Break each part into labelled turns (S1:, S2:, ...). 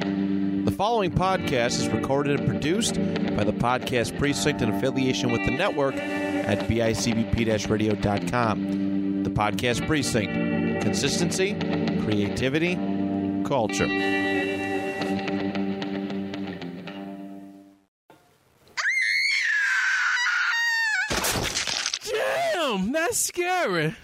S1: The following podcast is recorded and produced by the Podcast Precinct in affiliation with the network at bicbp radio.com. The Podcast Precinct consistency, creativity, culture.
S2: Damn, that's scary.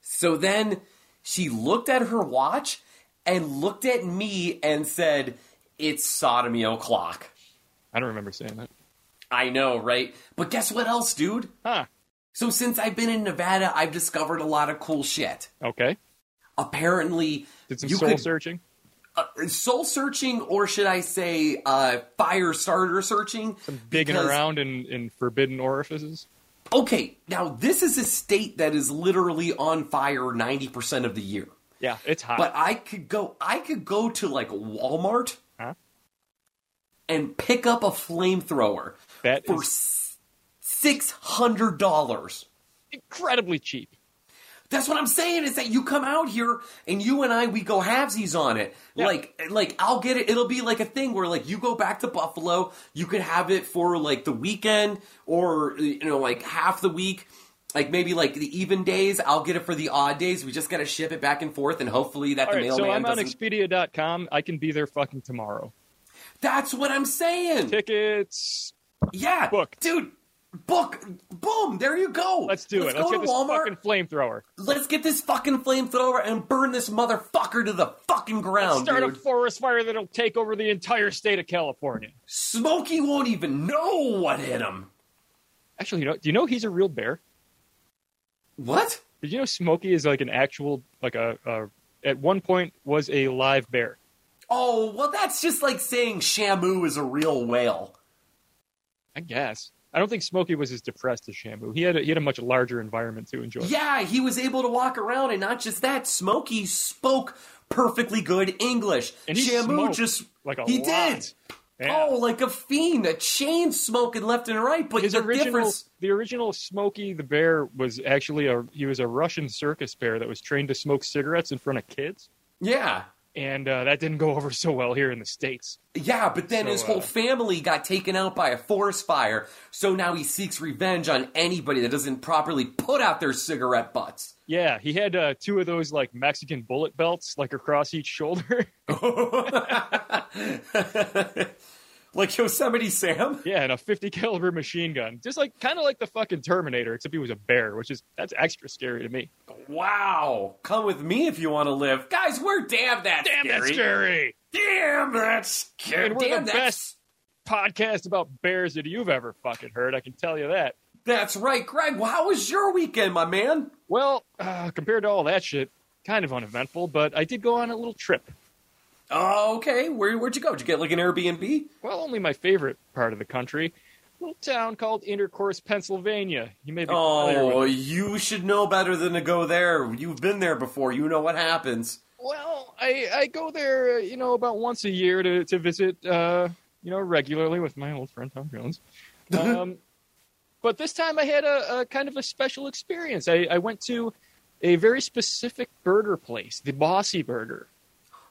S3: So then she looked at her watch and looked at me and said, It's sodomy o'clock.
S4: I don't remember saying that.
S3: I know, right? But guess what else, dude?
S4: Huh.
S3: So since I've been in Nevada, I've discovered a lot of cool shit.
S4: Okay.
S3: Apparently,
S4: Did some
S3: you
S4: soul
S3: could
S4: searching.
S3: uh, soul searching, or should I say, uh, fire starter searching?
S4: Digging
S3: because-
S4: around in, in forbidden orifices.
S3: Okay, now this is a state that is literally on fire ninety percent of the year.
S4: Yeah, it's hot.
S3: But I could go. I could go to like Walmart
S4: Huh?
S3: and pick up a flamethrower
S4: That
S3: for
S4: is
S3: six hundred dollars.
S4: incredibly cheap.
S3: That's what I'm saying is that you come out here and you and I we go halvesies on it.
S4: Yeah.
S3: Like like I'll get it it'll be like a thing where like you go back to Buffalo, you could have it for like the weekend or you know like half the week. Like maybe like the even days, I'll get it for the odd days. We just got to ship it back and forth and hopefully that
S4: All
S3: the
S4: right,
S3: mailman
S4: so I'm on
S3: doesn't
S4: Expedia.com. I can be there fucking tomorrow.
S3: That's what I'm saying.
S4: Tickets.
S3: Yeah.
S4: Book.
S3: Dude, book. Boom, there you go.
S4: Let's do
S3: Let's
S4: it. Let's
S3: go
S4: get
S3: to
S4: this
S3: Walmart.
S4: fucking flamethrower.
S3: Let's get this fucking flamethrower and burn this motherfucker to the fucking ground,
S4: Start
S3: Oh, dude.
S4: a forest fire that'll take over the entire state of California.
S3: Smokey won't even know what hit him.
S4: Actually, you know, do you know he's a real bear?
S3: What?
S4: Did you know Smokey is like an actual, like a, a at one point was a live bear?
S3: Oh, well, that's just like saying Shamu is a real whale.
S4: I guess. I don't think Smokey was as depressed as Shamu. He had a, he had a much larger environment to enjoy.
S3: Yeah, he was able to walk around, and not just that, Smokey spoke perfectly good English.
S4: And he
S3: Shamu
S4: smoked
S3: just.
S4: like a
S3: He
S4: lot.
S3: did!
S4: Yeah.
S3: Oh, like a fiend, a chain smoking left and right. But
S4: his
S3: the
S4: original
S3: difference.
S4: the original Smokey the Bear was actually a he was a Russian circus bear that was trained to smoke cigarettes in front of kids,
S3: Yeah.
S4: and uh, that didn't go over so well here in the states.
S3: Yeah, but then
S4: So,
S3: his whole
S4: uh,
S3: family got taken out by a forest fire, so now he seeks revenge on anybody that doesn't properly put out their cigarette butts.
S4: Yeah, he had uh, two of those like Mexican bullet belts like across each shoulder.
S3: like Yosemite Sam?
S4: yeah, and a fifty caliber machine gun, just like kind of like the fucking Terminator, except he was a bear, which is that's extra scary to me.
S3: Wow. Come with me if you want to live. Guys, we're damn that
S4: Damn,
S3: scary.
S4: that's scary.
S3: Damn that's scary.
S4: And we're
S3: damn
S4: the
S3: that's-
S4: best podcast about bears that you've ever fucking heard. I can tell you that.
S3: That's right, Greg. Well, how was your weekend, my man?
S4: Well, uh, compared to all that shit, kind of uneventful, but I did go on a little trip.
S3: Oh, okay. Where, where'd you go? Did you get like an Airbnb?
S4: Well, only my favorite part of the country. Little town called Intercourse, Pennsylvania. You may be familiar
S3: Oh,
S4: with.
S3: you should know better than to go there. You've been there before. You know what happens.
S4: Well, I, I go there, uh, you know, about once a year to, to visit, uh, you know, regularly with my old friend Tom Jones. Um, but this time I had a, a kind of a special experience. I, I went to a very specific burger place, the Bossy Burger.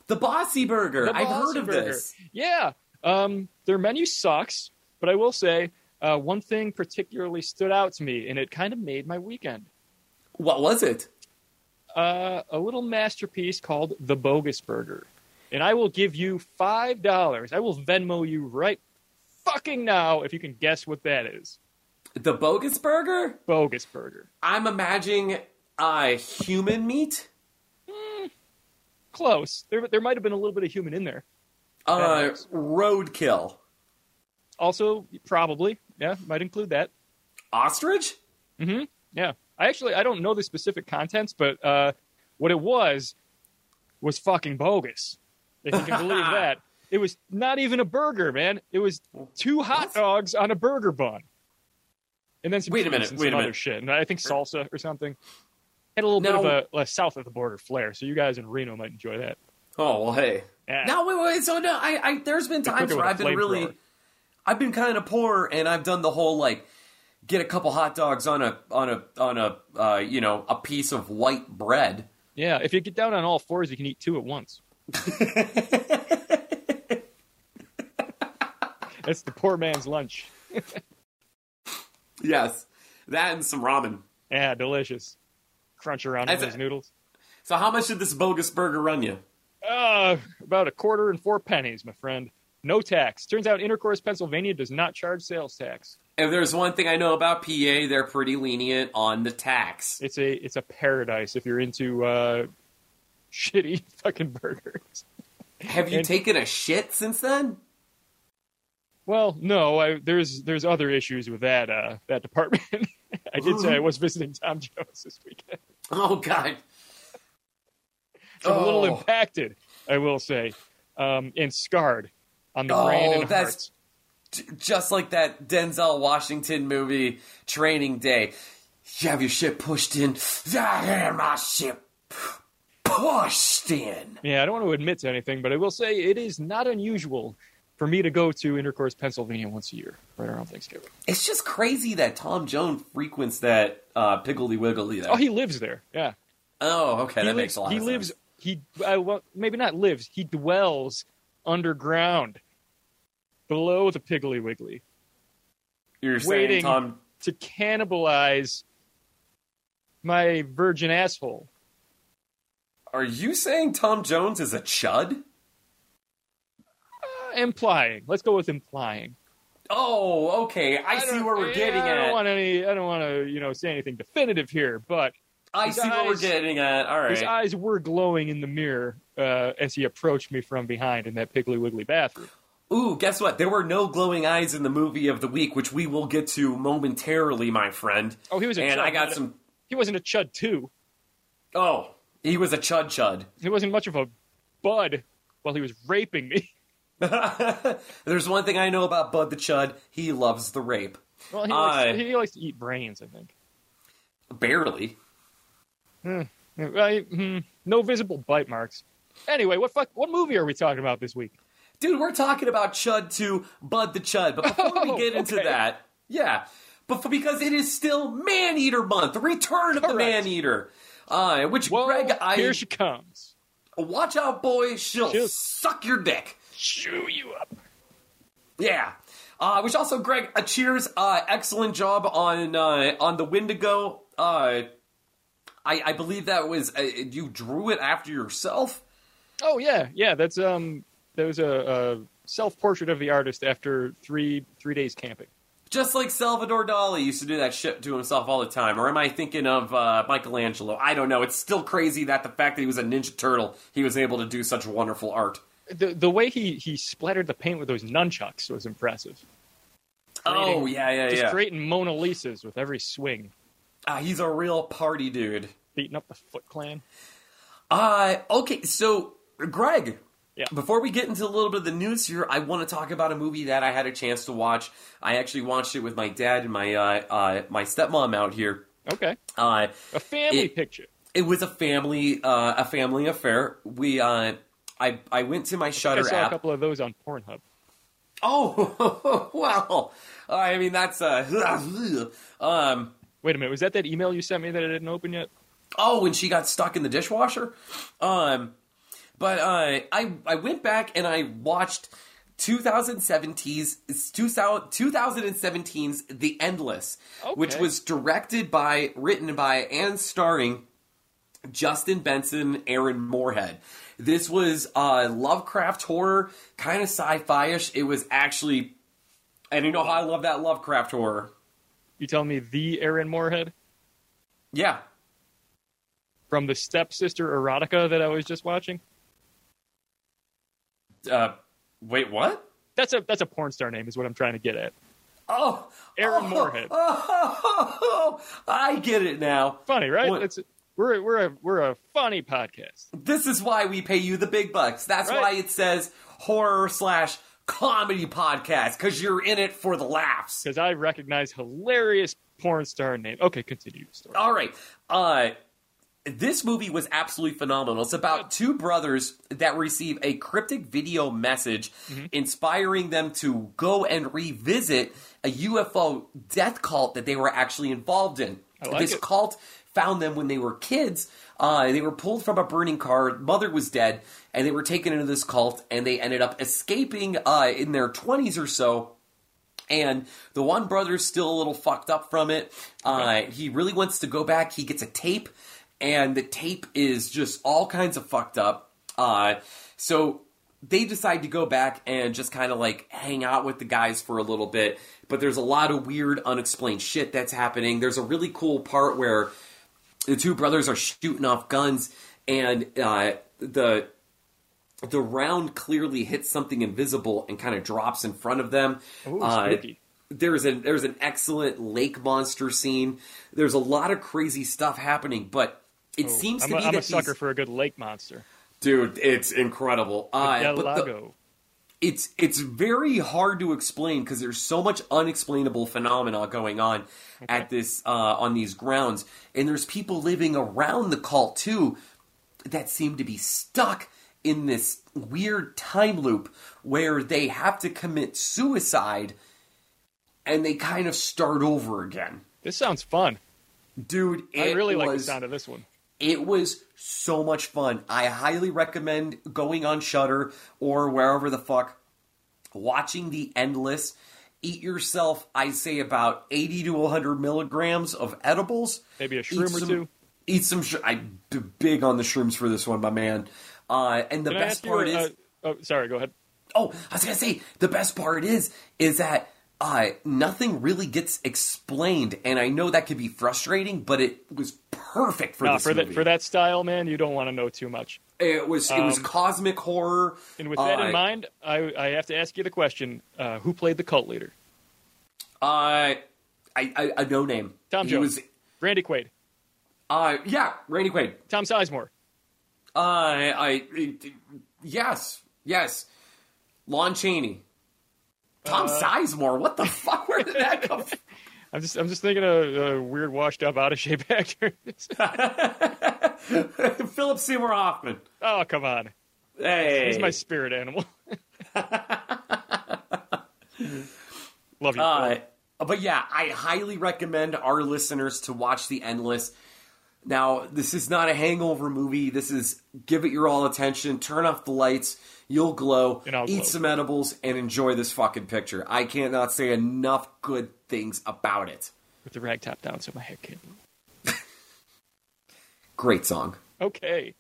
S3: The Bossy Burger.
S4: The
S3: I've
S4: Bossy
S3: heard of
S4: Burger.
S3: this.
S4: Yeah. Um, their menu sucks, but I will say uh, one thing particularly stood out to me, and it kind of made my weekend.
S3: What was it?
S4: Uh, a little masterpiece called the Bogus Burger, and I will give you five dollars. I will Venmo you right fucking now if you can guess what that is.
S3: The Bogus Burger?
S4: Bogus Burger.
S3: I'm imagining uh, human meat.
S4: Close. There, there might have been a little bit of human in there.
S3: Uh,
S4: Perhaps.
S3: roadkill.
S4: Also, probably, yeah, might include that.
S3: Ostrich?
S4: hmm Yeah. I actually I don't know the specific contents, but uh, what it was was fucking bogus. If you can believe that. It was not even a burger, man. It was two hot
S3: What?
S4: dogs on a burger bun. And then some
S3: Wait a
S4: cheese
S3: minute,
S4: and
S3: wait
S4: some
S3: a
S4: other
S3: minute.
S4: shit. And I think salsa or something. Had a little
S3: Now-
S4: bit of a, a south of the border flair, so you guys in Reno might enjoy that. Ah,
S3: Oh, well, hey.
S4: Yeah.
S3: No, wait, wait. So, no, I, I there's been
S4: cook
S3: times
S4: it
S3: where
S4: with a
S3: I've been
S4: flamethrower.
S3: really, I've been kind of poor and I've done the whole like, get a couple hot dogs on a, on a, on a, uh, you know, a piece of white bread.
S4: Yeah, if you get down on all fours, you can eat two at once. That's the poor man's lunch.
S3: Yes, that and some ramen.
S4: Yeah, delicious. Crunch around on
S3: That's
S4: those
S3: a-
S4: noodles.
S3: So how much did this bogus burger run you?
S4: Uh, about a quarter and four pennies, my friend. No tax. Turns out Intercourse, Pennsylvania does not charge sales tax.
S3: If there's one thing I know about PA, they're pretty lenient on the tax.
S4: It's a it's a paradise if you're into uh, shitty fucking burgers.
S3: Have you
S4: and-
S3: taken a shit since then?
S4: Well, no, I, there's there's other issues with that uh, that department. I did say I was visiting Tom Jones this weekend.
S3: Oh God.
S4: So I'm a little
S3: Oh.
S4: impacted, I will say, um, and scarred on the
S3: Oh,
S4: brain and
S3: that's-
S4: hearts.
S3: J- Oh, just like that Denzel Washington movie, Training Day. You have your shit pushed in. I have my shit pushed in.
S4: Yeah, I don't want to admit to anything, but I will say it is not unusual for me to go to Intercourse, Pennsylvania once a year, right around Thanksgiving.
S3: It's just crazy that Tom Jones frequents that uh, Piggly Wiggly. There.
S4: Oh, he lives there. Yeah,
S3: Oh, okay,
S4: he
S3: that
S4: lives.
S3: makes a lot.
S4: he
S3: of
S4: lives.
S3: sense.
S4: He I, well, maybe not lives. He dwells underground, below the Piggly Wiggly,
S3: You're saying
S4: waiting
S3: Tom?
S4: to cannibalize my virgin asshole.
S3: Are you saying Tom Jones is a chud?
S4: Uh, implying. Let's go with implying.
S3: Oh, okay. I, see
S4: don't- eh,
S3: where we're getting
S4: I don't
S3: at.
S4: want any. I don't want to. You know, say anything definitive here, but
S3: I
S4: his
S3: see where we're
S4: eyes-
S3: getting at. All
S4: His
S3: right.
S4: eyes were glowing in the mirror uh, as he approached me from behind in that Piggly Wiggly bathroom.
S3: Ooh, guess what? There were no glowing eyes in the movie of the week, which we will get to momentarily, my friend.
S4: Oh, he was a
S3: and
S4: chud.
S3: I got
S4: not a-
S3: some.
S4: he wasn't a chud too.
S3: Oh, he was a chud chud.
S4: He wasn't much of a bud while he was raping me.
S3: There's one thing I know about Bud the Chud. He loves the rape.
S4: Well, he,
S3: Aye.
S4: likes, he likes to eat brains, I think.
S3: Barely.
S4: Right? Hmm. no visible bite marks. Anyway, what fuck? What movie are we talking about this week?
S3: Dude, we're talking about Chud to Bud the Chud. But before we
S4: Oh,
S3: get into
S4: okay.
S3: that, yeah, bef- because it is still Man Eater Month, the return of the
S4: Correct.
S3: Man Eater. Uh, which,
S4: Whoa,
S3: Greg, I.
S4: here she comes.
S3: Watch out, boy. She'll
S4: She'll-
S3: suck your dick.
S4: Chew you up.
S3: Yeah. Uh, which also, Greg, uh, cheers. Uh, excellent job on uh, on the Wendigo. Uh, I, I believe that was uh, you drew it after yourself.
S4: Oh yeah, yeah. That's um. That was a, a self-portrait of the artist after three three days camping.
S3: Just like Salvador Dali used to do that shit to himself all the time. Or am I thinking of uh, Michelangelo? I don't know. It's still crazy that the fact that he was a Ninja Turtle, he was able to do such wonderful art.
S4: the the way he he splattered the paint with those nunchucks was impressive.
S3: Oh,
S4: Creating-
S3: yeah, yeah,
S4: Just
S3: yeah.
S4: creating Mona Lisas with every swing,
S3: Uh, he's a real party dude.
S4: beating up the Foot Clan.
S3: Uh, okay, so, Greg.
S4: Yeah.
S3: Before we get into a little bit of the news here, I want to talk about a movie that I had a chance to watch. I actually watched it with my dad and my uh, uh, my stepmom out here.
S4: Okay,
S3: Uh,
S4: a family
S3: It-
S4: picture.
S3: it was a family uh, a family affair. We uh, I I went to my
S4: I
S3: Shutter
S4: saw a
S3: app.
S4: couple of those on Pornhub.
S3: Oh well, I mean that's uh, um.
S4: Wait a minute, was that that email you sent me that I didn't open yet?
S3: Oh, and she got stuck in the dishwasher. Um, but uh, I I went back and I watched 2017's it's 2000 2017's The Endless, which
S4: Okay.
S3: was directed by, written by, and starring Justin Benson, Aaron Moorhead. This was uh, Lovecraft horror, kind of sci-fi ish. It was actually, and you know how I love that Lovecraft horror.
S4: You telling me the Aaron Moorhead
S3: Yeah,
S4: from the stepsister erotica that I was just watching?
S3: uh, wait, what?
S4: That's a that's a porn star name, is what I'm trying to get at.
S3: Oh,
S4: Aaron
S3: oh,
S4: Moorhead.
S3: Oh, I get it now.
S4: Funny, right?
S3: What-
S4: It's- we're we're a we're a funny podcast.
S3: This is why we pay you the big bucks. That's
S4: Right.
S3: why it says horror slash comedy podcast because you're in it for the laughs.
S4: because I recognize hilarious porn star name. Okay, continue your story.
S3: All right. Uh, this movie was absolutely phenomenal. It's about two brothers that receive a cryptic video message
S4: Mm-hmm.
S3: inspiring them to go and revisit a UFO death cult that they were actually involved in.
S4: I like
S3: this
S4: it.
S3: cult found them when they were kids. Uh, they were pulled from a burning car. Mother was dead, and they were taken into this cult, and they ended up escaping uh, in their twenties or so. And the one brother's still a little fucked up from it. Uh, he really wants to go back. He gets a tape, and the tape is just all kinds of fucked up. Uh, so they decide to go back and just kind of like hang out with the guys for a little bit. But there's a lot of weird, unexplained shit that's happening. There's a really cool part where the two brothers are shooting off guns, and uh, the the round clearly hits something invisible and kind of drops in front of them.
S4: Ooh,
S3: Uh,
S4: spooky.
S3: there's an there's an excellent lake monster scene. There's a lot of crazy stuff happening, but it seems
S4: Oh, I'm,
S3: to
S4: a,
S3: be
S4: I'm
S3: that
S4: a sucker
S3: these-
S4: for a good lake monster.
S3: dude, it's incredible. Uh,
S4: Del
S3: but the-
S4: Lago.
S3: it's it's very hard to explain because there's so much unexplainable phenomena going on at this uh, on these grounds, and there's people living around the cult too that seem to be stuck in this weird time loop where they have to commit suicide and they kind of start over again.
S4: This sounds fun.
S3: Dude,
S4: I
S3: it
S4: really like the
S3: was-
S4: sound of this one.
S3: it was so much fun. I highly recommend going on Shutter or wherever the fuck, watching the endless. Eat yourself, I say, about eighty to one hundred milligrams of edibles.
S4: Maybe a
S3: Eat
S4: shroom or
S3: some-
S4: two.
S3: Eat some. Sh- I'm b- big on the shrooms for this one, my man. Uh, and the
S4: Can I
S3: best
S4: ask you?
S3: part is,
S4: uh, oh, sorry. Go ahead.
S3: Oh, I was gonna say the best part is is that uh, nothing really gets explained, and I know that could be frustrating, but it was perfect for
S4: Nah,
S3: this
S4: for
S3: movie.
S4: that for that style, man, you don't want to know too much.
S3: it was it was cosmic horror.
S4: Um, And with that
S3: Uh,
S4: in mind, I, I have to ask you the question: uh, Who played the cult leader?
S3: uh, I, I, I no name.
S4: Tom
S3: he
S4: Jones.
S3: was.
S4: Randy Quaid,
S3: Uh, yeah, Randy Quaid.
S4: Tom Sizemore.
S3: Uh, I, I- yes, yes, Lon Chaney. Tom
S4: Uh,
S3: Sizemore. What the fuck? Where did that come from?
S4: I'm just I'm just thinking of a weird, washed up, out of shape actor.
S3: Philip Seymour Hoffman.
S4: oh come on,
S3: Hey,
S4: he's my spirit animal. Love you.
S3: Uh, but yeah, I highly recommend our listeners to watch The Endless. Now, this is not a hangover movie. This is give it your all attention, turn off the lights, you'll glow,
S4: And I'll
S3: eat
S4: glow.
S3: some edibles, and enjoy this fucking picture. I cannot say enough good things about it.
S4: with the rag top down, so my hair can't. move.
S3: Great song.
S4: Okay,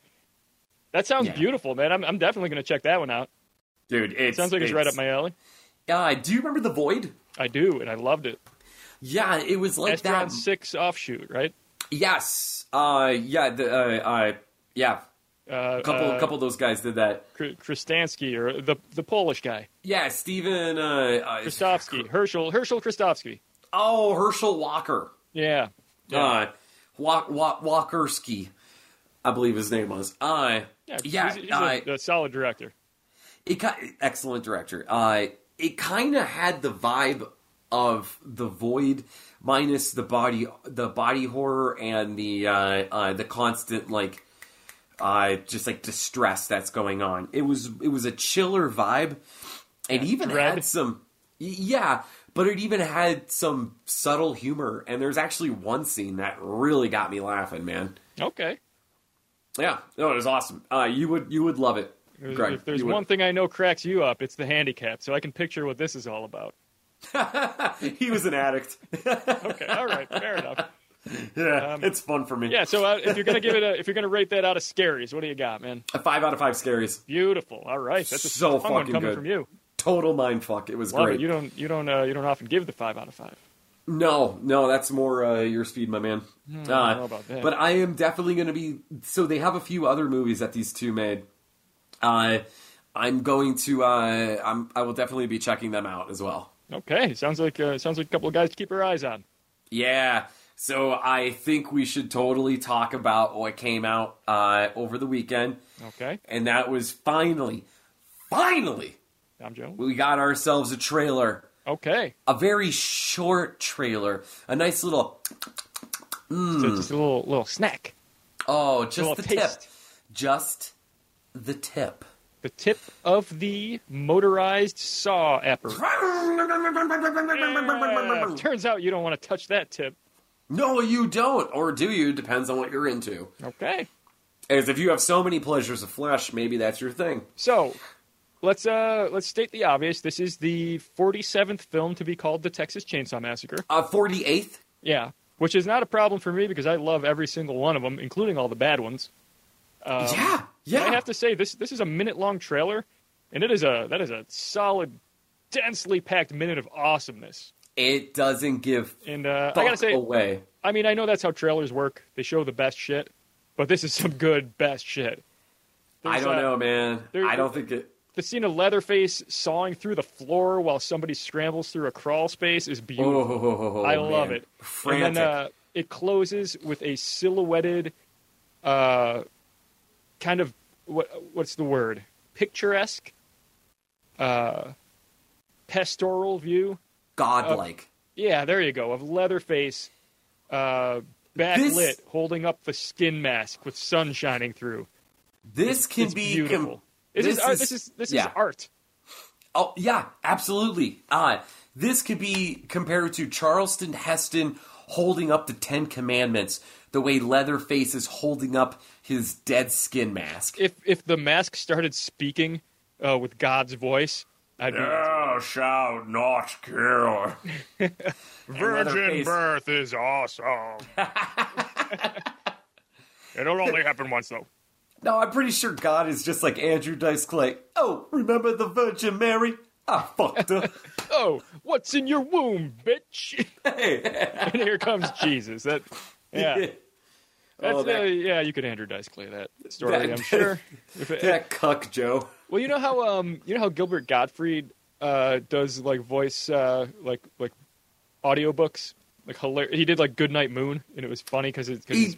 S4: that sounds
S3: Yeah.
S4: beautiful, man. I'm I'm definitely gonna check that one out.
S3: Dude, it
S4: Sounds like it's, right up my alley.
S3: Uh, do you remember The Void?
S4: I do, and I loved it.
S3: Yeah, it was like
S4: Estron
S3: that.
S4: Six offshoot, right?
S3: Yes. Uh, yeah, the, uh, uh, yeah.
S4: Uh,
S3: A couple,
S4: uh,
S3: couple of those guys did that.
S4: Kr- Krastansky or the the Polish guy,
S3: Yeah, Steven. Uh, uh,
S4: Kristofsky, Herschel, Herschel Kristofsky.
S3: Oh, Herschel Walker.
S4: Yeah, Yeah.
S3: Uh, Wa- Wa- Walkerski, I believe his name was. Uh, yeah,
S4: he's, he's
S3: uh,
S4: a, a solid director.
S3: it ki- excellent director. Uh, it kind of had the vibe of the void, minus the body, the body horror and the uh, uh, the constant like, uh, just like distress that's going on. It was it was a chiller vibe, and even
S4: dread.
S3: had some, y- yeah. But it even had some subtle humor, and there's actually one scene that really got me laughing, man.
S4: Okay.
S3: Yeah, no, it was awesome. Uh, you would you would love it,
S4: There's-
S3: Greg.
S4: if there's
S3: you would.
S4: one thing I know cracks you up, it's the handicap. So I can picture what this is all about.
S3: he was an addict.
S4: Okay, all right, fair enough.
S3: Yeah,
S4: Um,
S3: it's fun for me.
S4: Yeah. So uh, if you're gonna give it, a, if you're gonna rate that out of scaries, what do you got, man?
S3: a five out of five scaries.
S4: Beautiful. All right, that's a
S3: So
S4: strong one
S3: fucking
S4: coming
S3: good.
S4: from you.
S3: Total mind fuck. It was
S4: Love
S3: great.
S4: it. You don't, you don't, uh, you don't often give the five out of five.
S3: No, no, that's more uh, your speed, my man. uh,
S4: Hmm, I don't know about that.
S3: But I am definitely going to be. So they have a few other movies that these two made. Uh, I'm going to. Uh, I'm. I will definitely be checking them out as well.
S4: Okay, sounds like uh, sounds like a couple of guys to keep our eyes on.
S3: Yeah. So I think we should totally talk about what came out uh, over the weekend,
S4: Okay,
S3: and that was finally, finally,
S4: Tom Jones.
S3: we got ourselves a trailer
S4: Okay,
S3: a very short trailer, a nice little
S4: so just a little little snack.
S3: oh, just
S4: Little
S3: the
S4: taste.
S3: tip, just the tip.
S4: The tip of the motorized saw apparatus. Yeah, turns out you don't want to touch that tip.
S3: No, you don't, or do you? Depends on what you're into.
S4: Okay.
S3: As if you have so many pleasures of flesh, maybe that's your thing.
S4: So let's uh let's state the obvious. This is the 47th film to be called the Texas Chainsaw Massacre.
S3: Uh, 48th?
S4: Yeah, which is not a problem for me because I love every single one of them, including all the bad ones. Um,
S3: yeah,
S4: but
S3: yeah.
S4: I have to say this this is a minute long trailer, and it is a that is a solid, densely packed minute of awesomeness.
S3: it doesn't give
S4: And uh, I
S3: fuck
S4: gotta say,
S3: away.
S4: I mean, I know that's how trailers work. They show the best shit, but this is some good best shit.
S3: I
S4: There's,
S3: don't
S4: uh,
S3: know, man.
S4: there-
S3: I don't think it.
S4: The scene of Leatherface sawing through the floor while somebody scrambles through a crawl space is beautiful.
S3: Oh,
S4: I love
S3: man.
S4: it.
S3: Frantic.
S4: And then uh, it closes with a silhouetted, uh, kind of what what's the word? Picturesque, uh, pastoral view. uh,
S3: Godlike.
S4: Yeah, there you go. Of Leatherface, uh, backlit,
S3: This-
S4: holding up the skin mask with sun shining through.
S3: this can
S4: It's
S3: be com-
S4: beautiful. this, is, art. This is this
S3: yeah.
S4: is art.
S3: Oh yeah, absolutely. Uh, this could be compared to Charleston Heston holding up the Ten Commandments the way Leatherface is holding up his dead skin mask.
S4: If if the mask started speaking uh, with God's voice, I'd be.
S3: Thou shalt not kill. Leatherface.
S4: birth is awesome. It'll only happen once, though.
S3: No, I'm pretty sure God is just like Andrew Dice Clay. Oh, remember the Virgin Mary? I fucked her.
S4: Oh, what's in your womb, bitch?
S3: hey.
S4: and here comes Jesus. That, yeah, that's
S3: Oh, that-
S4: uh, yeah. You could Andrew Dice Clay that story.
S3: That-
S4: I'm sure. If it-
S3: that cuck, Joe.
S4: well, you know how um, you know how Gilbert Gottfried uh does like voice uh like like audiobooks like hilarious. He did like Goodnight Moon, and it was funny because
S3: He-
S4: because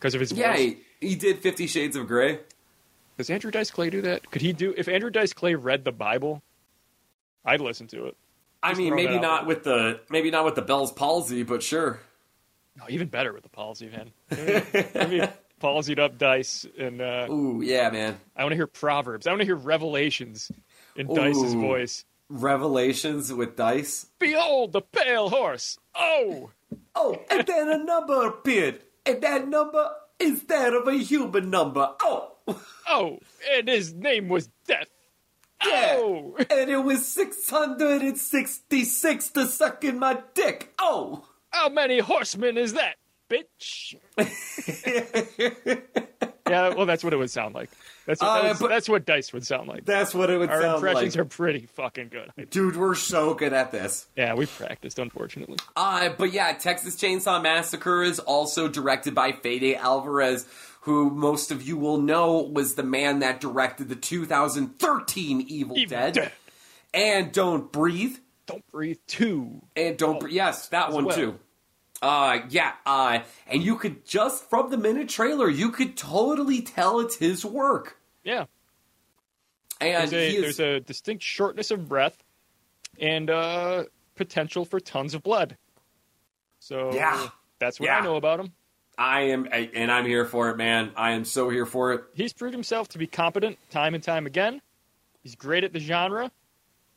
S4: because of his
S3: Yeah,
S4: voice.
S3: he, he did Fifty Shades of Grey.
S4: Does Andrew Dice Clay do that? Could he do if Andrew Dice Clay read the Bible? I'd listen to it.
S3: I
S4: Just
S3: mean,
S4: throw that
S3: maybe
S4: out
S3: not
S4: there.
S3: with the maybe not with the Bell's palsy, but sure.
S4: No, even better with the palsy, man. Give me palsied up dice, and uh,
S3: Ooh, yeah, man.
S4: I want to hear proverbs. I want to hear revelations in Dice's
S3: Ooh.
S4: voice.
S3: Revelations with dice.
S4: Behold the pale horse. Oh,
S3: Oh, and then a number appeared, and that number is that of a human number. Oh,
S4: oh, and his name was Death.
S3: Yeah.
S4: Oh,
S3: and it was six hundred and sixty-six to suck in my dick. Oh,
S4: how many horsemen is that, bitch? yeah, well, that's what it would sound like. That's what,
S3: Uh,
S4: that was-
S3: but-
S4: that's what Dice would sound like.
S3: that's what it would
S4: Our
S3: sound
S4: impressions
S3: like.
S4: are pretty fucking good.
S3: Dude, we're so good at this.
S4: Yeah, we practiced, unfortunately.
S3: Uh, but yeah, Texas Chainsaw Massacre is also directed by Fede Alvarez, who most of you will know was the man that directed the 2013 Evil,
S4: Evil
S3: Dead,
S4: Dead.
S3: and Don't Breathe,
S4: Don't breathe too.
S3: and Don't Bre- yes, that one
S4: Oh, well.
S3: too. Uh, yeah, uh, and you could just from the minute trailer, you could totally tell it's his work,
S4: Yeah,
S3: and
S4: there's a,
S3: he is,
S4: there's a distinct shortness of breath and uh, potential for tons of blood. So
S3: Yeah.
S4: that's what
S3: Yeah.
S4: I know about him.
S3: I am, I- and I'm here for it, man. I am so here for it.
S4: He's proved himself to be competent time and time again. He's great at the genre,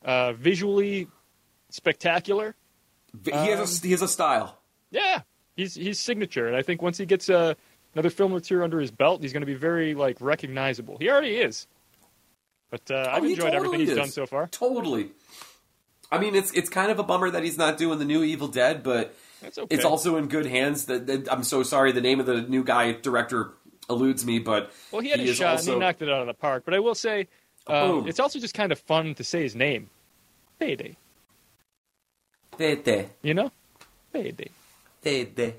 S4: uh, visually spectacular.
S3: He
S4: Um,
S3: has a, he has a style.
S4: Yeah, he's he's signature, and I think once he gets uh, another film or two under his belt, he's going to be very like recognizable. He already is. But uh, I've
S3: Oh, he
S4: enjoyed everything
S3: totally
S4: he's
S3: is.
S4: done so far.
S3: Totally. I mean, it's it's kind of a bummer that he's not doing the new Evil Dead, but
S4: That's okay.
S3: it's also in good hands. That, that- I'm so sorry. The name of the new guy director eludes me, but
S4: Well, he had a
S3: is
S4: shot
S3: also-
S4: and he knocked it out of the park. But I will say,
S3: Oh.
S4: uh, it's also just kind of fun to say his name, Payday.
S3: Tete,
S4: You know, Payday,
S3: tete.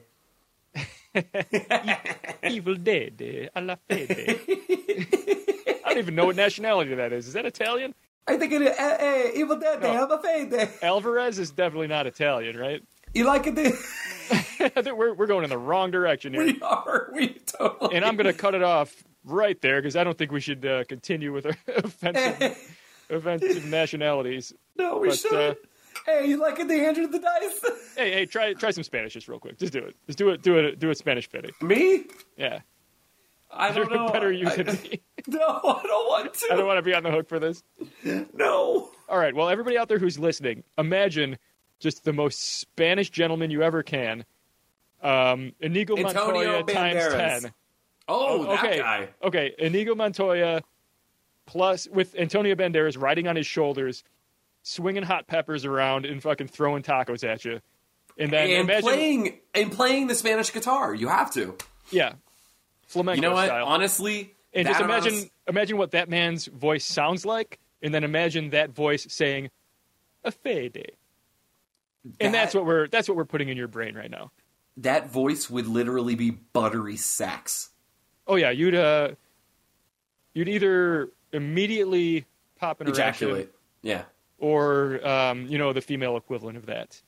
S4: Evil Dead, a la Payday. I don't even know what nationality that is. Is that Italian?
S3: I think it is eh, eh, Evil Dead. They
S4: No.
S3: have a fade.
S4: Alvarez is definitely not Italian, right?
S3: You like it? They-
S4: I think we're we're going in the wrong direction here,
S3: We are. We totally.
S4: and I'm going to cut it off right there because I don't think we should uh, continue with our offensive offensive nationalities.
S3: no, we
S4: but, uh,
S3: shouldn't. hey, you like it? The Andrew the dice.
S4: Hey, hey, try try some Spanish just real quick. Just do it. Just do it. Do it. Do it Spanish, Fitty.
S3: me?
S4: Yeah.
S3: I
S4: You're
S3: don't know.
S4: better you
S3: I-
S4: than me.
S3: No, I don't want to.
S4: I don't want to be on the hook for this.
S3: No.
S4: All right. Well, everybody out there who's listening, imagine just the most Spanish gentleman you ever can Um, Inigo
S3: Antonio
S4: Montoya times
S3: Banderas.
S4: 10.
S3: Oh, that
S4: okay.
S3: guy.
S4: Okay, Inigo Montoya plus with Antonio Banderas riding on his shoulders, swinging hot peppers around and fucking throwing tacos at you. And then
S3: And,
S4: imagine,
S3: playing and playing the Spanish guitar. You have to.
S4: yeah, flamenco
S3: You know what?
S4: style.
S3: Honestly,
S4: and just
S3: that
S4: imagine
S3: honest-
S4: imagine what that man's voice sounds like, and then imagine that voice saying, "A fade."
S3: That-
S4: And that's what we're that's what we're putting in your brain right now.
S3: that voice would literally be buttery sex.
S4: Oh yeah, you'd uh, you'd either immediately pop an erection
S3: Ejaculate. Yeah.
S4: or um, you know the female equivalent of that.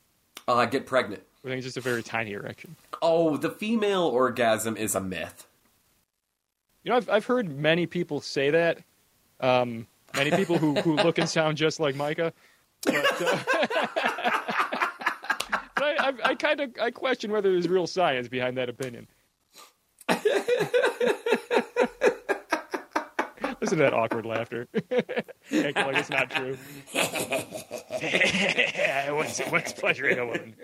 S3: Uh, get pregnant.
S4: I think it's just a very tiny erection.
S3: Oh, the female orgasm is a myth.
S4: You know, I've I've heard many people say that. Um, many people who who look and sound just like Micah. But, uh, but I, I, I kind of I question whether there's real science behind that opinion. Listen to that awkward laughter. Act like it's not true. what's, what's pleasure in a woman?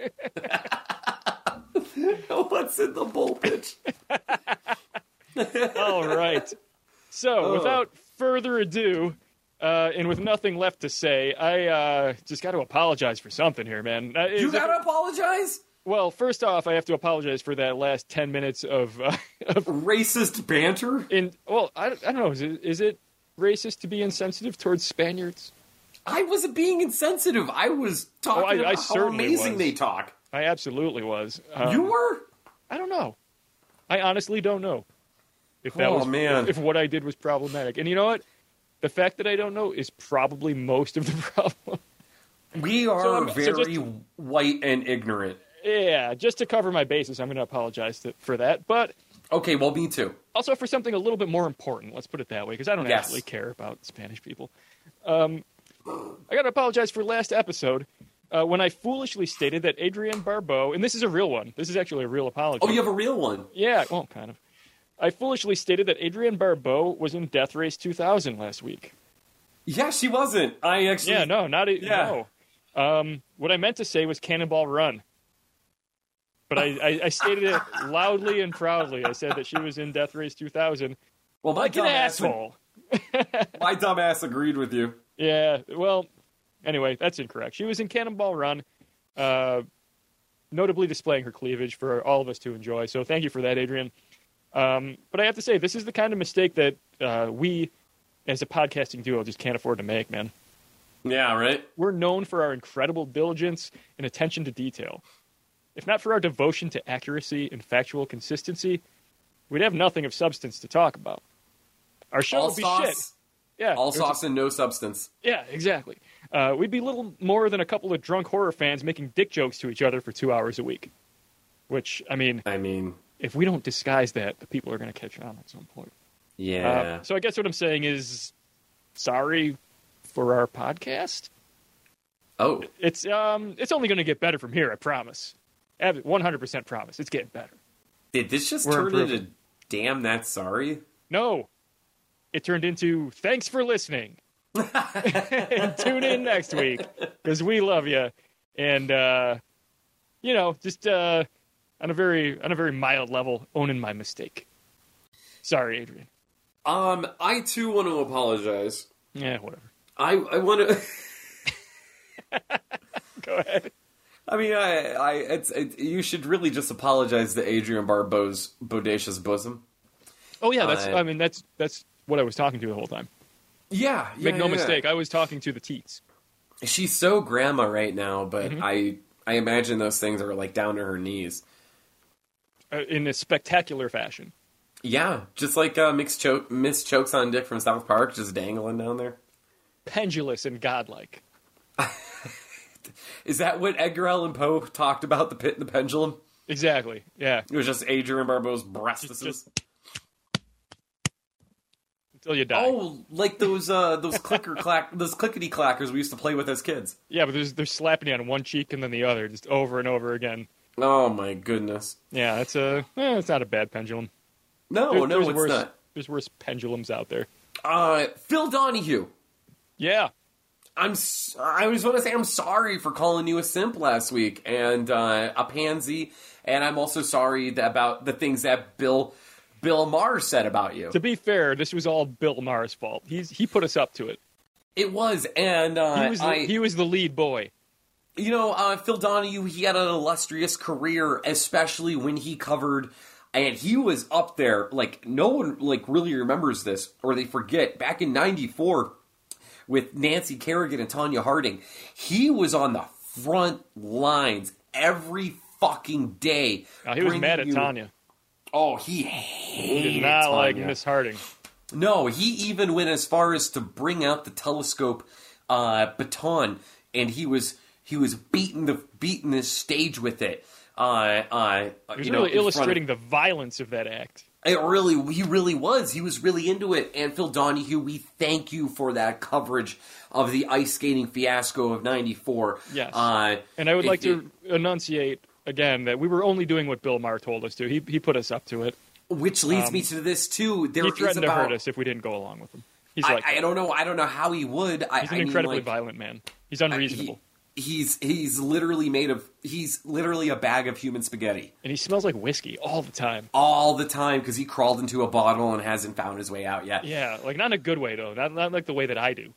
S3: What's in the bowl, bitch?
S4: All right. So,
S3: Oh.
S4: without further ado, uh, and with nothing left to say, I uh, just got to apologize for something here, man. Uh,
S3: You
S4: is it-
S3: gotta apologize?
S4: well, first off, I have to apologize for that last ten minutes of. Uh, of
S3: Racist banter?
S4: in well, I, don't- I don't know. Is it, is it racist to be insensitive towards Spaniards?
S3: I wasn't being insensitive. I was talking
S4: Oh, I- I
S3: about how
S4: certainly
S3: amazing
S4: was.
S3: they talk.
S4: I absolutely was. Um,
S3: you were?
S4: I don't know. I honestly don't know if that
S3: Oh,
S4: was
S3: man.
S4: if what I did was problematic. And you know what? The fact that I don't know is probably most of the problem.
S3: We are
S4: So, um, so
S3: very
S4: just-
S3: white and ignorant.
S4: Yeah, just to cover my bases, I'm going to apologize to, for that, but
S3: Okay, well, me too.
S4: also for something a little bit more important. Let's put it that way, because I don't
S3: Yes.
S4: actually care about Spanish people. Um, I got to apologize for last episode uh, when I foolishly stated that Adrian Barbeau, and this is a real one. This is actually a real apology.
S3: Oh, you have a real one.
S4: yeah, well, kind of. I foolishly stated that Adrian Barbeau was in Death Race 2000 last week.
S3: Yeah, she wasn't. I actually.
S4: Yeah, no, not a,
S3: Yeah.
S4: no. Um, what I meant to say was Cannonball Run, but I, I, I stated it loudly and proudly. I said that she was in Death Race 2000.
S3: Well, my
S4: Like an
S3: dumb ass would-
S4: asshole.
S3: my dumb ass agreed with you.
S4: Yeah. Well, anyway, that's incorrect. She was in Cannonball Run, uh, notably displaying her cleavage for all of us to enjoy. So thank you for that, Adrian. Um, but I have to say, this is the kind of mistake that uh, we, as a podcasting duo, just can't afford to make, man.
S3: Yeah, right?
S4: we're known for our incredible diligence and attention to detail. If not for our devotion to accuracy and factual consistency, we'd have nothing of substance to talk about. Our show
S3: all
S4: would be
S3: sauce.
S4: shit. Yeah,
S3: All
S4: it would
S3: sauce and no substance.
S4: just- yeah, exactly. Uh, we'd be little more than a couple of drunk horror fans making dick jokes to each other for two hours a week. Which, I mean,
S3: I mean,
S4: if we don't disguise that, the people are going to catch on at some point. Uh,
S3: yeah.
S4: so I guess what I'm saying is, sorry for our podcast.
S3: oh,
S4: It's um, it's only going to get better from here. I promise. One hundred percent promise. It's getting better.
S3: did this just
S4: we're
S3: turn into
S4: improving.
S3: damn that's sorry?
S4: No, it turned into thanks for listening. and tune in next week because we love you, and uh, you know, just uh, on a very on a very mild level, owning my mistake. Sorry, Adrian.
S3: Um, I too want to apologize.
S4: Yeah, whatever.
S3: I, I want to.
S4: Go ahead.
S3: I mean, I, I, it's, it, you should really just apologize to Adrian Barbeau's bodacious bosom.
S4: Oh yeah, that's.
S3: Uh,
S4: I mean, that's that's what I was talking to the whole time.
S3: Yeah, yeah
S4: Make no
S3: yeah.
S4: mistake, I was talking to the teats.
S3: She's so grandma right now, but
S4: Mm-hmm.
S3: I, I imagine those things are like down to her knees.
S4: uh, in a spectacular fashion.
S3: Yeah, just like uh, Miss, Cho- Miss Chokes on Dick from South Park, just dangling down there.
S4: pendulous and godlike.
S3: Is that what Edgar Allan Poe talked about? The pit and the pendulum.
S4: Exactly. Yeah.
S3: It was just Adrian Barbeau's breastises.
S4: Just- Until you die.
S3: Oh, like those uh, those clicker clack, those clickety clackers we used to play with as kids.
S4: Yeah, but there's, they're slapping you on one cheek and then the other, just over and over again.
S3: Oh my goodness!
S4: Yeah, that's a. Eh, it's not a bad pendulum.
S3: No,
S4: There-
S3: Oh, no,
S4: there's
S3: it's
S4: worse,
S3: not.
S4: There's worse pendulums out there.
S3: Uh, Phil Donahue.
S4: Yeah.
S3: I'm s- I just want to say I'm sorry for calling you a simp last week and uh, a pansy, and I'm also sorry that about the things that Bill Bill Maher said about you.
S4: To be fair, this was all Bill Maher's fault. He's he put us up to it.
S3: It was, and uh,
S4: He was the,
S3: I,
S4: he was the lead boy.
S3: you know, uh, Phil Donahue, he had an illustrious career, especially when he covered, and he was up there. Like no one like really remembers this, or they forget. Back in '94, with Nancy Kerrigan and Tanya Harding, he was on the front lines every fucking day.
S4: Uh, he was
S3: bringing
S4: mad at
S3: you-
S4: Tanya.
S3: Oh, he hated
S4: Did not like
S3: Tanya.
S4: Miss Harding.
S3: No, he even went as far as to bring out the telescope uh, baton, and he was he was beating the beating the stage with it. Uh, uh,
S4: He was
S3: you know, in
S4: really
S3: front of-
S4: illustrating the violence of that act.
S3: it really, he really was. He was really into it. And Phil Donahue, we thank you for that coverage of the ice skating fiasco of '94.
S4: Yes.
S3: Uh,
S4: And I would
S3: it-
S4: like
S3: it-
S4: to enunciate again that we were only doing what Bill Maher told us to. He he put us up to it.
S3: which leads me to this too. There
S4: um, He
S3: is
S4: threatened to
S3: about,
S4: hurt us if we didn't go along with him. He's
S3: I,
S4: like
S3: I
S4: that.
S3: don't know. I don't know how he would. I,
S4: he's
S3: I
S4: an
S3: mean,
S4: incredibly
S3: like,
S4: violent man. He's unreasonable.
S3: Uh, He- he's he's literally made of he's literally a bag of human spaghetti
S4: and he smells like whiskey all the time.
S3: all the time because he crawled into a bottle and hasn't found his way out yet.
S4: Yeah, like not in a good way though. Not not like the way that I do.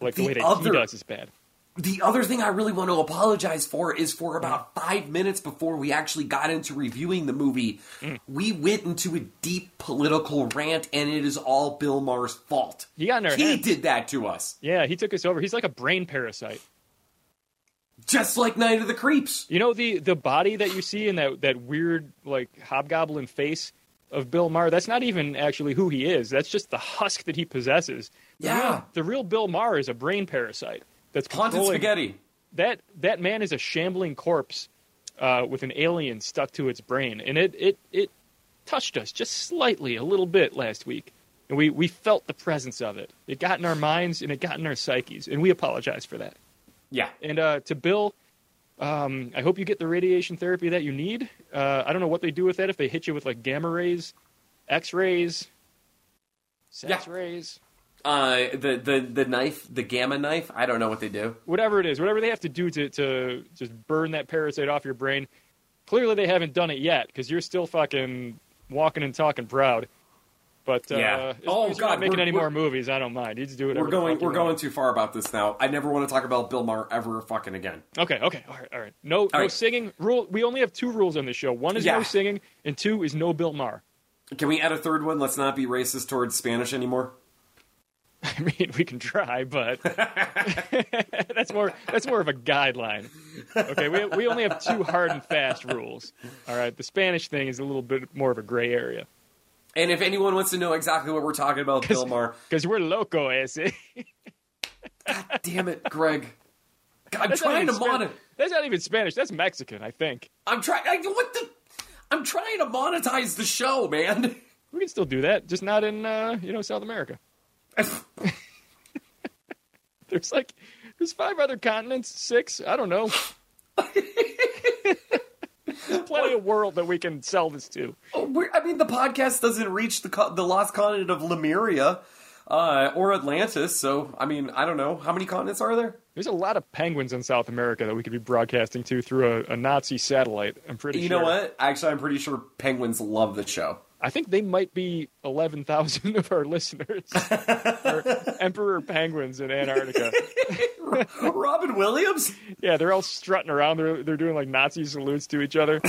S4: Like the,
S3: The
S4: way that
S3: other-
S4: he does is bad.
S3: The other thing I really want to apologize for is for about five minutes before we actually got into reviewing the movie,
S4: Mm.
S3: we went into a deep political rant, and it is all Bill Maher's fault.
S4: He got in our
S3: He
S4: head.
S3: did that to us,
S4: Yeah, he took us over. He's like a brain parasite.
S3: just like Night of the Creeps.
S4: You know the the body that you see in that that weird like hobgoblin face of Bill Maher. That's not even actually who he is. That's just the husk that he possesses. The
S3: Yeah.
S4: real, the real Bill Maher is a brain parasite. That's
S3: Haunted
S4: controlling-
S3: spaghetti.
S4: That that man is a shambling corpse uh, with an alien stuck to its brain, and it it it touched us just slightly, a little bit last week, and we we felt the presence of it. It got in our minds and it got in our psyches, and we apologize for that.
S3: Yeah,
S4: And uh, to Bill, um, I hope you get the radiation therapy that you need. Uh, I don't know what they do with that if they hit you with like gamma rays, X rays, X
S3: Yeah.
S4: rays,
S3: uh, the the the knife, the gamma knife. I don't know what they do.
S4: whatever it is, whatever they have to do to to just burn that parasite off your brain. Clearly, they haven't done it yet because you're still fucking walking and talking proud. But uh,
S3: Yeah.
S4: as
S3: Oh,
S4: long as you're
S3: God,
S4: not making
S3: we're-
S4: any
S3: we're-
S4: more movies, I don't mind. You just do whatever.
S3: We're
S4: the
S3: going
S4: fuck you
S3: we're going
S4: want.
S3: too far about this now. I never want to talk about Bill Maher ever fucking again.
S4: Okay, okay, all right, all right. No, no
S3: right.
S4: singing rule. We only have two rules on this show. One is
S3: Yeah.
S4: no singing, and two is no Bill Maher.
S3: Can we add a third one? Let's not be racist towards Spanish anymore.
S4: I mean, we can try, but that's more that's more of a guideline. Okay, we we only have two hard and fast rules. All right, the Spanish thing is a little bit more of a gray area
S3: And if anyone wants to know exactly what we're talking about, Bill Maher,
S4: because we're loco eh, ese.
S3: damn it, Greg. God, I'm
S4: That's not
S3: trying to
S4: even Span-
S3: monetize.
S4: That's not even Spanish. That's Mexican, I think.
S3: I'm trying. What the? I'm trying to monetize the show, man.
S4: We can still do that, just not in uh, you know South America. There's like there's five other continents, six. I don't know. there's plenty of world that we can sell this to.
S3: Oh, we're- I mean, the podcast doesn't reach the co- the lost continent of Lemuria uh, or Atlantis. So, I mean, I don't know how many continents are there.
S4: There's a lot of penguins in South America that we could be broadcasting to through a, a Nazi satellite. I'm pretty
S3: You
S4: sure.
S3: know what? Actually, I'm pretty sure penguins love the show.
S4: I think they might be 11,000 of our listeners. Our emperor penguins in Antarctica.
S3: Robin Williams.
S4: yeah, they're all strutting around. They're, they're doing like Nazi salutes to each other.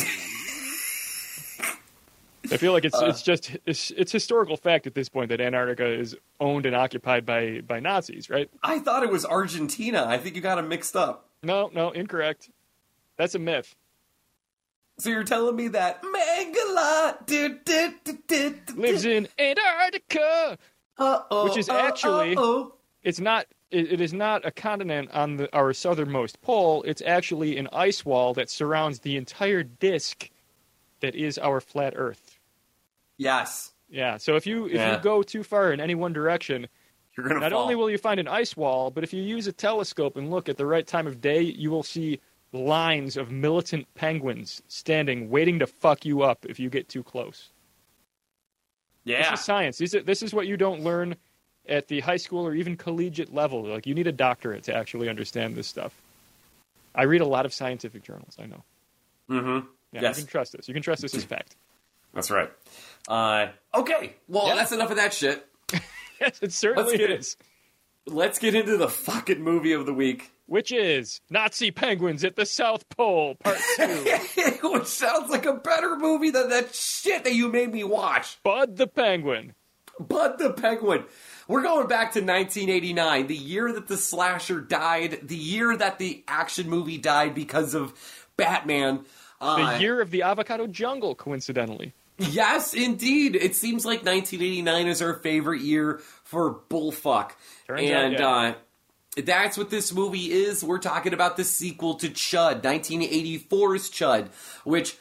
S4: I feel like it's
S3: Uh.
S4: it's just it's, it's historical fact at this point that Antarctica is owned and occupied by by Nazis, right?
S3: I thought it was Argentina. I think you got them mixed up.
S4: No, no, incorrect. That's a myth.
S3: So you're telling me that Mangala do, do, do, do, do,
S4: Lives in Antarctica.
S3: uh-oh,
S4: which is actually-
S3: uh-oh.
S4: it's not it, it is not a continent on the, our southernmost pole it's actually an ice wall that surrounds the entire disk that is our flat earth
S3: yes,
S4: yeah so if you if
S3: Yeah.
S4: you go too far in any one direction
S3: you're gonna
S4: not
S3: fall.
S4: only will you find an ice wall but if you use a telescope and look at the right time of day you will see lines of militant penguins standing waiting to fuck you up if you get too close
S3: yeah.
S4: This is science. These are, this is what you don't learn at the high school or even collegiate level. Like you need a doctorate to actually understand this stuff. I read a lot of scientific journals. I know.
S3: Mm-hmm.
S4: Yeah,
S3: Yes.
S4: you can trust this. You can trust this as fact.
S3: That's right. Uh, okay. Well,
S4: Yeah.
S3: that's enough of that shit.
S4: it certainly
S3: get it.
S4: is.
S3: Let's get into the fucking movie of the week,
S4: Which is Nazi penguins at the South Pole, part two.
S3: which sounds like a better movie than that shit that you made me watch.
S4: Bud the penguin.
S3: Bud the Penguin. We're going back to 1989, the year that the slasher died, the year that the action movie died because of Batman.
S4: The
S3: Uh,
S4: year of the avocado jungle, coincidentally.
S3: Yes, indeed. It seems like 1989 is our favorite year for bullfuck.
S4: Turns
S3: and
S4: out,
S3: uh, that's what this movie is. We're talking about the sequel to Chud, 1984's Chud, which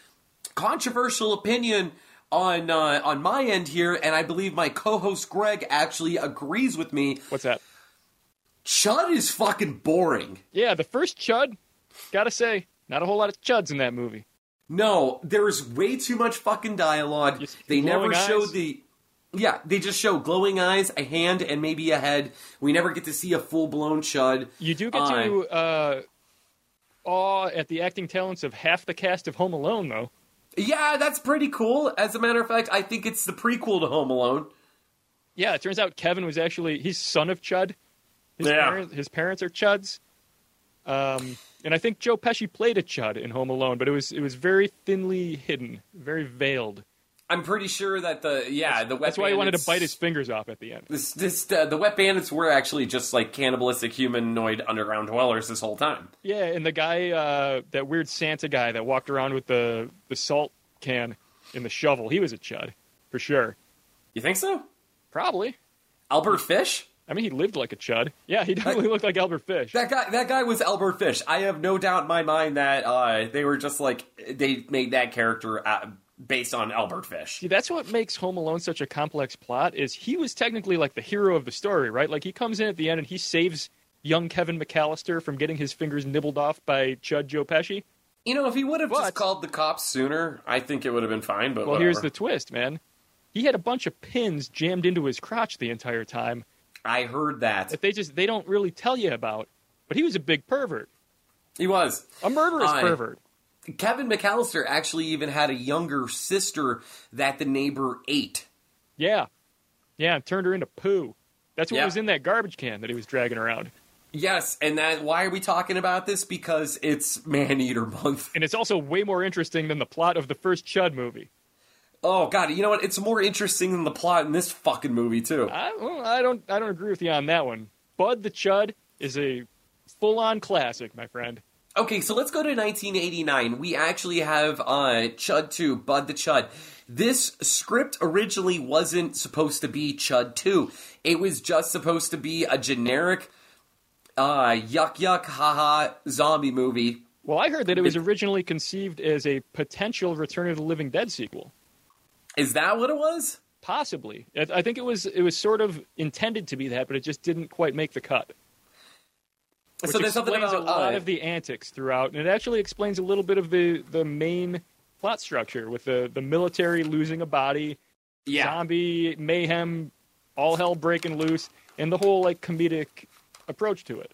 S3: controversial opinion on uh, on my end here, and I believe my co-host Greg actually agrees with me.
S4: What's that?
S3: Chud is fucking boring.
S4: Yeah, the first chud. Gotta say, not a whole lot of chuds in that movie.
S3: No, there's way too much fucking dialogue.
S4: Just
S3: They never
S4: glowing eyes.
S3: showed the. Yeah, they just show glowing eyes, a hand, and maybe a head. We never get to see a full blown chud.
S4: You do get to uh, awe at the acting talents of half the cast of Home Alone, though.
S3: Yeah, that's pretty cool. As a matter of fact, I think it's the prequel to Home Alone.
S4: Yeah, it turns out Kevin was actually he's son of Chud. His,
S3: Yeah.
S4: parents, his parents are Chuds. Um, and I think Joe Pesci played a Chud in Home Alone, but it was it was very thinly hidden, very veiled.
S3: I'm pretty sure that the yeah the wet
S4: That's why he wanted to
S3: bandits-
S4: bite his fingers off at the end.
S3: This, this uh, the wet bandits were actually just like cannibalistic humanoid underground dwellers this whole time.
S4: Yeah, and the guy, uh, that weird Santa guy that walked around with the, the salt can and the shovel, he was a chud, for sure.
S3: You think so?
S4: Probably.
S3: Albert Fish?
S4: I mean, he lived like a chud. Yeah, he definitely looked like Albert Fish.
S3: That guy, that guy was Albert Fish. I have no doubt in my mind that uh, they were just like they made that character uh, based on Albert Fish.
S4: See, that's what makes Home Alone such a complex plot. Is he was technically like the hero of the story, right? Like he comes in at the end and he saves young Kevin McAllister from getting his fingers nibbled off by Chud Joe Pesci.
S3: You know, if he would have just
S4: But-
S3: called the cops sooner, I think it would have been fine. But
S4: Well, here's
S3: whatever.
S4: the twist, man. He had a bunch of pins jammed into his crotch the entire time,
S3: I heard that
S4: that they just they don't really tell you about. But he was a big pervert,
S3: he was
S4: a murderous
S3: Aye.
S4: pervert.
S3: Kevin McAllister. Actually, even had a younger sister that the neighbor ate.
S4: Yeah, yeah, and turned her into poo. That's what
S3: Yeah.
S4: was in that garbage can that he was dragging around,
S3: Yes, and that why are we talking about this? Because it's Man Eater Month.
S4: and it's also way more interesting than the plot of the first Chud movie.
S3: Oh God, you know what? It's more interesting than the plot in this fucking movie too.
S4: I, well, I don't I don't agree with you on that one. Bud the Chud is a full on classic, my friend.
S3: Okay, so let's go to 1989. We actually have uh, Chud 2, Bud the Chud. This script originally wasn't supposed to be Chud 2. It was just supposed to be a generic uh, yuck yuck haha zombie movie.
S4: Well, I heard that it was originally conceived as a potential Return of the Living Dead sequel.
S3: Is that what it was?
S4: Possibly, I, I think it was it was sort of intended to be that, but it just didn't quite make the cut. Which
S3: so there's something
S4: explains
S3: about
S4: a lot
S3: uh,
S4: of the antics throughout, and it actually explains a little bit of the the main plot structure with the the military losing a body
S3: yeah.
S4: zombie mayhem, all hell breaking loose, and the whole like comedic approach to it.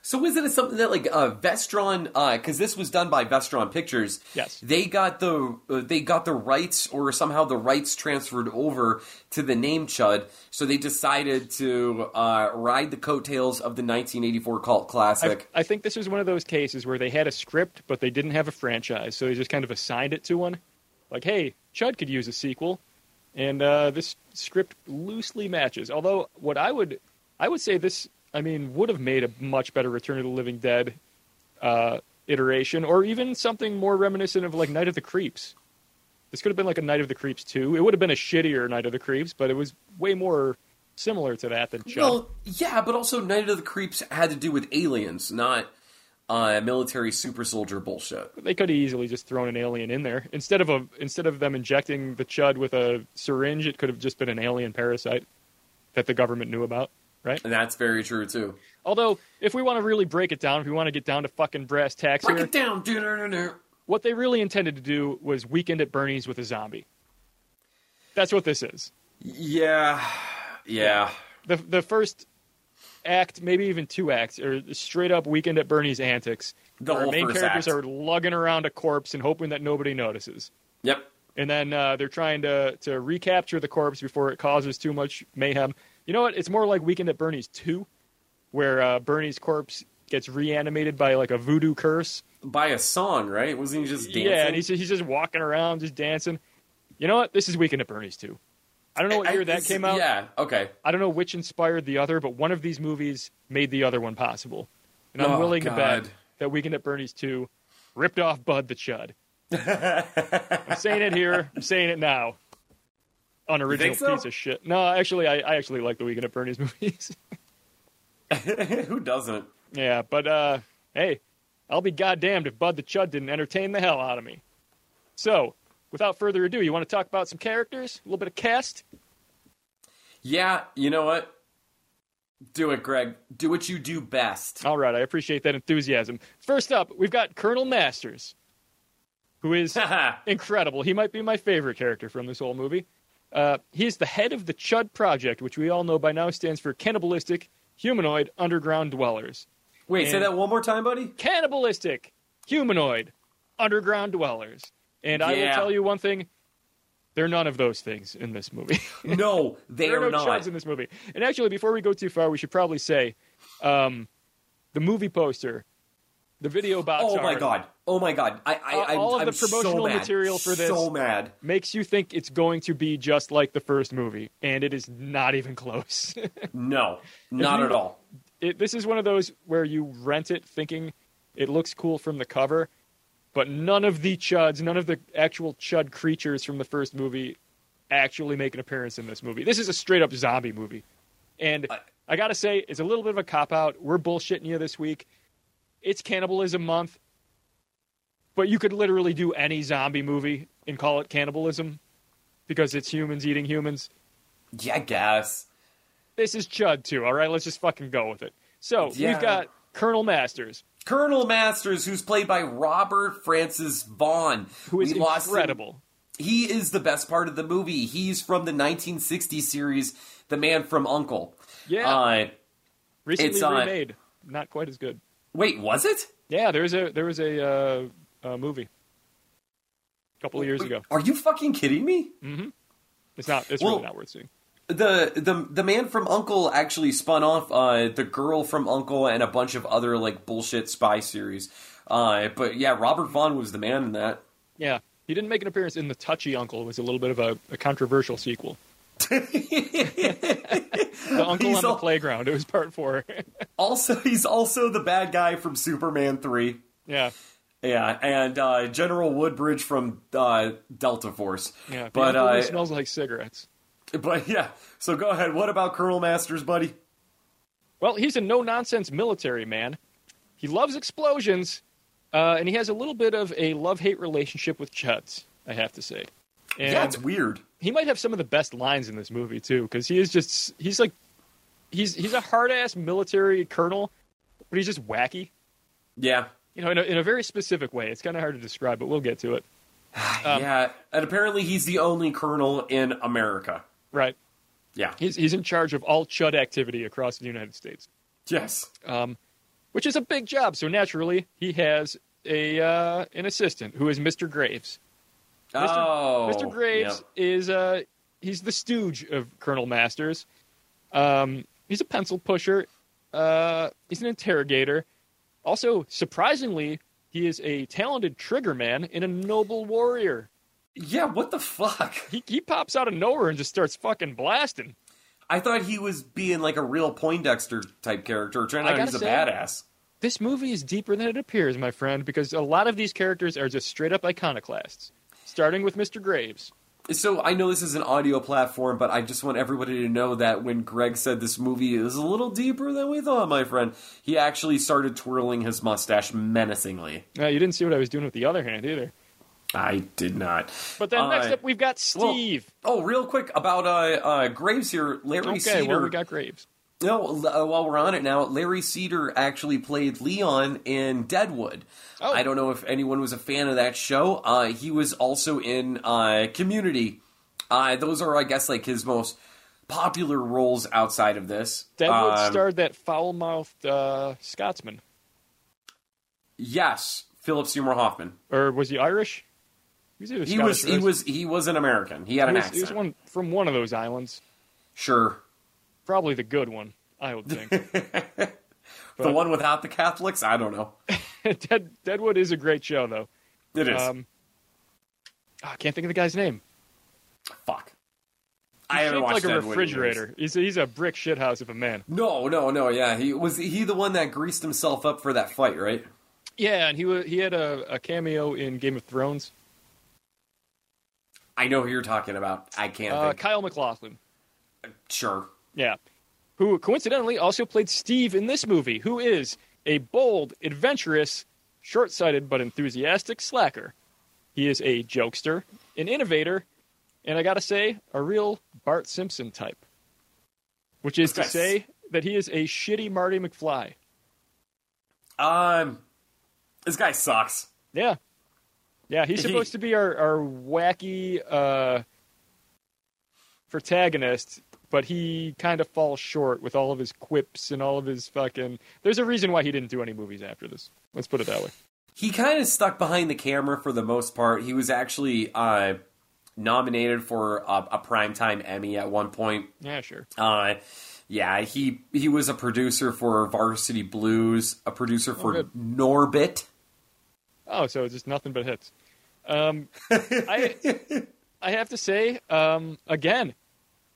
S3: So was it something that like uh, Vestron? Because this was done by Vestron Pictures.
S4: Yes.
S3: they got the uh, they got the rights, or somehow the rights transferred over to the name Chud. So they decided to uh, ride the coattails of the 1984 cult
S4: I,
S3: classic.
S4: I think this was one of those cases where they had a script, but they didn't have a franchise, so they just kind of assigned it to one. Like, hey, Chud could use a sequel, and uh, this script loosely matches. Although, what I would, I would say this, I mean, would have made a much better Return of the Living Dead uh, iteration, or even something more reminiscent of like Night of the Creeps. This could have been like a Night of the Creeps too. It would have been a shittier Night of the Creeps, but it was way more similar to that than Chud.
S3: well, yeah, but also Night of the Creeps had to do with aliens, not uh, military super soldier bullshit.
S4: they could have easily just thrown an alien in there instead of a instead of them injecting the chud with a syringe. It could have just been an alien parasite that the government knew about, right?
S3: And that's very true too.
S4: Although, if we want to really break it down, if we want to get down to fucking brass tacks
S3: Break
S4: here,
S3: it down. Do-do-do-do.
S4: what they really intended to do was weekend at Bernie's with a zombie. That's what this is.
S3: Yeah, yeah.
S4: the the first act, maybe even two acts, or straight up weekend at Bernie's antics.
S3: The
S4: where our
S3: whole
S4: main
S3: first
S4: characters
S3: act.
S4: are lugging around a corpse and hoping that nobody notices.
S3: Yep.
S4: And then uh, they're trying to to recapture the corpse before it causes too much mayhem. You know what? It's more like Weekend at Bernie's two, where uh, Bernie's corpse gets reanimated by like a voodoo curse.
S3: By a song, right? Wasn't he just dancing?
S4: Yeah, and he's he's just walking around, just dancing. You know what? This is Weekend at Bernie's too. I don't know what
S3: I-
S4: year that
S3: it's-
S4: came out.
S3: Yeah. Okay.
S4: I don't know which inspired the other, but one of these movies made the other one possible. And I'm
S3: Oh,
S4: willing to
S3: God.
S4: bet that Weekend at Bernie's 2 ripped off Bud the Chud. I'm saying it here. I'm saying it now. Unoriginal
S3: so?
S4: piece of shit. No, actually, I, I actually like the Weekend at Bernie's movies.
S3: Who doesn't?
S4: yeah, but uh, hey, I'll be goddamned if Bud the Chud didn't entertain the hell out of me. So, without further ado, you want to talk about some characters? A little bit of cast?
S3: Yeah. You know what? Do it, Greg. Do what you do best.
S4: All right, I appreciate that enthusiasm. First up, we've got Colonel Masters, who is incredible. He might be my favorite character from this whole movie. Uh, he's the head of the Chud Project, which we all know by now stands for Cannibalistic Humanoid Underground Dwellers.
S3: Wait, say
S4: And-
S3: that one more time, buddy.
S4: Cannibalistic Humanoid Underground Dwellers. And I will
S3: Yeah.
S4: tell you one thing they're none of those things in this movie.
S3: No, they
S4: there
S3: are
S4: are no
S3: not.
S4: chuds in this movie. And actually, before we go too far, we should probably say um, the movie poster, the video box.
S3: Oh my
S4: art
S3: god. Oh my god. I, I,
S4: Uh,
S3: I'm,
S4: all of
S3: I'm
S4: the promotional
S3: so mad.
S4: material for this.
S3: So mad.
S4: Makes you think it's going to be just like the first movie, and it is not even close.
S3: No, not
S4: you-
S3: at all.
S4: it, this is one of those where you rent it thinking it looks cool from the cover, but none of the chuds, none of the actual chud creatures from the first movie actually make an appearance in this movie. This is a straight up zombie movie. And I,
S3: I-
S4: got to say, it's a little bit of a cop out. We're bullshitting you this week. It's cannibalism month, but you could literally do any zombie movie and call it cannibalism because it's humans eating humans.
S3: Yeah, I guess.
S4: This is Chud too, all right? Let's just fucking go with it. So
S3: Yeah.
S4: we've got Colonel Masters,
S3: Colonel Masters, who's played by Robert Francis Vaughn,
S4: who is
S3: we lost him-
S4: incredible.
S3: he is the best part of the movie. He's from the 1960 series, The Man from Uncle.
S4: Yeah.
S3: Uh,
S4: Recently
S3: it's, uh,
S4: remade, not quite as good.
S3: wait, was it?
S4: Yeah, there was a there was a, uh, uh movie a couple of years ago.
S3: Are you fucking kidding me?
S4: It's not. It's
S3: Well-
S4: really not worth seeing.
S3: the the the man from Uncle actually spun off uh, the girl from Uncle and a bunch of other like bullshit spy series. Uh, but yeah, Robert Vaughn was the man in that.
S4: Yeah, he didn't make an appearance in the Touchy Uncle. It was a little bit of a, a controversial sequel. The Uncle
S3: He's
S4: on the
S3: all-
S4: Playground. It was part four.
S3: Also, he's also the bad guy from Superman three.
S4: yeah,
S3: Yeah, and uh, General Woodbridge from uh, Delta Force.
S4: yeah. The
S3: but
S4: Uncle who
S3: uh,
S4: smells like cigarettes.
S3: but yeah. So go ahead. What about Colonel Masters, buddy?
S4: Well, he's a no nonsense military man. He loves explosions, uh, and he has a little bit of a love hate relationship with Chuds, I have to say. And
S3: yeah, it's weird.
S4: he might have some of the best lines in this movie, too, because he is just, he's like, he's, he's a hard ass military colonel, but he's just wacky,
S3: Yeah.
S4: you know, in a, in a very specific way. It's kind of hard to describe, but we'll get to it. Um,
S3: yeah, and apparently he's the only colonel in America.
S4: Right.
S3: Yeah.
S4: He's, he's in charge of all Chud activity across the United States.
S3: Yes.
S4: um, which is a big job. So naturally, he has a uh, an assistant who is Mr. Graves.
S3: oh,
S4: Mr. Graves is uh, he's the stooge of Colonel Masters. Um, he's a pencil pusher. Uh, he's an interrogator. Also, surprisingly, he is a talented triggerman and a noble warrior.
S3: Yeah. Yeah, What the fuck?
S4: He, he pops out of nowhere and just starts fucking blasting.
S3: I thought he was being like a real Poindexter type character. Turned
S4: I
S3: out
S4: gotta
S3: he's a
S4: say-
S3: badass.
S4: This movie is deeper than it appears, my friend, because a lot of these characters are just straight up iconoclasts. Starting with Mr. Graves.
S3: So I know this is an audio platform, but I just want everybody to know that when Greg said this movie is a little deeper than we thought, my friend, he actually started twirling his mustache menacingly.
S4: Uh, you didn't see what I was doing with the other hand either.
S3: I did not.
S4: But then
S3: Uh,
S4: next up, we've got
S3: well,
S4: Steve.
S3: oh, real quick about uh, uh, Graves here, Larry
S4: okay,
S3: Cedar.
S4: well, we got Graves.
S3: No, uh, while we're on it now, Larry Cedar actually played Leon in Deadwood.
S4: Oh.
S3: I don't know if anyone was a fan of that show. Uh, he was also in uh, Community. Uh, those are, I guess, like his most popular roles outside of this.
S4: Deadwood
S3: Um,
S4: starred that foul mouthed uh, Scotsman.
S3: Yes, Philip Seymour Hoffman.
S4: Or was he Irish? He was, either
S3: He
S4: Scottish
S3: was
S4: or
S3: he was he was an American. He had
S4: he
S3: an
S4: was- he was
S3: accent.
S4: one, from one of those islands.
S3: Sure.
S4: Probably the good one, I would think.
S3: the
S4: But-
S3: one without the Catholics? I don't know.
S4: Dead, Deadwood is a great show, though.
S3: It is.
S4: Um, ah, I can't think of the guy's name.
S3: Fuck.
S4: He
S3: I haven't
S4: shaped
S3: watched
S4: like a
S3: Deadwood in years.
S4: refrigerator. He's a, he's a brick shithouse of a man.
S3: No, no, no. Yeah, he was he the one that greased himself up for that fight, right?
S4: Yeah, and he wa- he had a, a cameo in Game of Thrones.
S3: I know who you're talking about. I can't.
S4: Uh,
S3: think.
S4: Kyle McLaughlin.
S3: Sure.
S4: Yeah. Who coincidentally also played Steve in this movie, who is a bold, adventurous, short sighted, but enthusiastic slacker. He is a jokester, an innovator, and I gotta say, a real Bart Simpson type. Which is to
S3: Yes.
S4: say that he is a shitty Marty McFly.
S3: Um, this guy sucks.
S4: Yeah. Yeah, he's
S3: He-
S4: supposed to be our, our wacky uh, protagonist, but he kind of falls short with all of his quips and all of his fucking. There's a reason why he didn't do any movies after this. Let's put it that way.
S3: He kind of stuck behind the camera for the most part. He was actually uh, nominated for a, a primetime Emmy at one point.
S4: Yeah, sure.
S3: Uh, yeah, he he was a producer for Varsity Blues, a producer for
S4: Oh, good.
S3: Norbit.
S4: Oh, so it's just nothing but hits. Um, I I have to say, um, again,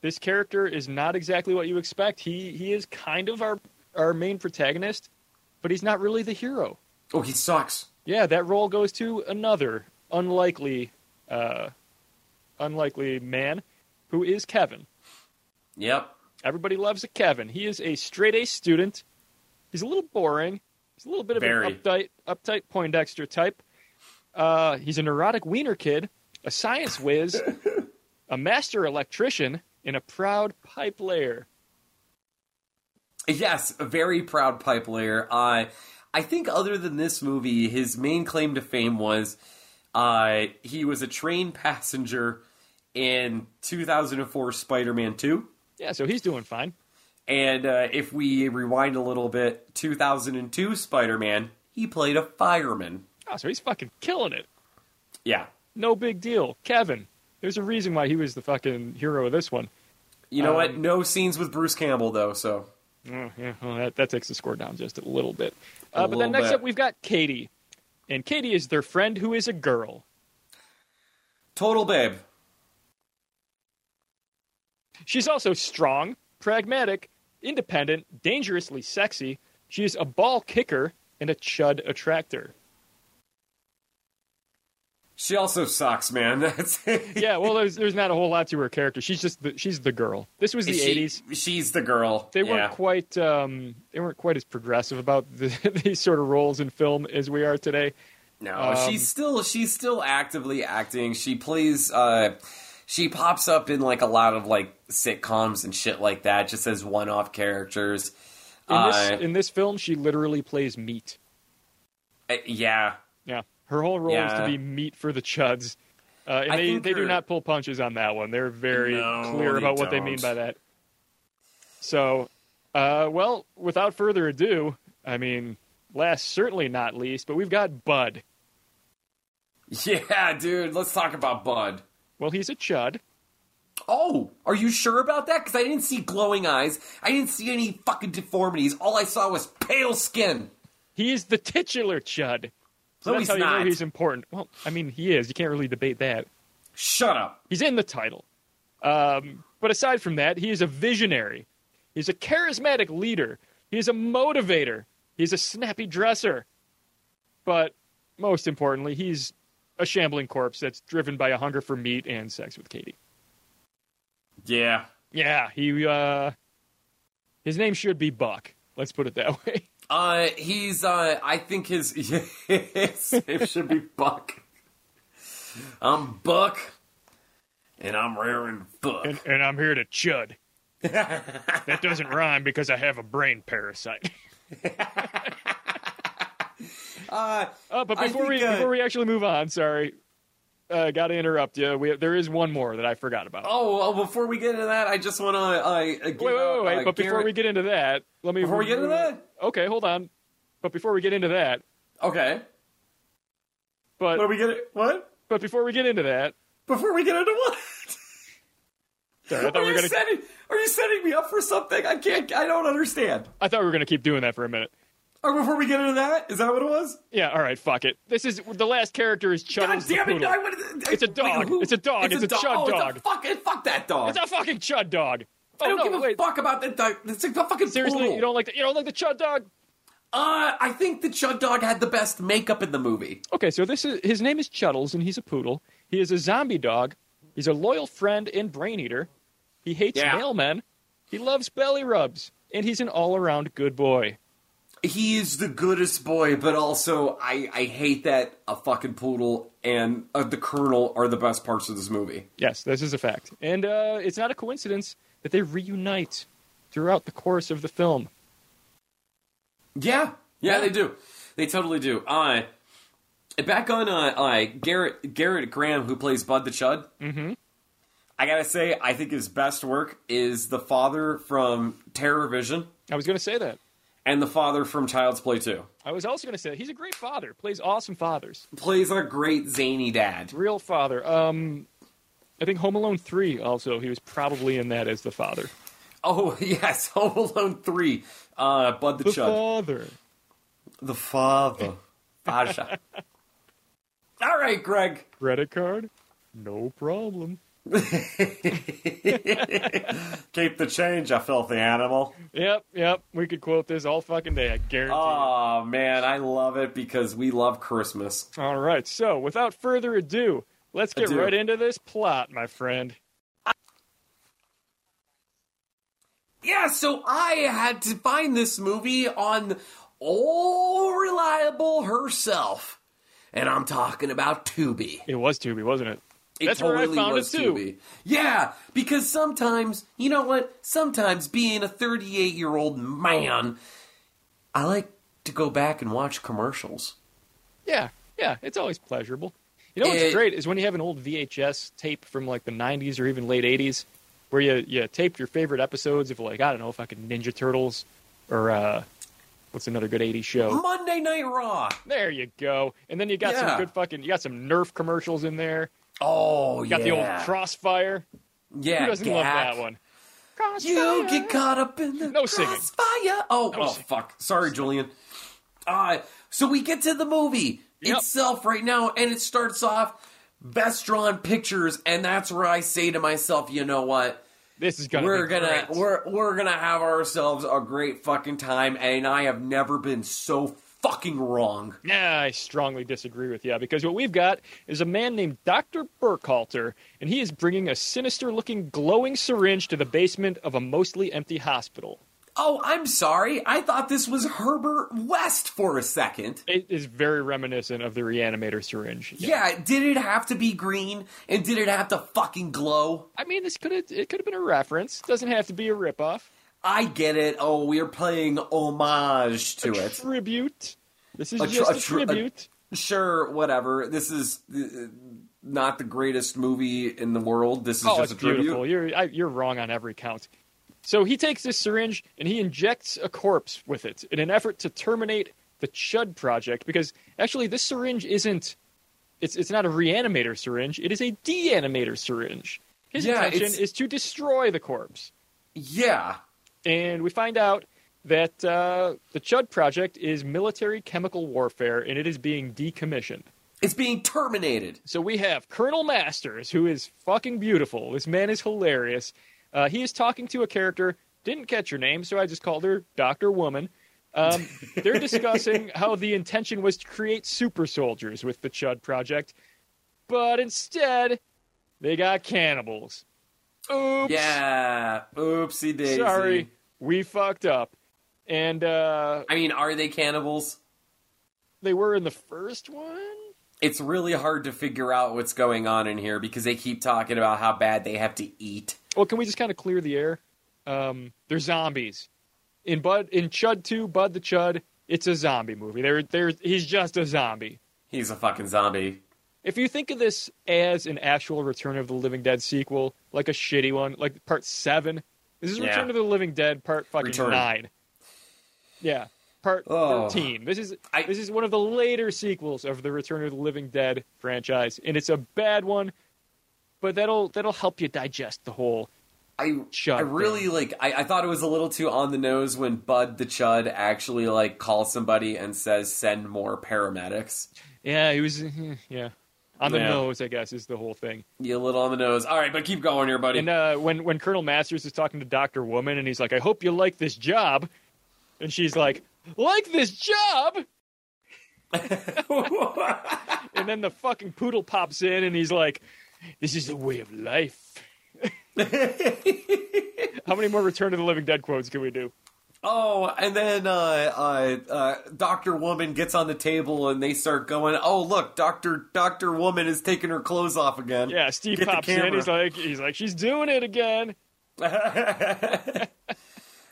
S4: this character is not exactly what you expect. He he is kind of our our main protagonist, but he's not really the hero.
S3: Oh, he sucks.
S4: Yeah, that role goes to another unlikely, uh, unlikely man, who is Kevin.
S3: Yep.
S4: Everybody loves a Kevin. He is a straight A student. He's a little boring. He's a little bit of
S3: Very.
S4: an uptight, uptight Poindexter type. Uh, he's a neurotic wiener kid, a science whiz, a master electrician, and a proud pipe layer.
S3: Yes, a very proud pipe layer. Uh, I think other than this movie, his main claim to fame was uh, he was a train passenger in 2004 Spider-Man 2.
S4: Yeah, so he's doing fine.
S3: And uh, if we rewind a little bit, 2002 Spider-Man, he played a fireman.
S4: Oh, so he's fucking killing it.
S3: Yeah.
S4: No big deal. Kevin. There's a reason why he was the fucking hero of this one.
S3: You know what?
S4: Um,
S3: No scenes with Bruce Campbell though, so
S4: Oh, yeah, well, that, that takes the score down just a little bit. Uh, but
S3: little
S4: then next
S3: bit.
S4: up, we've got Katie. And Katie is their friend who is a girl.
S3: total babe.
S4: She's also strong, pragmatic, independent, dangerously sexy. She is a ball kicker and a chud attractor.
S3: She also sucks, man. That's
S4: Yeah, well, there's, there's not a whole lot to her character. She's just the, she's the girl. This was the
S3: She-
S4: 80s.
S3: She's the girl.
S4: They
S3: yeah.
S4: weren't quite um, they weren't quite as progressive about the, these sort of roles in film as we are today.
S3: No,
S4: Um,
S3: she's still she's still actively acting. She plays uh she pops up in like a lot of like sitcoms and shit like that just as one-off characters.
S4: In this,
S3: Uh,
S4: in this film, she literally plays meat.
S3: uh, yeah.
S4: Yeah, her whole role is
S3: Yeah.
S4: to be meat for the chuds, uh, and
S3: I
S4: they
S3: think
S4: they do
S3: her-
S4: not pull punches on that one. They're very
S3: No,
S4: clear
S3: they
S4: about what they
S3: don't.
S4: mean by that. So, uh, well, without further ado, I mean, last certainly not least, but we've got Bud.
S3: Yeah, dude, let's talk about Bud.
S4: Well, he's a chud.
S3: Oh, are you sure about that? Cuz I didn't see glowing eyes. I didn't see any fucking deformities. All I saw was pale skin.
S4: He is the titular chud. So
S3: No,
S4: that's
S3: he's
S4: how you
S3: not.
S4: know he's important. Well, I mean, he is. You can't really debate that.
S3: Shut up.
S4: He's in the title. Um, but aside from that, he is a visionary. He's a charismatic leader. He's a motivator. He's a snappy dresser. But most importantly, he's a shambling corpse that's driven by a hunger for meat and sex with Katie.
S3: Yeah.
S4: Yeah, he uh his name should be Buck. Let's put it that way.
S3: Uh he's uh I think his his name should be Buck. I'm Buck and I'm raring Buck.
S4: And, and I'm here to chud. that doesn't rhyme because I have a brain parasite.
S3: Uh
S4: Uh, but
S3: I
S4: before
S3: think,
S4: we
S3: uh,
S4: Oh, before we actually move on, sorry, uh, got to interrupt you. We, there is one more that I forgot about.
S3: Oh, well, before we get into that, I just want to uh, give
S4: wait, wait,
S3: out,
S4: wait, wait.
S3: uh,
S4: but before
S3: Garrett-
S4: we get into that, let me.
S3: Before we get into that?
S4: Okay, hold on. But before we get into that,
S3: okay,
S4: but
S3: what are we gonna what?
S4: but before we get into that,
S3: Before we get into what?
S4: sorry, I thought
S3: Are
S4: we were
S3: you
S4: gonna.
S3: setting? Are you setting me up for something? I can't. I don't understand.
S4: I thought we were gonna keep doing that for a minute.
S3: Or before we get into that, is that what it was?
S4: Yeah, all right, fuck it. This is the last character is
S3: God
S4: Chuddles the
S3: damn it!
S4: poodle.
S3: No, I wanted.
S4: It's a dog.
S3: who-
S4: It's a dog. It's a
S3: dog.
S4: chud
S3: oh, It's a
S4: dog.
S3: fucking fuck that dog.
S4: it's a fucking Chud dog. Oh
S3: I don't
S4: no,
S3: give a
S4: wait.
S3: fuck about that dog. It's a fucking
S4: Seriously,
S3: poodle.
S4: you don't like the, you don't like the Chud dog?
S3: Uh, I think the chud dog had the best makeup in the movie.
S4: Okay, so this is his name is Chuddles, and he's a poodle. He is a zombie dog. He's a loyal friend and brain eater. He hates
S3: Yeah.
S4: mailmen. He loves belly rubs, and he's an all-around good boy.
S3: He is the goodest boy, but also I, I hate that a fucking poodle and uh, the colonel are the best parts of this movie.
S4: Yes, this is a fact, and uh, it's not a coincidence that they reunite throughout the course of the film.
S3: Yeah, yeah, they do. They totally do. Uh, back on uh, uh, Garrett Garrett Graham, who plays Bud the Chud. Mm-hmm. I gotta say, I think his best work is the father from Terror Vision
S4: I was going to say that.
S3: and the father from Child's Play Two.
S4: I was also going to say that. he's a great father. Plays awesome fathers.
S3: Plays a great zany dad.
S4: Real father. Um, I think Home Alone three also he was probably in that as the father.
S3: Oh yes, Home Alone Three. Uh, Bud the,
S4: The
S3: Chud.
S4: father.
S3: The father. Fasha. All right, Greg.
S4: Credit card. No problem.
S3: Keep the change, you filthy animal.
S4: Yep, yep. We could quote this all fucking day. I guarantee.
S3: Oh, man, I love it because we love Christmas.
S4: it. All right. So, without further ado, let's get
S3: Ado.
S4: right into this plot, my friend.
S3: Yeah, so I had to find this movie on All Reliable herself. And I'm talking about Tubi.
S4: It was Tubi, wasn't it?
S3: It
S4: That's where I
S3: totally
S4: found it
S3: was
S4: too.
S3: Tubi. Yeah, because sometimes, you know what? Sometimes being a 38 year old man, I like to go back and watch commercials.
S4: Yeah, yeah. It's always pleasurable. You know what's
S3: It-
S4: great is when you have an old VHS tape from like the '90s or even late '80s, where you you taped your favorite episodes of like I don't know, fucking Ninja Turtles, or uh, what's another good '80s show?
S3: Monday Night Raw.
S4: There you go. And then you got
S3: Uh-huh. Yeah.
S4: some good fucking. You got some Nerf commercials in there.
S3: Oh,
S4: You got
S3: yeah.
S4: the old Crossfire.
S3: Yeah,
S4: Who doesn't love
S3: Gak.
S4: that one? Crossfire.
S3: You get caught up in the
S4: No singing.
S3: crossfire. Oh,
S4: No
S3: oh,
S4: singing.
S3: fuck. Sorry, Julian. Uh, so we get to the movie
S4: Yep.
S3: itself right now, and it starts off best drawn pictures, and that's where I say to myself, you know what?
S4: This is gonna.
S3: we're
S4: be
S3: gonna
S4: great.
S3: we're we're gonna have ourselves a great fucking time, and I have never been so fucking wrong.
S4: Nah, I strongly disagree with you because what we've got is a man named Dr. Burkhalter, and he is bringing a sinister looking glowing syringe to the basement of a mostly empty hospital.
S3: Oh, I'm sorry. I thought this was Herbert West for a second.
S4: It is very reminiscent of the reanimator syringe.
S3: Yeah, did it have to be green, and did it have to fucking glow?
S4: I mean, this could have it could have been a reference. Doesn't have to be a ripoff.
S3: I get it. Oh, we're playing homage to it.
S4: Tribute. This is
S3: A tr-
S4: just
S3: a
S4: a
S3: tr- a-
S4: tribute.
S3: Sure, whatever. This is uh, not the greatest movie in the world. This is
S4: oh,
S3: just
S4: it's
S3: a tribute.
S4: beautiful. You're I, you're wrong on every count. So he takes this syringe and he injects a corpse with it in an effort to terminate the Chud project because actually this syringe isn't it's it's not a reanimator syringe. It is a deanimator syringe. His
S3: Yeah, it's-
S4: intention is to destroy the corpse,
S3: Yeah.
S4: and we find out that uh, the Chud project is military chemical warfare and it is being decommissioned.
S3: It's being terminated.
S4: So we have Colonel Masters, who is fucking beautiful. This man is hilarious. Uh, he is talking to a character. Didn't catch her name, so I just called her Doctor Woman. Um, they're discussing how the intention was to create super soldiers with the Chud Project, but instead they got cannibals. Oops.
S3: Yeah. Oopsie daisy.
S4: Sorry, we fucked up. And uh,
S3: I mean, are they cannibals?
S4: they were in the first one.
S3: It's really hard to figure out what's going on in here because they keep talking about how bad they have to eat.
S4: Well, can we just kind of clear the air? Um, they're zombies. In Bud, in Chud Two, Bud the Chud, it's a zombie movie. They're, they're, he's just a zombie.
S3: He's a fucking zombie.
S4: If you think of this as an actual Return of the Living Dead sequel, like a shitty one, like part seven, this is
S3: Yeah.
S4: Return of the Living Dead part fucking
S3: Return.
S4: nine. Yeah, part
S3: Oh.
S4: thirteen. This is
S3: I-
S4: this is one of the later sequels of the Return of the Living Dead franchise, and it's a bad one, but that'll that'll help you digest the whole.
S3: I
S4: Chud
S3: I really
S4: thing.
S3: like I, I thought it was a little too on the nose when Bud the Chud actually like calls somebody and says send more paramedics.
S4: Yeah, it was yeah on the
S3: Yeah.
S4: nose, I guess, is the whole thing.
S3: You a little on the nose. All right, but keep going here, buddy.
S4: And uh, when when Colonel Masters is talking to Doctor Woman, and he's like, "I hope you like this job," and she's like, "Like this job," and then the fucking poodle pops in, and he's like, "This is the way of life." How many more Return of the Living Dead quotes can we do?
S3: oh, and then uh, uh, uh, Doctor Woman gets on the table and they start going. Oh, look, Doctor Doctor Woman is taking her clothes off again.
S4: Yeah, Steve
S3: Get the
S4: pops in.
S3: camera.
S4: He's like, he's like, she's doing it again.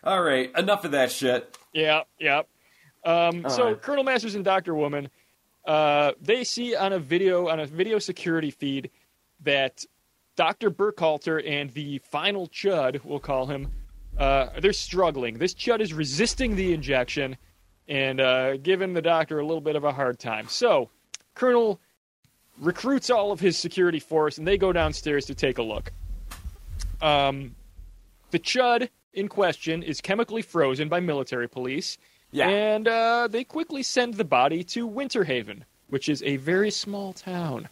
S3: All right, enough of that shit.
S4: Yeah, yeah. Um, so
S3: right.
S4: Colonel Masters and Doctor Woman, uh, they see on a video on a video security feed that Doctor Burkhalter and the final Chud, we'll call him, uh, they're struggling. This Chud is resisting the injection and uh, giving the doctor a little bit of a hard time. So Colonel recruits all of his security force, and they go downstairs to take a look. Um, the Chud in question is chemically frozen by military police.
S3: Yeah.
S4: And uh, they quickly send the body to Winterhaven, which is a very small town.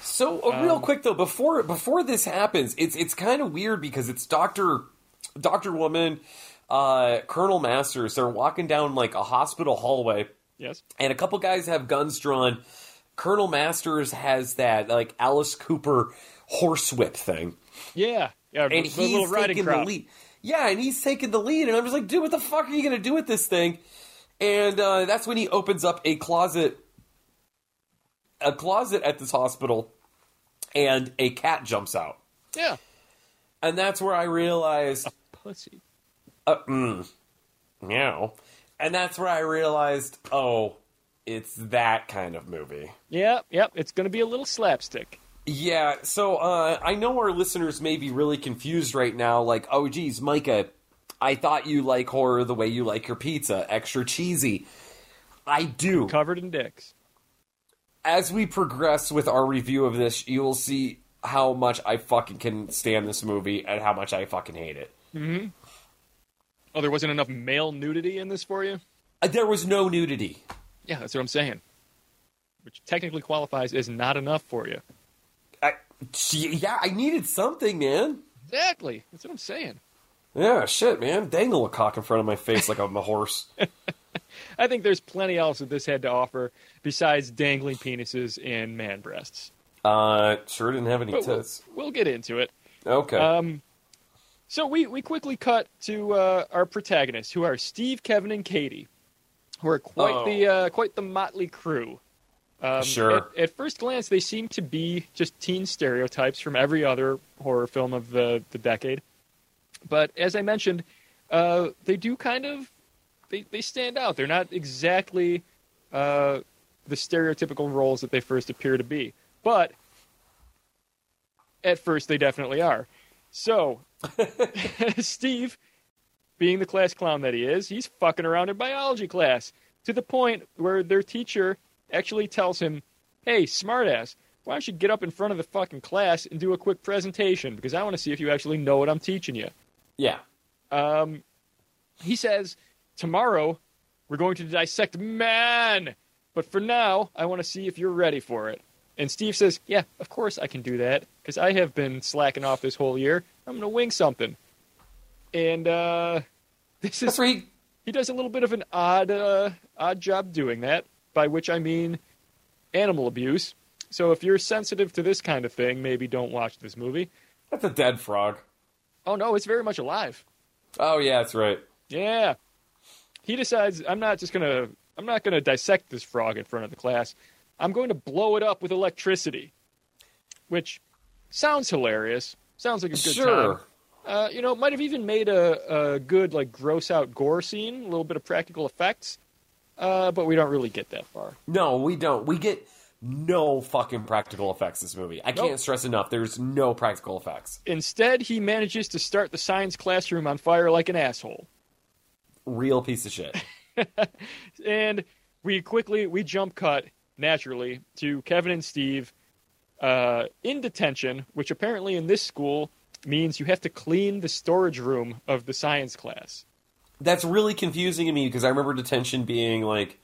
S3: So uh, real quick though, before before this happens, it's it's kind of weird because it's Doctor Doctor Woman, uh, Colonel Masters. They're walking down like a hospital hallway,
S4: Yes.
S3: and a couple guys have guns drawn. Colonel Masters has that like Alice Cooper horsewhip thing,
S4: Yeah. Yeah.
S3: and
S4: the little
S3: he's
S4: riding
S3: taking the
S4: crop.
S3: lead. Yeah, and he's taking the lead, and I'm just like, dude, what the fuck are you gonna do with this thing? And uh, that's when he opens up a closet, a closet at this hospital, and a cat jumps out,
S4: Yeah.
S3: and that's where I realized,
S4: Pussy.
S3: uh, mm, meow, and that's where I realized, oh, it's that kind of movie.
S4: Yeah. Yep. It's going to be a little slapstick.
S3: Yeah, so uh, I know our listeners may be really confused right now. Like, oh, geez, Micah, I thought you like horror the way you like your pizza, extra cheesy. I do.
S4: Covered in dicks.
S3: As we progress with our review of this, you will see how much I fucking can stand this movie and how much I fucking hate it.
S4: Oh, there wasn't enough male nudity in this for you?
S3: Uh, There was no nudity.
S4: Yeah. That's what I'm saying. Which technically qualifies as not enough for you.
S3: I, gee, yeah, I needed something, man.
S4: Exactly. That's what I'm saying.
S3: Yeah, shit, man. Dangle a cock in front of my face like I'm a horse.
S4: I think there's plenty else that this had to offer besides dangling penises and man breasts.
S3: Uh, sure didn't have any
S4: But we'll,
S3: tits.
S4: we'll get into it.
S3: Okay.
S4: Um, so we, we quickly cut to uh, our protagonists, who are Steve, Kevin, and Katie, who are quite
S3: Oh.
S4: the uh, quite the motley crew. Um,
S3: Sure.
S4: At, at first glance, they seem to be just teen stereotypes from every other horror film of the the decade. But as I mentioned, uh, they do kind of they they stand out. They're not exactly uh, the stereotypical roles that they first appear to be, but at first they definitely are. So, Steve, being the class clown that he is, he's fucking around in biology class to the point where their teacher actually tells him, "Hey, smartass, why don't you get up in front of the fucking class and do a quick presentation? Because I want to see if you actually know what I'm teaching you."
S3: yeah.
S4: Um, he says, Tomorrow we're going to dissect man, but for now I want to see if you're ready for it. And Steve says, Yeah, of course I can do that because I have been slacking off this whole year. I'm going to wing something. And uh, this
S3: That's
S4: is
S3: where he
S4: he does a little bit of an odd uh, odd job doing that, by which I mean animal abuse. So if you're sensitive to this kind of thing, maybe don't watch this movie.
S3: That's a dead frog.
S4: Oh no, it's very much alive.
S3: Oh yeah, that's right.
S4: Yeah. He decides I'm not just gonna I'm not gonna dissect this frog in front of the class. I'm going to blow it up with electricity. Which sounds hilarious. Sounds like a good
S3: sure.
S4: time. Uh, you know, might have even made a, a good like gross out gore scene, a little bit of practical effects. Uh, but we don't really get that far.
S3: No, we don't. We get no fucking practical effects this movie. I can't
S4: Nope.
S3: stress enough. There's no practical effects.
S4: Instead, he manages to start the science classroom on fire like an asshole.
S3: Real piece of shit.
S4: And we quickly we jump cut naturally to Kevin and Steve uh, in detention, which apparently in this school means you have to clean the storage room of the science class.
S3: That's really confusing to me because I remember detention being like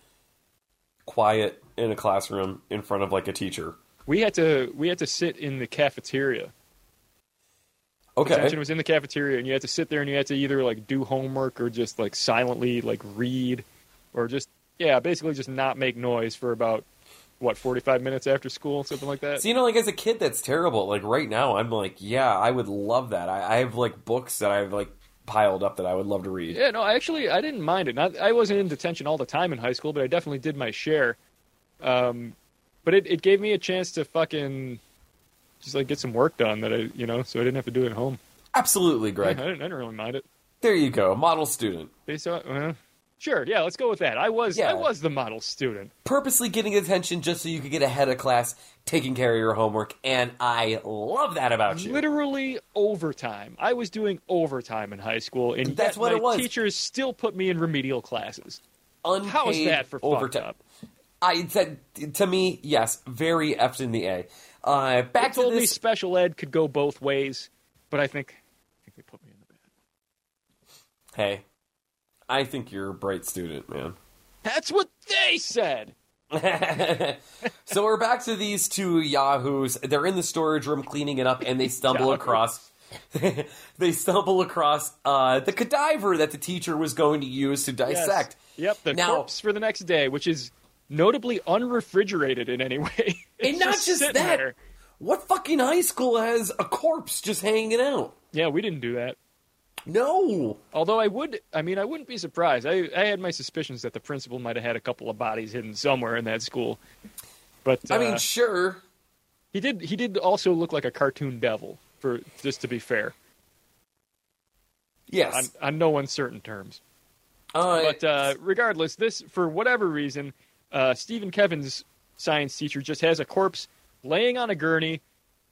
S3: quiet in a classroom in front of like a teacher.
S4: We had to we had to sit in the cafeteria.
S3: Okay.
S4: Detention was in the cafeteria, and you had to sit there and you had to either like do homework or just like silently like read, or just yeah, basically just not make noise for about what forty five minutes after school, something like that.
S3: So you know, like as a kid, that's terrible. Like right now, I'm like, yeah, I would love that. I, I have like books that I've like piled up that I would love to read.
S4: Yeah, no, I actually I didn't mind it. Not, I wasn't in detention all the time in high school, but I definitely did my share. Um, but it, it gave me a chance to fucking just like get some work done that I you know, so I didn't have to do it at home.
S3: Absolutely,
S4: Yeah, I,
S3: Greg.
S4: didn't, I didn't really mind it.
S3: There you go, model student.
S4: They saw uh, sure, yeah, let's go with that. I was
S3: Yeah.
S4: I was the model student.
S3: Purposely getting attention just so you could get ahead of class, taking care of your homework, and I love that about you.
S4: Literally overtime. I was doing overtime in high school, and yet
S3: That's what
S4: my
S3: it was.
S4: teachers still put me in remedial classes.
S3: Unpaid
S4: How is that for
S3: overtime.
S4: fucked up?
S3: I that to me, yes, very effed in the A. Uh,
S4: They
S3: back to
S4: told me
S3: this.
S4: special ed could go both ways, but I think I think they put me in the bad.
S3: Hey, I think you're a bright student, man.
S4: That's what they said.
S3: so we're back to these two yahoos. They're in the storage room cleaning it up, and they stumble
S4: Yahoos.
S3: across. they stumble across uh, the cadaver that the teacher was going to use to dissect.
S4: Yep, the
S3: Now-
S4: corpse for the next day, which is notably unrefrigerated in any way. It's
S3: And not just,
S4: sitting
S3: that.
S4: there.
S3: What fucking high school has a corpse just hanging out?
S4: Yeah, we didn't do that.
S3: No.
S4: Although I would, I mean, I wouldn't be surprised. I, I had my suspicions that the principal might have had a couple of bodies hidden somewhere in that school. But
S3: I mean,
S4: uh,
S3: sure.
S4: he did. He did also look like a cartoon devil. For just to be fair, on,
S3: Yes.
S4: on no uncertain terms.
S3: Uh,
S4: But uh, regardless, this for whatever reason, uh, Stephen Kevin's science teacher just has a corpse laying on a gurney,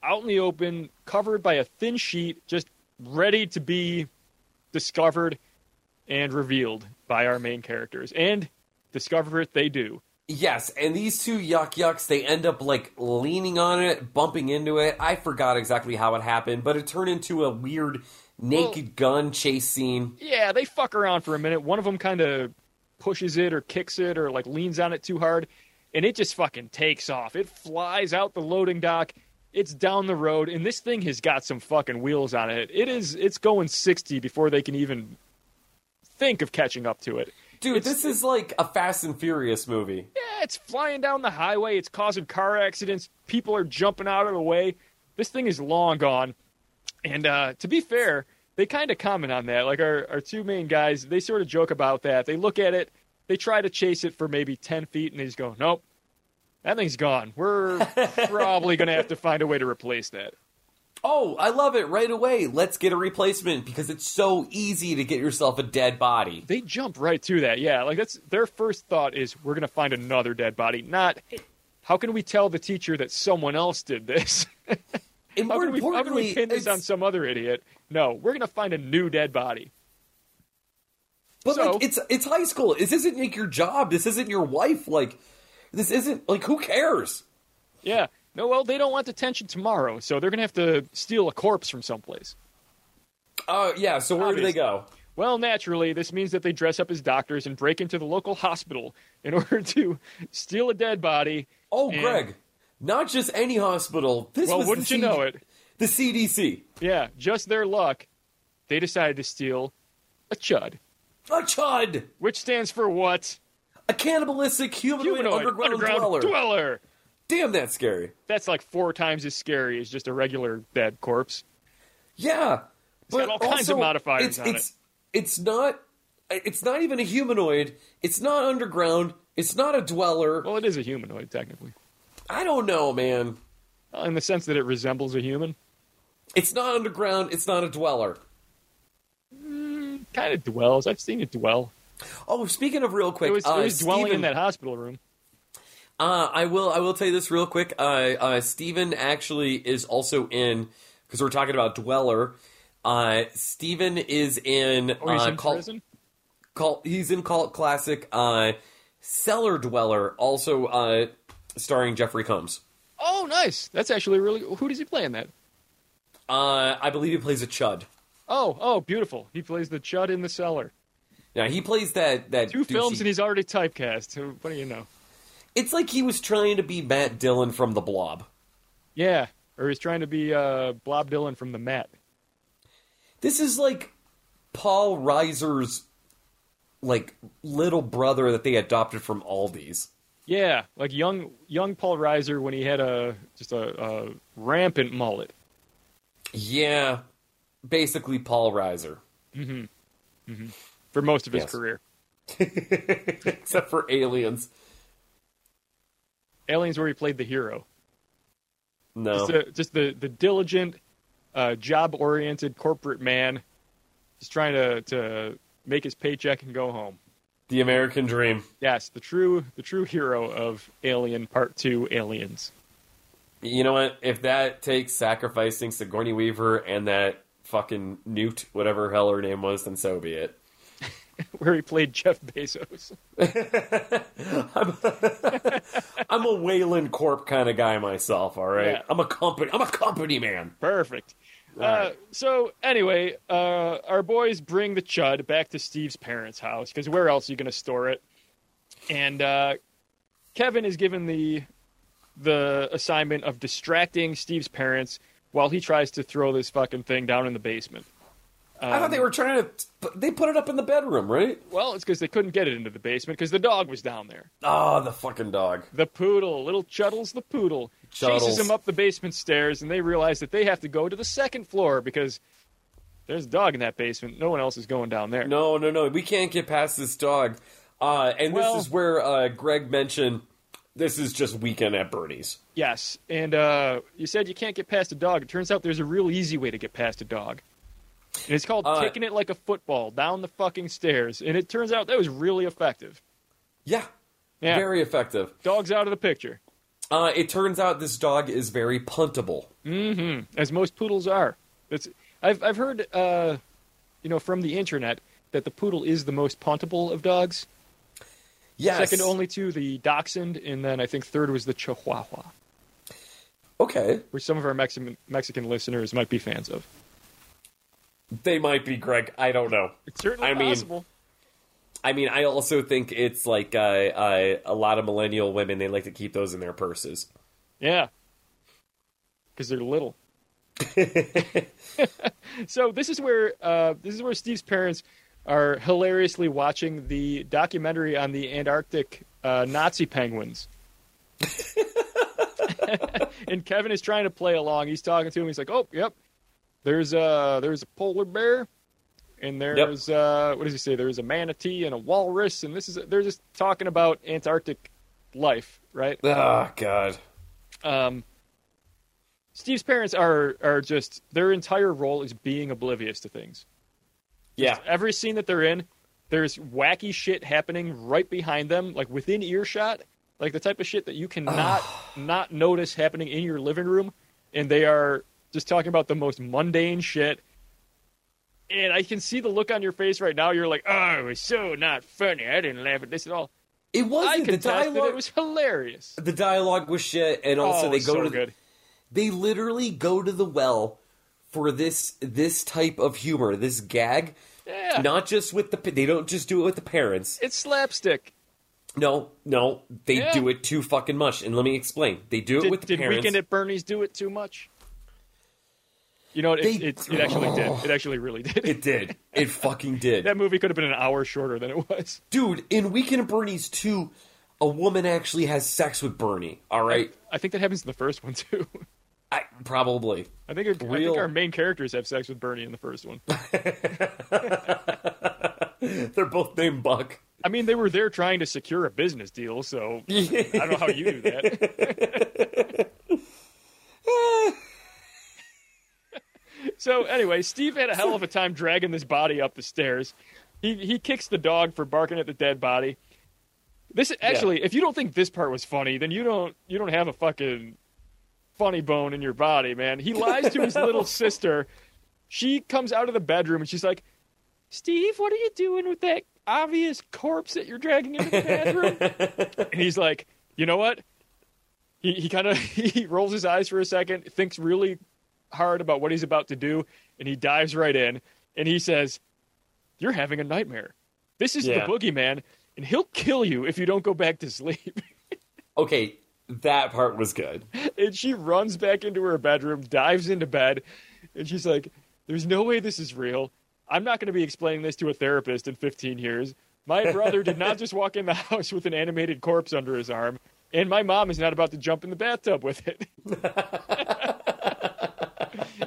S4: out in the open, covered by a thin sheet, just ready to be discovered and revealed by our main characters. And discover it they do.
S3: Yes, and these two yuck yucks, they end up like leaning on it, bumping into it. I forgot exactly how it happened, but it turned into a weird naked gun chase scene.
S4: Yeah, they fuck around for a minute. One of them kind of pushes it or kicks it or like leans on it too hard, and it just fucking takes off. It flies out the loading dock. It's down the road, and this thing has got some fucking wheels on it. It is. It's going sixty before they can even think of catching up to it.
S3: Dude,
S4: It's-
S3: this is like a Fast and Furious movie.
S4: Yeah, it's flying down the highway. It's causing car accidents. People are jumping out of the way. This thing is long gone. And uh, to be fair, they kind of comment on that. Like our, our two main guys, they sort of joke about that. They look at it, they try to chase it for maybe 10 feet, and they just go, nope, that thing's gone. We're probably going to have to find a way to replace that.
S3: Oh, I love it right away. Let's get a replacement because it's so easy to get yourself a dead body.
S4: They jump right to that. Yeah, like that's their first thought is, we're going to find another dead body, not. How can we tell the teacher that someone else did this?
S3: And
S4: How
S3: more
S4: can, we, how can
S3: importantly,
S4: we pin this on
S3: it's-
S4: some other idiot? No, we're going to find a new dead body.
S3: but
S4: so-
S3: like it's it's high school. This isn't like your job. This isn't your wife. Like this isn't like who cares?
S4: Yeah. No, well, they don't want detention tomorrow, so they're going to have to steal a corpse from someplace.
S3: Uh yeah, so where do
S4: Obviously.
S3: they go?
S4: Well, naturally, this means that they dress up as doctors and break into the local hospital in order to steal a dead body.
S3: Oh,
S4: And-
S3: Greg, not just any hospital. This
S4: Well,
S3: was the
S4: wouldn't you
S3: CD
S4: know it?
S3: The CDC.
S4: Yeah, just their luck, they decided to steal a chud,
S3: A chud,
S4: which stands for what?
S3: a cannibalistic humanoid,
S4: Humanoid
S3: underground, dweller.
S4: dweller.
S3: Damn, that's scary.
S4: That's like four times as scary as just a regular dead corpse.
S3: Yeah, but
S4: got all kinds of
S3: also,
S4: modifiers
S3: it's,
S4: on
S3: it's, It's not. It's not even a humanoid. It's not underground. It's not a dweller.
S4: Well, it is a humanoid, technically.
S3: I don't know, man.
S4: uh, in the sense that it resembles a human.
S3: It's not underground. It's not a dweller.
S4: Kind of dwells. I've seen it dwell.
S3: Oh, speaking of real quick,
S4: It was,
S3: uh,
S4: it was dwelling
S3: Steven-
S4: in that hospital room.
S3: Uh, I will. I will tell you this real quick. Uh, uh, Steven actually is also in because we're talking about Dweller. Uh, Steven is in.
S4: Oh, he's
S3: uh,
S4: in
S3: Cult-
S4: prison.
S3: cult he's in cult classic uh cellar dweller also uh starring jeffrey combs
S4: Oh, nice. That's actually really. Who does he play in that?
S3: uh i believe he plays a chud
S4: Oh, oh, beautiful. He plays the chud in the cellar.
S3: now he plays that that
S4: Two films
S3: douchey-
S4: and he's already typecast. What do you know?
S3: it's like he was trying to be matt dillon from the blob
S4: Yeah, or he's trying to be uh, Blob Dylan from the Met.
S3: this is like paul reiser's like little brother that they adopted from aldi's
S4: Yeah, like young young Paul Reiser when he had a just a, a rampant mullet.
S3: yeah basically paul reiser
S4: for most of his
S3: Yes.
S4: career.
S3: except for aliens
S4: Aliens, where he played the hero,
S3: no
S4: just, a, just the the diligent, uh, job oriented corporate man, just trying to to make his paycheck and go home.
S3: the american dream
S4: Yes, the true the true hero of Alien Part Two, Aliens.
S3: You know what? If that takes sacrificing Sigourney Weaver and that fucking Newt, whatever hell her name was, then so be it.
S4: Where he played Jeff Bezos.
S3: I'm, I'm a Wayland Corp kind of guy myself. All right,
S4: Yeah.
S3: I'm a company. I'm a company man.
S4: Perfect. Uh,
S3: right.
S4: so anyway, uh, our boys bring the chud back to Steve's parents' house because where else are you going to store it? And uh, Kevin is given the the assignment of distracting Steve's parents while he tries to throw this fucking thing down in the basement.
S3: I thought they were trying to. They put it up in the bedroom, right?
S4: Well, it's because they couldn't get it into the basement because the dog was down there.
S3: Ah, the fucking dog.
S4: The poodle, little Chuddles the poodle,
S3: Chuddles.
S4: chases him up the basement stairs, and they realize that they have to go to the second floor because there's a dog in that basement. No one else is going down there.
S3: No, no, no. We can't get past this dog. Uh, and
S4: Well-
S3: this is where uh, Greg mentioned this is just weekend at Bernie's.
S4: Yes, and uh, you said you can't get past a dog. It turns out there's a real easy way to get past a dog. And it's called
S3: Uh,
S4: kicking it like a football down the fucking stairs. And it turns out that was really effective.
S3: Yeah,
S4: Yeah,
S3: very effective.
S4: dog's out of the picture,
S3: Uh, it turns out this dog is very puntable.
S4: as most poodles are. That's I've I've heard, uh, you know, from the internet that the poodle is the most puntable of dogs.
S3: Yes.
S4: Second only to the dachshund, and then I think third was the chihuahua,
S3: Okay.
S4: which some of our Mexican Mexican listeners might be fans of.
S3: They might be Greg. I don't know.
S4: It's certainly
S3: I mean,
S4: possible.
S3: I mean, I also think it's like uh, uh, a lot of millennial women. They like to keep those in their purses.
S4: Yeah. Because they're little. so this is where uh, this is where Steve's parents are hilariously watching the documentary on the Antarctic uh, Nazi penguins. and Kevin is trying to play along. He's talking to him. He's like, "Oh, yep. There's a there's a polar bear, and there's uh, what does he say? There's a manatee and a walrus, and this is they're just talking about Antarctic life, right?
S3: Oh God.
S4: um, Steve's parents are are just their entire role is being oblivious to things.
S3: Yeah.
S4: Every scene that they're in, there's wacky shit happening right behind them, like within earshot, like the type of shit that you cannot not notice happening in your living room, and they are just talking about the most mundane shit. And I can see the look on your face right now. You're like, "Oh, it's so not funny. I didn't laugh at this at all."
S3: It
S4: I
S3: wasn't the
S4: could tell that
S3: dialogue.
S4: it was hilarious.
S3: The dialogue was shit, and also
S4: oh,
S3: they
S4: it's
S3: go
S4: so
S3: to
S4: good.
S3: they literally go to the well for this this type of humor, this gag.
S4: Yeah.
S3: Not just with the they don't just do it with the parents.
S4: It's slapstick.
S3: No, no, they
S4: Yeah.
S3: do it too fucking much. And let me explain. They do it
S4: did,
S3: with the
S4: did
S3: parents.
S4: Weekend at Bernie's do it too much? You know, it,
S3: They- Oh.
S4: it, it actually did. It actually really did.
S3: It did. It fucking did.
S4: that movie could have been an hour shorter than it was.
S3: Dude, in Weekend at Bernie's 2, a woman actually has sex with Bernie. All right?
S4: I think that happens in the first one too.
S3: I probably.
S4: I think, I
S3: Real-
S4: think our main characters have sex with Bernie in the first one.
S3: They're both named Buck.
S4: I mean, they were there trying to secure a business deal, so I don't know how you do that. so anyway, Steve had a hell of a time dragging this body up the stairs. He he kicks the dog for barking at the dead body. This actually, if you don't think this part was funny, then you don't you don't have a fucking funny bone in your body, man. He lies to his little sister. She comes out of the bedroom and she's like, "Steve, what are you doing with that obvious corpse that you're dragging into the bathroom?" and he's like, "You know what?" He he kind of he rolls his eyes for a second, thinks really hard about what he's about to do, and he dives right in and he says, "You're having a nightmare. This is
S3: Yeah.
S4: the boogeyman." And he'll kill you if you don't go back to sleep.
S3: Okay, that part was good.
S4: and she runs back into her bedroom, dives into bed, and she's like, "There's no way this is real. I'm not going to be explaining this to a therapist in 15 years. My brother did not just walk in the house with an animated corpse under his arm, and my mom is not about to jump in the bathtub with it."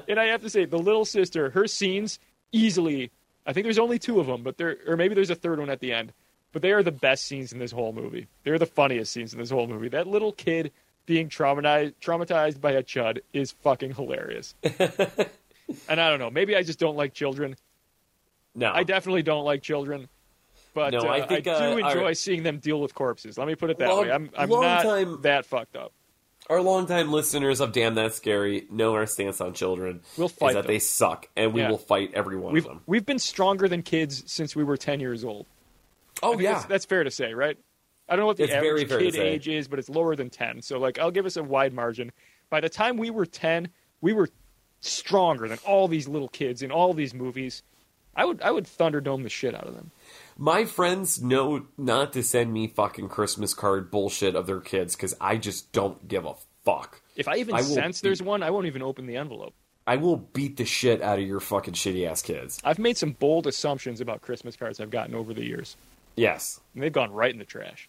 S4: and I have to say, the little sister, her scenes easily. I think there's only two of them, but there, or maybe there's a third one at the end. But they are the best scenes in this whole movie. They're the funniest scenes in this whole movie. That little kid being traumatized traumatized by a chud is fucking hilarious. and I don't know, maybe I just don't like children.
S3: No,
S4: I definitely don't like children. But
S3: No,
S4: uh,
S3: I
S4: I,
S3: think,
S4: do
S3: uh, our-
S4: enjoy seeing them deal with corpses. Let me put it that
S3: Long-
S4: way. I'm I'm
S3: long
S4: not
S3: time-
S4: that fucked up.
S3: our longtime listeners of Damn That's Scary know our stance on children.
S4: We'll fight
S3: is that
S4: them.
S3: they suck, and we
S4: Yeah.
S3: will fight every one
S4: We've
S3: of them.
S4: we've been stronger than kids since we were 10 years old. I
S3: Oh
S4: think
S3: yeah,
S4: that's, that's fair to say, right? I don't know what the
S3: It's very
S4: average
S3: fair to
S4: kid
S3: say.
S4: age is, but it's lower than ten. So like, I'll give us a wide margin. By the time we were ten, we were stronger than all these little kids in all these movies. I would I would Thunderdome the shit out of them.
S3: my friends know not to send me fucking Christmas card bullshit of their kids because I just don't give a fuck.
S4: If I even
S3: I will
S4: sense there's one, I won't even open the envelope.
S3: I will beat the shit out of your fucking shitty ass kids.
S4: I've made some bold assumptions about Christmas cards I've gotten over the years,
S3: Yes.
S4: and they've gone right in the trash.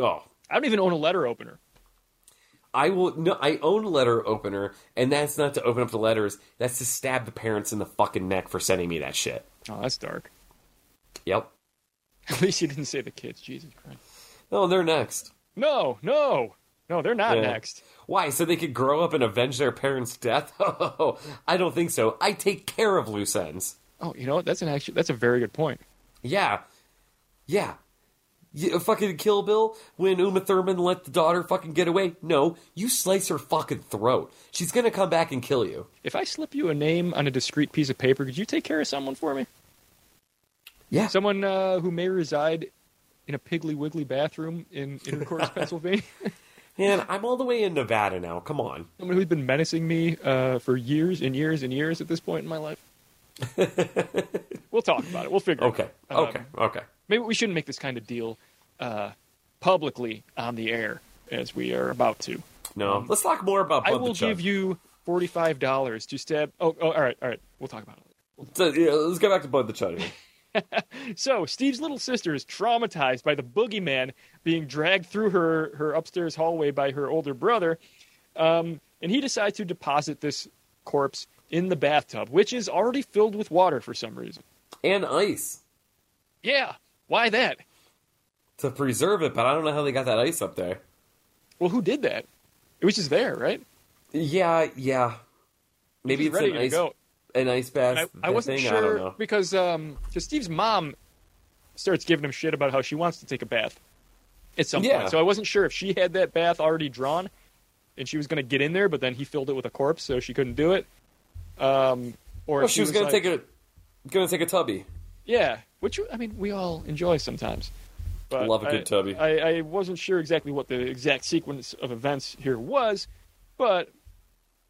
S3: Oh,
S4: I don't even own a letter opener.
S3: I will. No, I own a letter opener, and that's not to open up the letters. That's to stab the parents in the fucking neck for sending me that shit.
S4: Oh, that's dark.
S3: Yep.
S4: At least you didn't say the kids. Jesus Christ.
S3: Oh, they're next.
S4: No, no, no. They're not
S3: Yeah.
S4: next.
S3: Why? So they could grow up and avenge their parents' death? Oh, I don't think so. I take care of loose ends.
S4: Oh, you know what? That's an actually that's a very good point.
S3: Yeah, yeah. You, fucking Kill Bill when Uma Thurman let the daughter fucking get away. No, you slice her fucking throat. She's gonna come back and kill you.
S4: If I slip you a name on a discreet piece of paper, could you take care of someone for me?
S3: Yeah.
S4: Someone uh, who may reside in a piggly wiggly bathroom in Intercourse, Pennsylvania.
S3: Man, I'm all the way in Nevada now. Come on.
S4: Someone who's been menacing me uh, for years and years and years at this point in my life. we'll talk about it. We'll figure it
S3: Okay.
S4: out. Um,
S3: Okay. Okay.
S4: Maybe we shouldn't make this kind of deal uh, publicly on the air as we are about to.
S3: No. Let's talk more about. Bud
S4: um, I
S3: the
S4: will
S3: Chug.
S4: give you $45 to stab. Oh, oh, all right. All right. We'll talk about it.
S3: So, yeah, let's go back to Bud the Chud. here.
S4: So Steve's little sister is traumatized by the boogeyman being dragged through her, her upstairs hallway by her older brother, um, and he decides to deposit this corpse in the bathtub, which is already filled with water for some reason.
S3: and ice
S4: Yeah, why that?
S3: to preserve it, but I don't know how they got that ice up there.
S4: Well, who did that? It was just there, right?
S3: Yeah. Yeah. Maybe
S4: Just
S3: it's
S4: ready
S3: an
S4: to
S3: ice,
S4: go.
S3: an ice bath.
S4: And I, I wasn't
S3: thing.
S4: sure
S3: I don't know.
S4: because um, 'cause Steve's mom starts giving him shit about how she wants to take a bath at some
S3: Yeah.
S4: point. So I wasn't sure if she had that bath already drawn and she was going to get in there, but then he filled it with a corpse, so she couldn't do it. Um, or
S3: Oh,
S4: if
S3: she was gonna
S4: like-
S3: take a gonna take a tubby.
S4: yeah, which I mean, we all enjoy sometimes. But
S3: Love a good
S4: I-
S3: tubby.
S4: I, I wasn't sure exactly what the exact sequence of events here was, but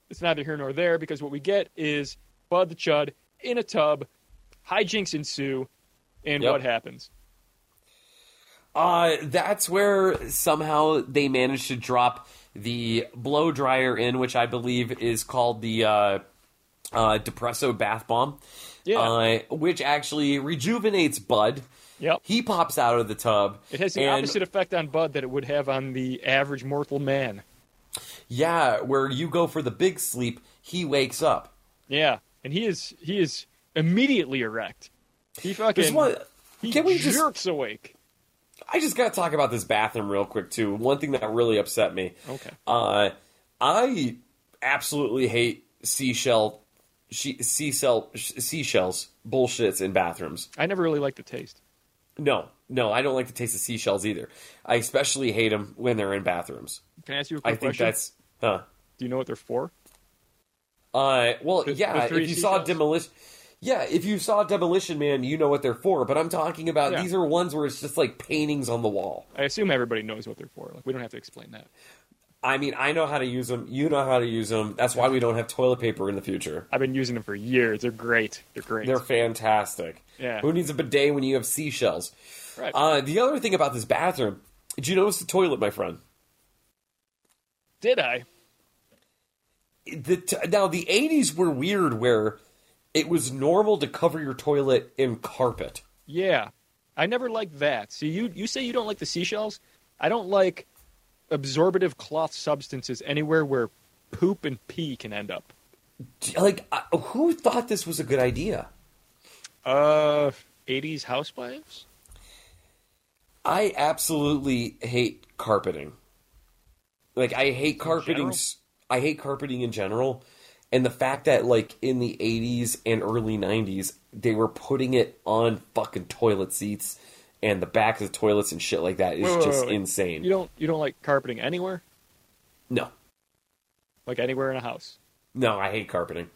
S4: it's neither here nor there because what we get is Bud the Chud in a tub, hijinks ensue, and
S3: Yep.
S4: what happens?
S3: Uh, that's where somehow they managed to drop the blow dryer in, which I believe is called the uh, uh, Depresso bath bomb.
S4: Yeah.
S3: Uh, which actually rejuvenates Bud.
S4: Yep.
S3: He pops out of the tub.
S4: It has the
S3: and-
S4: opposite effect on Bud that it would have on the average mortal man.
S3: Yeah, where you go for the big sleep, he wakes up.
S4: Yeah, and he is he is immediately erect. He
S3: There's
S4: fucking
S3: one.
S4: he
S3: Can we just?
S4: jerks awake.
S3: I just gotta talk about this bathroom real quick too. One thing that really upset me.
S4: Okay.
S3: Uh, I absolutely hate seashell, she, seashell, sh- seashells, bullshits in bathrooms.
S4: I never really liked the taste.
S3: No, No, I don't like the taste of seashells either. I especially hate them when they're in bathrooms.
S4: Can I ask you a
S3: I
S4: quick
S3: think
S4: question?
S3: that's huh.
S4: Do you know what they're for?
S3: Uh, well,
S4: The-
S3: yeah.
S4: the
S3: If
S4: three
S3: you saw
S4: seashells?
S3: demolition, yeah. If you saw demolition man, you know what they're for. But I'm talking about
S4: Yeah.
S3: these are ones where it's just like paintings on the wall.
S4: I assume everybody knows what they're for. Like we don't have to explain that.
S3: I mean, I know how to use them. You know how to use them. That's why we don't have toilet paper in the future.
S4: I've been using them for years. They're great. They're great.
S3: They're fantastic.
S4: Yeah.
S3: Who needs a bidet when you have seashells?
S4: right.
S3: Uh, the other thing about this bathroom, did you notice the toilet, my friend?
S4: Did I?
S3: The t- now the '80s were weird, where it was normal to cover your toilet in carpet.
S4: Yeah. I never liked that. See, you you say you don't like the seashells. I don't like absorptive cloth substances anywhere where poop and pee can end up.
S3: D- Like, I- who thought this was a good idea?
S4: Uh, 80s housewives?
S3: I absolutely hate carpeting. Like I hate carpeting.
S4: general?
S3: s- I hate carpeting in general, and the fact that like in the '80s and early '90s they were putting it on fucking toilet seats and the back of the toilets and shit like that is
S4: Wait, wait,
S3: just
S4: wait, wait.
S3: insane.
S4: You don't you don't like carpeting anywhere?
S3: no,
S4: Like anywhere in a house.
S3: no, I hate carpeting.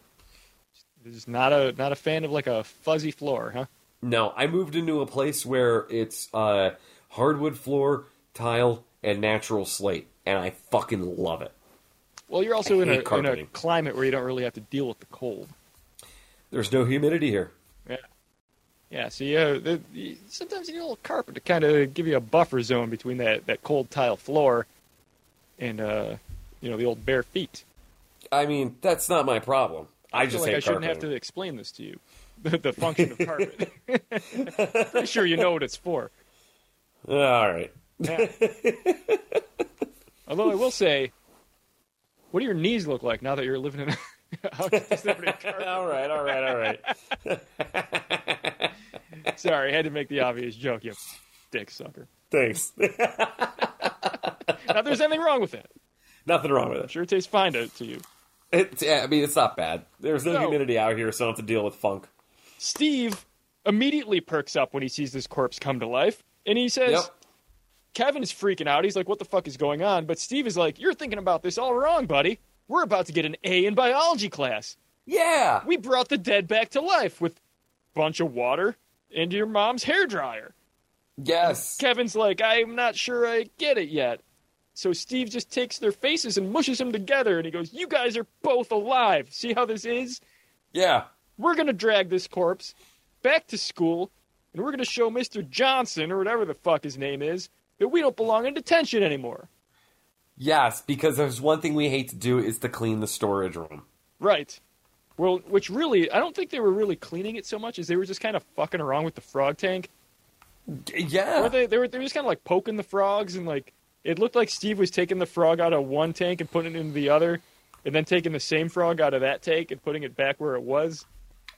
S4: You're just not a not a fan of like a fuzzy floor, huh?
S3: No, I moved into a place where it's uh, hardwood floor, tile, and natural slate, and I fucking love it.
S4: Well, you're also
S3: hate
S4: in a, in a
S3: carpeting.
S4: climate where you don't really have to deal with the cold.
S3: There's no humidity here.
S4: Yeah. Yeah, so yeah, the, the, sometimes you need a little carpet to kind of give you a buffer zone between that, that cold tile floor and, uh, you know, the old bare feet.
S3: I mean, that's not my problem. I,
S4: I feel
S3: just
S4: like
S3: hate
S4: I shouldn't
S3: carpeting.
S4: have to explain this to you, the, the function of carpet. Pretty sure you know what it's for.
S3: All right.
S4: Yeah. Although I will say, what do your knees look like now that you're living in a house that's never been carpeted?
S3: All right, all right, all right.
S4: Sorry, I had to make the obvious joke, you dick sucker.
S3: Thanks.
S4: Now, if there's anything wrong with it,
S3: Nothing wrong with
S4: I'm
S3: it.
S4: sure it tastes fine to, to you.
S3: It's- I mean, it's not bad. There's no,
S4: No.
S3: humidity out here, so I don't have to deal with funk.
S4: Steve immediately perks up when he sees this corpse come to life, and he says,
S3: Yep.
S4: Kevin's freaking out. He's like, what the fuck is going on? But Steve is like, you're thinking about this all wrong, buddy. We're about to get an A in biology class.
S3: Yeah.
S4: We brought the dead back to life with a bunch of water and your mom's hairdryer.
S3: Yes.
S4: Kevin's like, I'm not sure I get it yet. So Steve just takes their faces and mushes them together, and he goes, you guys are both alive. See how this is?
S3: Yeah.
S4: we're going to drag this corpse back to school and we're going to show Mr. Johnson or whatever the fuck his name is that we don't belong in detention anymore.
S3: Yes, because there's one thing we hate to do is to clean the storage room.
S4: Right. Well, which really, I don't think they were really cleaning it so much as they were just kind of fucking around with the frog tank.
S3: Yeah.
S4: Or they, they were they were just kind of like poking the frogs and like it looked like Steve was taking the frog out of one tank and putting it into the other, and then taking the same frog out of that tank and putting it back where it was.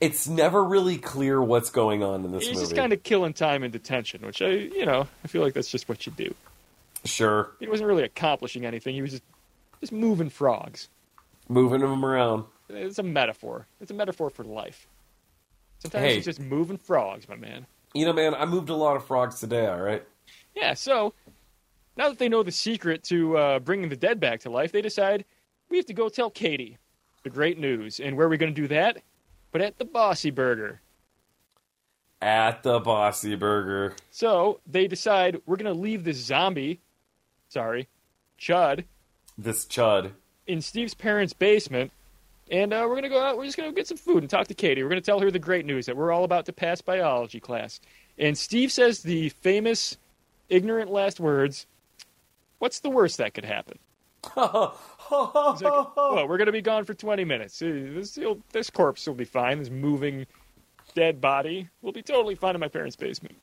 S3: It's never really clear what's going on in this
S4: He's
S3: movie.
S4: just kind of killing time in detention, which I you know I feel like that's just what you do.
S3: sure
S4: he wasn't really accomplishing anything. He was just just moving frogs.
S3: moving them around.
S4: It's a metaphor. It's a metaphor for life. Sometimes
S3: Hey.
S4: it's just moving frogs, my man.
S3: You know, man, I moved a lot of frogs today. All right.
S4: Yeah. So now that they know the secret to uh, bringing the dead back to life, they decide we have to go tell Katie the great news. And where are we going to do that? But at the Bossy Burger.
S3: At the Bossy Burger.
S4: So they decide we're going to leave this zombie, sorry, Chud,
S3: This chud.
S4: in Steve's parents' basement, and uh, we're gonna go out. We're just gonna get some food and talk to Katie. We're gonna tell her the great news that we're all about to pass biology class. And Steve says the famous, ignorant last words. What's the worst that could happen? He's like, well, we're gonna be gone for 20 minutes. Uh, This, he'll- this corpse will be fine. This moving, dead body will be totally fine in my parents' basement.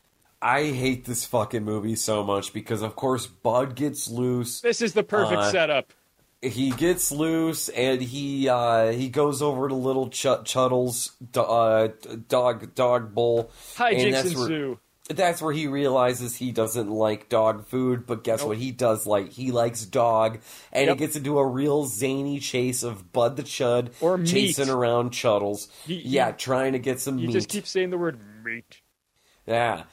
S3: I hate this fucking movie so much because, of course, Bud gets loose.
S4: This is the perfect
S3: Uh,
S4: setup.
S3: He gets loose, and he uh, he goes over to little Ch- Chuddle's do- uh, dog dog bowl.
S4: Hi,
S3: and
S4: Jason
S3: that's where-
S4: Zoo.
S3: That's where he realizes he doesn't like dog food, but guess
S4: Nope.
S3: what he does like? He likes dog, and
S4: Yep.
S3: he gets into a real zany chase of Bud the Chud
S4: Or meat.
S3: chasing around Chuddles.
S4: He- he-
S3: yeah, trying to get some
S4: You
S3: meat.
S4: just keep saying the word meat.
S3: Yeah.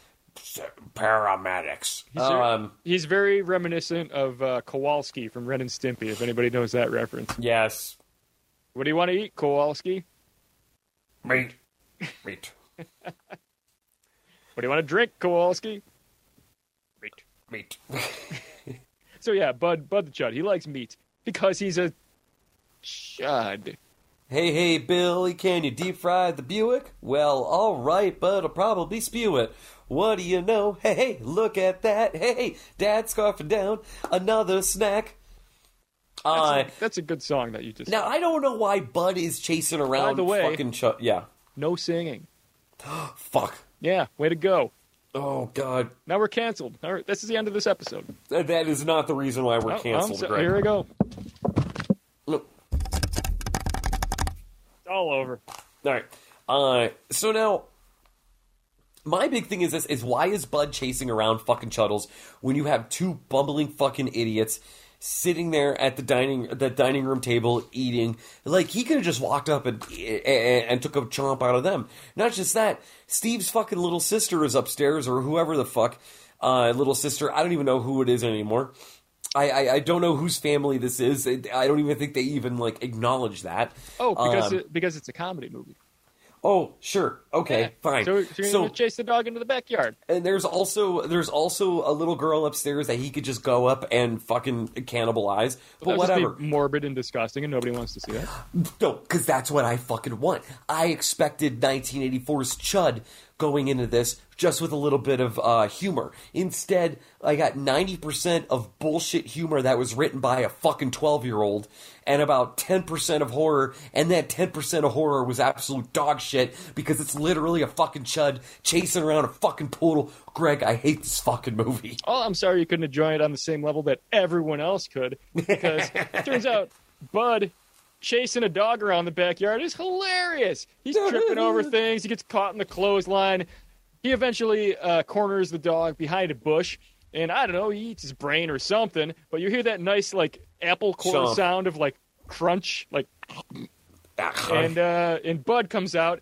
S3: paramedics.
S4: He's, ver-
S3: Um,
S4: he's very reminiscent of uh, Kowalski from Ren and Stimpy, if anybody knows that reference.
S3: yes,
S4: What do you want to eat, Kowalski?
S3: meat, meat,
S4: What do you want to drink, Kowalski? Meat.
S3: meat.
S4: So yeah, Bud Bud the Chud. He likes meat because he's a chud.
S3: Hey, hey, Billy, can you deep fry the Buick? Well, all right, but I'll probably spew it. What do you know? Hey, hey, look at that. Hey, hey, Dad's scarfing down another snack. Uh,
S4: That's a good song that you just.
S3: now, I don't know why Bud is chasing around
S4: the way-
S3: fucking Chuck. Yeah.
S4: No singing.
S3: Fuck.
S4: Yeah, way to go.
S3: Oh, God.
S4: Now we're canceled. All right, this is the end of this episode.
S3: That that is not the reason why we're
S4: Oh, I'm
S3: canceled,
S4: so-
S3: Greg.
S4: Here we go.
S3: Look.
S4: It's all over.
S3: All right. Uh, so now, my big thing is this: is why is Bud chasing around fucking Chuddles when you have two bumbling fucking idiots sitting there at the dining the dining room table eating? Like he could have just walked up and, and and took a chomp out of them. Not just that, Steve's fucking little sister is upstairs or whoever the fuck uh, little sister. I don't even know who it is anymore. I, I, I don't know whose family this is. I don't even think they even like acknowledge that.
S4: Oh, because
S3: Um,
S4: it, because it's a comedy movie.
S3: Oh, sure. Okay,
S4: Yeah.
S3: fine.
S4: So,
S3: So,
S4: so you're gonna chase the dog into the backyard.
S3: and there's also there's also a little girl upstairs that he could just go up and fucking cannibalize. But
S4: That'll just be
S3: whatever.
S4: morbid and disgusting, and nobody wants to see that.
S3: No, because that's what I fucking want. I expected 1984's Chud going into this just with a little bit of uh, humor. Instead, I got 90% of bullshit humor that was written by a fucking 12 year old and about 10% of horror, and that 10% of horror was absolute dog shit because it's literally a fucking Chud chasing around a fucking poodle. Greg, I hate this fucking movie.
S4: Oh, I'm sorry you couldn't enjoy it on the same level that everyone else could. Because it turns out Bud chasing a dog around the backyard is hilarious. He's tripping over things. He gets caught in the clothesline. He eventually uh, corners the dog behind a bush. And I don't know, he eats his brain or something. But you hear that nice, like, apple core
S3: Chomp.
S4: sound of, like, crunch. Like, and, uh, and Bud comes out.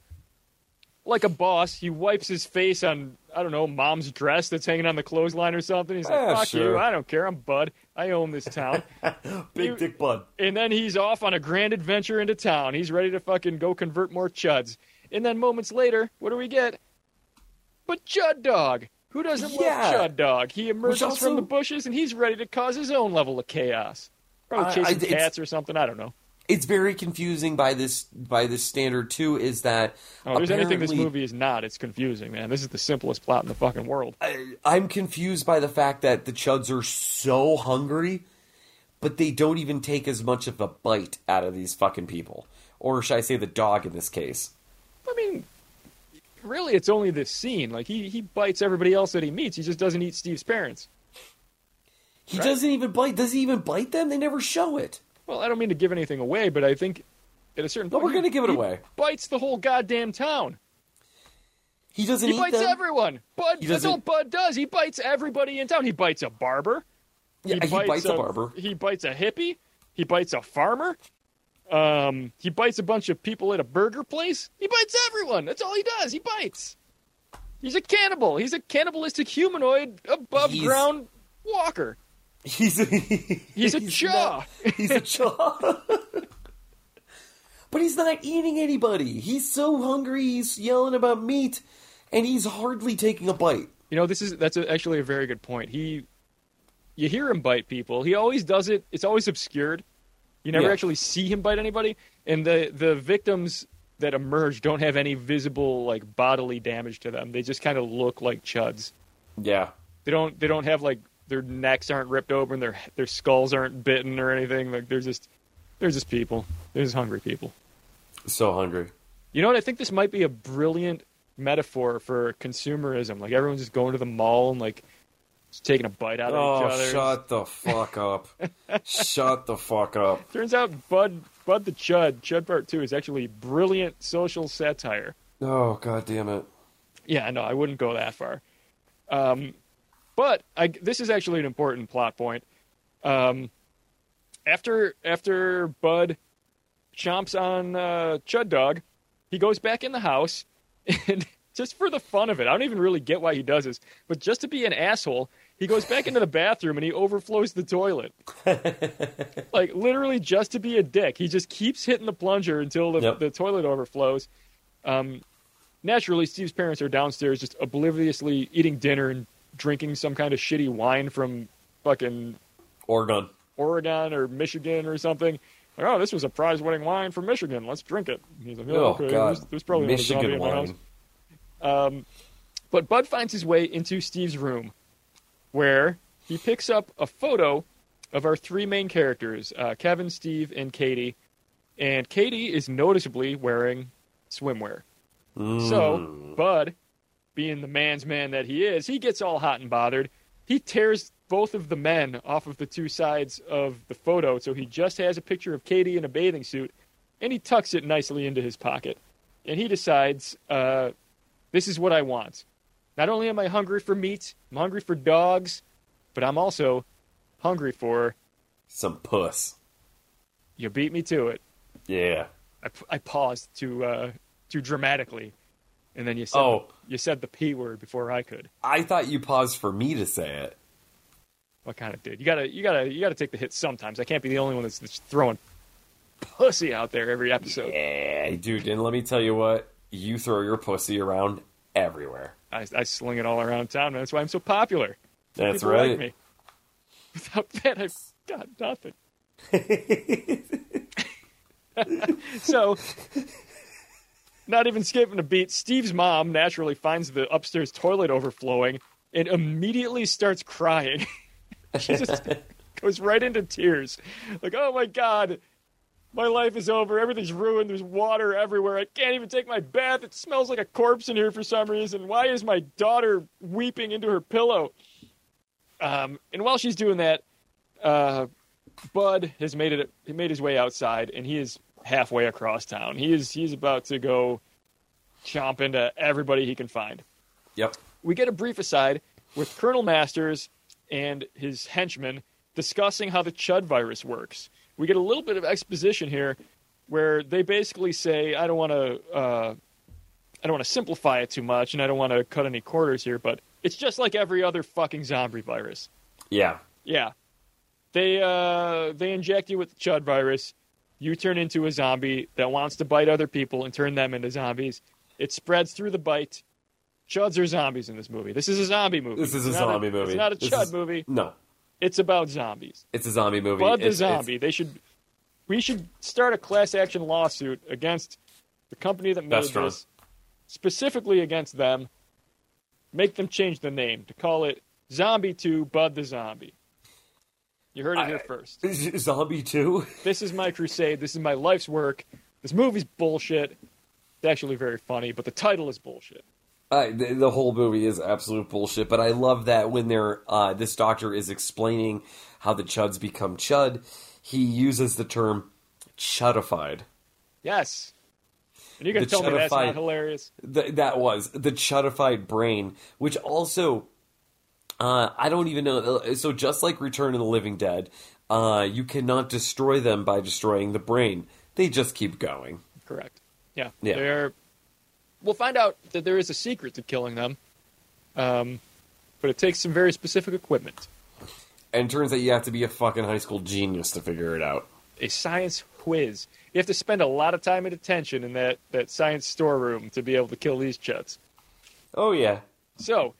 S4: Like a boss, he wipes his face on, I don't know, mom's dress that's hanging on the clothesline or something. He's like,
S3: Ah,
S4: fuck
S3: sure.
S4: you, I don't care, I'm Bud. I own this town.
S3: Big
S4: you-
S3: Dick Bud.
S4: and then he's off on a grand adventure into town. He's ready to fucking go convert more chuds. And then moments later, what do we get? But Chud Dog! Who doesn't
S3: Yeah.
S4: love Chud Dog? He emerges
S3: also-
S4: from the bushes and he's ready to cause his own level of chaos.
S3: I- I-
S4: Probably chasing
S3: it's-
S4: cats or something, I don't know.
S3: it's very confusing by this by this standard too is that
S4: Oh, if there's anything this
S3: apparently-
S4: movie is not, it's confusing, man. This is the simplest plot in the fucking world.
S3: I, i'm confused by the fact that the chuds are so hungry but they don't even take as much of a bite out of these fucking people or should i say the dog in this case
S4: I mean, really, it's only this scene. Like, he, he bites everybody else that he meets. He just doesn't eat Steve's parents.
S3: he doesn't even bite does he even bite them they never show it
S4: Well, I don't mean to give anything away, but I think at a certain
S3: No,
S4: point.
S3: we're gonna
S4: he-
S3: give it
S4: he
S3: away.
S4: bites the whole goddamn town.
S3: he doesn't
S4: He
S3: eat
S4: bites
S3: them
S4: everyone. Bud,
S3: He
S4: that's
S3: doesn't-
S4: all Bud does. He bites everybody in town. He bites a barber.
S3: yeah, he bites, a barber
S4: He bites a hippie. He bites a farmer. Um, he bites a bunch of people at a burger place. He bites everyone. That's all he does. He bites. He's a cannibal. He's a cannibalistic humanoid above
S3: He's-
S4: ground walker.
S3: he's a
S4: He's a
S3: not-
S4: jaw.
S3: He's a chop. but he's not eating anybody. He's so hungry, he's yelling about meat, and he's hardly taking a bite.
S4: You know, this is that's a, actually a very good point. He, you hear him bite people. He always does it. It's always obscured. You never
S3: Yeah.
S4: actually see him bite anybody, and the the victims that emerge don't have any visible like bodily damage to them. They just kind of look like chuds.
S3: Yeah.
S4: They don't they don't have like their necks aren't ripped open, their their skulls aren't bitten or anything. Like they're just they're just people. They're just hungry people.
S3: So hungry.
S4: You know what? I think this might be a brilliant metaphor for consumerism. Like everyone's just going to the mall and like just taking a bite out of each
S3: Oh,
S4: other.
S3: shut the fuck up. shut the fuck up.
S4: Turns out Bud Bud the Chud, Chud Part Two, is actually brilliant social satire.
S3: Oh, god damn it.
S4: Yeah, no, I wouldn't go that far. Um, but I, this is actually an important plot point. Um, after after Bud chomps on uh, Chud Dog, he goes back in the house and just for the fun of it. I don't even really get why he does this, but just to be an asshole, he goes back into the bathroom and he overflows the toilet. like literally just to be a dick. He just keeps hitting the plunger until the,
S3: Yep.
S4: the toilet overflows. Um, naturally, Steve's parents are downstairs just obliviously eating dinner and drinking some kind of shitty wine from fucking
S3: Oregon.
S4: Oregon or Michigan or something. Like, oh, this was a prize-winning wine from Michigan. Let's drink it. And He's like,
S3: Oh,
S4: oh, okay.
S3: God.
S4: There's, there's probably not a zombie
S3: Michigan
S4: in my house.
S3: wine.
S4: Um, but Bud finds his way into Steve's room, where he picks up a photo of our three main characters: uh, Kevin, Steve, and Katie. And Katie is noticeably wearing swimwear.
S3: Mm.
S4: So Bud, being the man's man that he is, he gets all hot and bothered. He tears both of the men off of the two sides of the photo, so he just has a picture of Katie in a bathing suit, and he tucks it nicely into his pocket. And he decides, uh, this is what I want. Not only am I hungry for meat, I'm hungry for dogs, but I'm also hungry for
S3: Some puss.
S4: you beat me to it.
S3: Yeah.
S4: I, I paused too uh, too dramatically, and then you said
S3: Oh.
S4: you said the p word before I could.
S3: I thought you paused for me to say it.
S4: What kind of dude? You gotta you gotta you gotta take the hit sometimes. I can't be the only one that's, that's throwing pussy out there every episode.
S3: Yeah, dude. And let me tell you what, you throw your pussy around everywhere.
S4: I, I sling it all around town, man. That's why I'm so popular.
S3: That's
S4: People
S3: right.
S4: Like me. Without that, I've got nothing. so, not even skipping a beat, Steve's mom naturally finds the upstairs toilet overflowing and immediately starts crying. she just goes right into tears. Like, oh my God, my life is over. Everything's ruined. There's water everywhere. I can't even take my bath. It smells like a corpse in here for some reason. Why is my daughter weeping into her pillow? Um, and while she's doing that, uh, Bud has made it. He made his way outside, and he is halfway across town. He is. He's about to go chomp into everybody he can find.
S3: Yep.
S4: We get a brief aside with Colonel Masters and his henchmen discussing how the Chud virus works. We get a little bit of exposition here, where they basically say, "I don't want to." Uh, I don't want to simplify it too much, and I don't want to cut any corners here, but it's just like every other fucking zombie virus.
S3: Yeah.
S4: Yeah. They uh they inject you with the Chud virus. You turn into a zombie that wants to bite other people and turn them into zombies. It spreads through the bite. Chuds are zombies in this movie. This is a zombie movie.
S3: This is a
S4: It's not
S3: zombie movie.
S4: It's not a
S3: This
S4: Chud
S3: is-
S4: movie.
S3: No,
S4: It's about zombies.
S3: it's a zombie movie.
S4: Bud the
S3: It's- it's-
S4: zombie. They should we should start a class action lawsuit against the company that made
S3: That's true.
S4: this. Specifically against them. Make them change the name to call it Zombie 2 Bud the Zombie. You heard it here first.
S3: Z- Zombie two.
S4: This is my crusade. This is my life's work. This movie's bullshit. It's actually very funny, but the title is bullshit.
S3: Uh, the, the whole movie is absolute bullshit, but I love that when they're uh, this doctor is explaining how the chuds become chud, he uses the term chudified.
S4: Yes. And you're going
S3: The
S4: to tell me that's
S3: Shutterfly-
S4: not hilarious?
S3: Th- that was the chudified brain, which also uh, I don't even know. So just like Return of the Living Dead, uh, you cannot destroy them by destroying the brain. They just keep going.
S4: Correct. Yeah.
S3: Yeah.
S4: They're, we'll find out that there is a secret to killing them, um, but it takes some very specific equipment.
S3: And turns out you have to be a fucking high school genius to figure it out.
S4: A science quiz. You have to spend a lot of time and attention in that, that science storeroom to be able to kill these chuds.
S3: Oh yeah,
S4: So,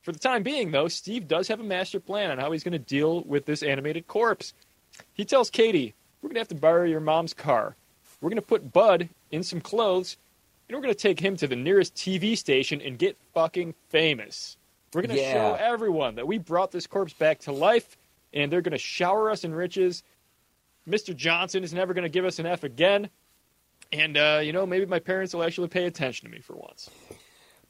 S4: for the time being, though, Steve does have a master plan on how he's going to deal with this animated corpse. He tells Katie, We're going to have to borrow your mom's car. We're going to put Bud in some clothes, and we're going to take him to the nearest TV station and get fucking famous. We're going to
S3: Yeah.
S4: show everyone that we brought this corpse back to life, and they're going to shower us in riches. Mr. Johnson is never going to give us an F again. And, uh, you know, maybe my parents will actually pay attention to me for once.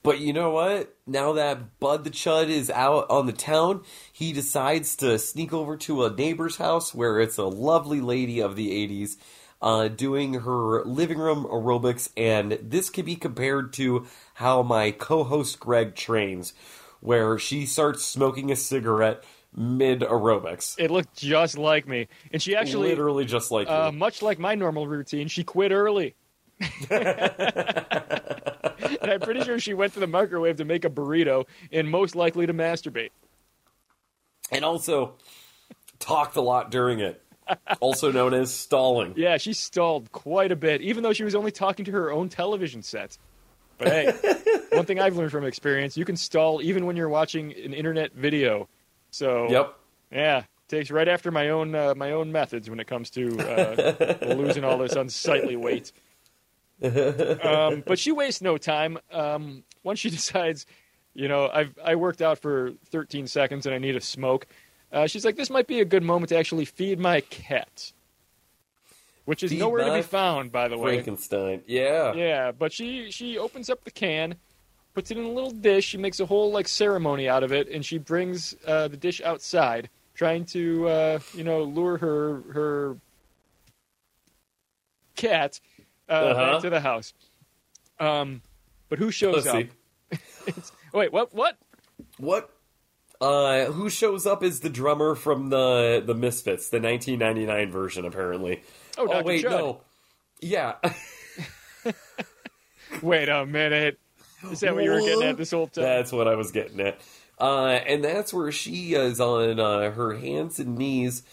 S3: But you know what? Now that Bud the Chud is out on the town, he decides to sneak over to a neighbor's house where it's a lovely lady of the 80s uh, doing her living room aerobics. And this can be compared to how my co host Greg trains, where she starts smoking a cigarette mid aerobics.
S4: It looked just like me. And she actually,
S3: Literally just like
S4: uh,
S3: you.
S4: much like my normal routine, she quit early. and I'm pretty sure she went to the microwave to make a burrito and most likely to masturbate.
S3: and also talked a lot during it, also known as stalling.
S4: Yeah, she stalled quite a bit, even though she was only talking to her own television set. But hey, one thing I've learned from experience, you can stall even when you're watching an internet video. So
S3: Yep.
S4: yeah, takes right after my own uh, my own methods when it comes to uh, losing all this unsightly weight. Um, but she wastes no time. Um, once she decides, you know, I've I worked out for 13 seconds and I need a smoke. Uh, she's like, this might be a good moment to actually feed my cat, which is
S3: Feed
S4: nowhere to
S3: my
S4: be found, by the way.
S3: Frankenstein. Yeah.
S4: Yeah, but she she opens up the can, puts it in a little dish. She makes a whole like ceremony out of it, and she brings uh, the dish outside, trying to uh, you know lure her her cat uh,
S3: Uh-huh.
S4: back to the house. Um, but who shows
S3: Pussy.
S4: up? Oh, Wait, what? What?
S3: What? Uh, who shows up is the drummer from the the Misfits, the 1999 version, apparently.
S4: Oh, Dr.
S3: wait,
S4: Judd.
S3: no. Yeah.
S4: Wait a minute. Is that what you were getting at this whole time?
S3: That's what I was getting at. Uh, and that's where she is on uh, her hands and knees.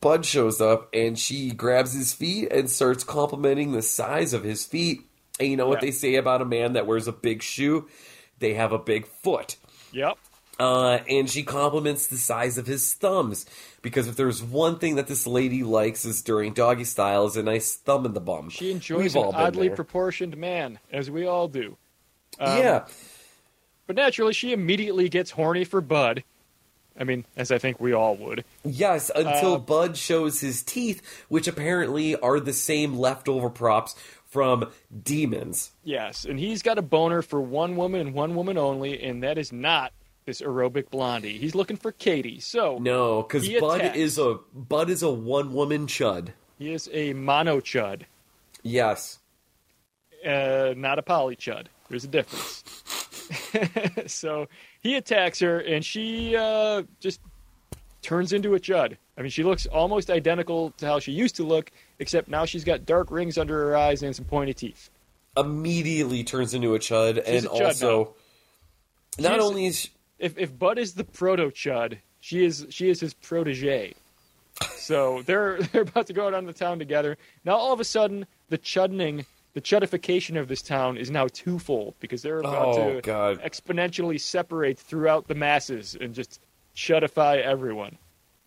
S3: Bud shows up and she grabs his feet and starts complimenting the size of his feet. And you know what
S4: Yeah.
S3: they say about a man that wears a big shoe? They have a big foot.
S4: Yep.
S3: Uh, and she compliments the size of his thumbs because if there's one thing that this lady likes is during doggy style is a nice thumb in the bum.
S4: She enjoys
S3: We've all
S4: an
S3: been
S4: oddly
S3: there.
S4: proportioned man, as we all do. Um,
S3: yeah,
S4: But naturally, she immediately gets horny for Bud. I mean, as I think we all would.
S3: Yes, until
S4: Uh,
S3: Bud shows his teeth, which apparently are the same leftover props from demons.
S4: Yes, and he's got a boner for one woman and one woman only, and that is not this aerobic blondie. He's looking for Katie. So
S3: No, because
S4: He
S3: Bud
S4: attacks.
S3: is a Bud is a one woman chud.
S4: he is a mono chud,
S3: Yes.
S4: uh, not a poly chud. There's a difference. so he attacks her, and she uh, just turns into a chud. I mean, she looks almost identical to how she used to look, except now she's got dark rings under her eyes and some pointy teeth.
S3: Immediately turns into a chud
S4: She's
S3: and
S4: a chud
S3: also not
S4: She's-
S3: only is she,
S4: if if Bud is the proto Chud, she is she is his protege. So they're they're about to go out on the town together. Now all of a sudden, the chudning, the chudification of this town is now twofold because they're about
S3: Oh,
S4: to
S3: God.
S4: exponentially separate throughout the masses and just chudify everyone.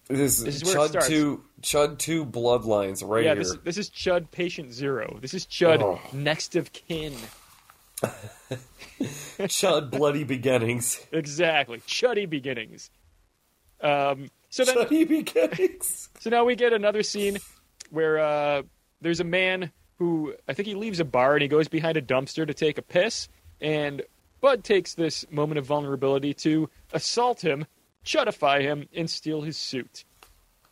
S3: this,
S4: this is where it
S3: chud
S4: starts.
S3: two chud two bloodlines right
S4: yeah,
S3: here.
S4: this this is Chud patient zero. This is Chud
S3: Oh.
S4: next of kin.
S3: chud bloody beginnings.
S4: Exactly, chuddy beginnings. Um, so then
S3: Chuddy beginnings.
S4: So now we get another scene where uh, there's a man who I think he leaves a bar and he goes behind a dumpster to take a piss, and Bud takes this moment of vulnerability to assault him, chutify him, and steal his suit.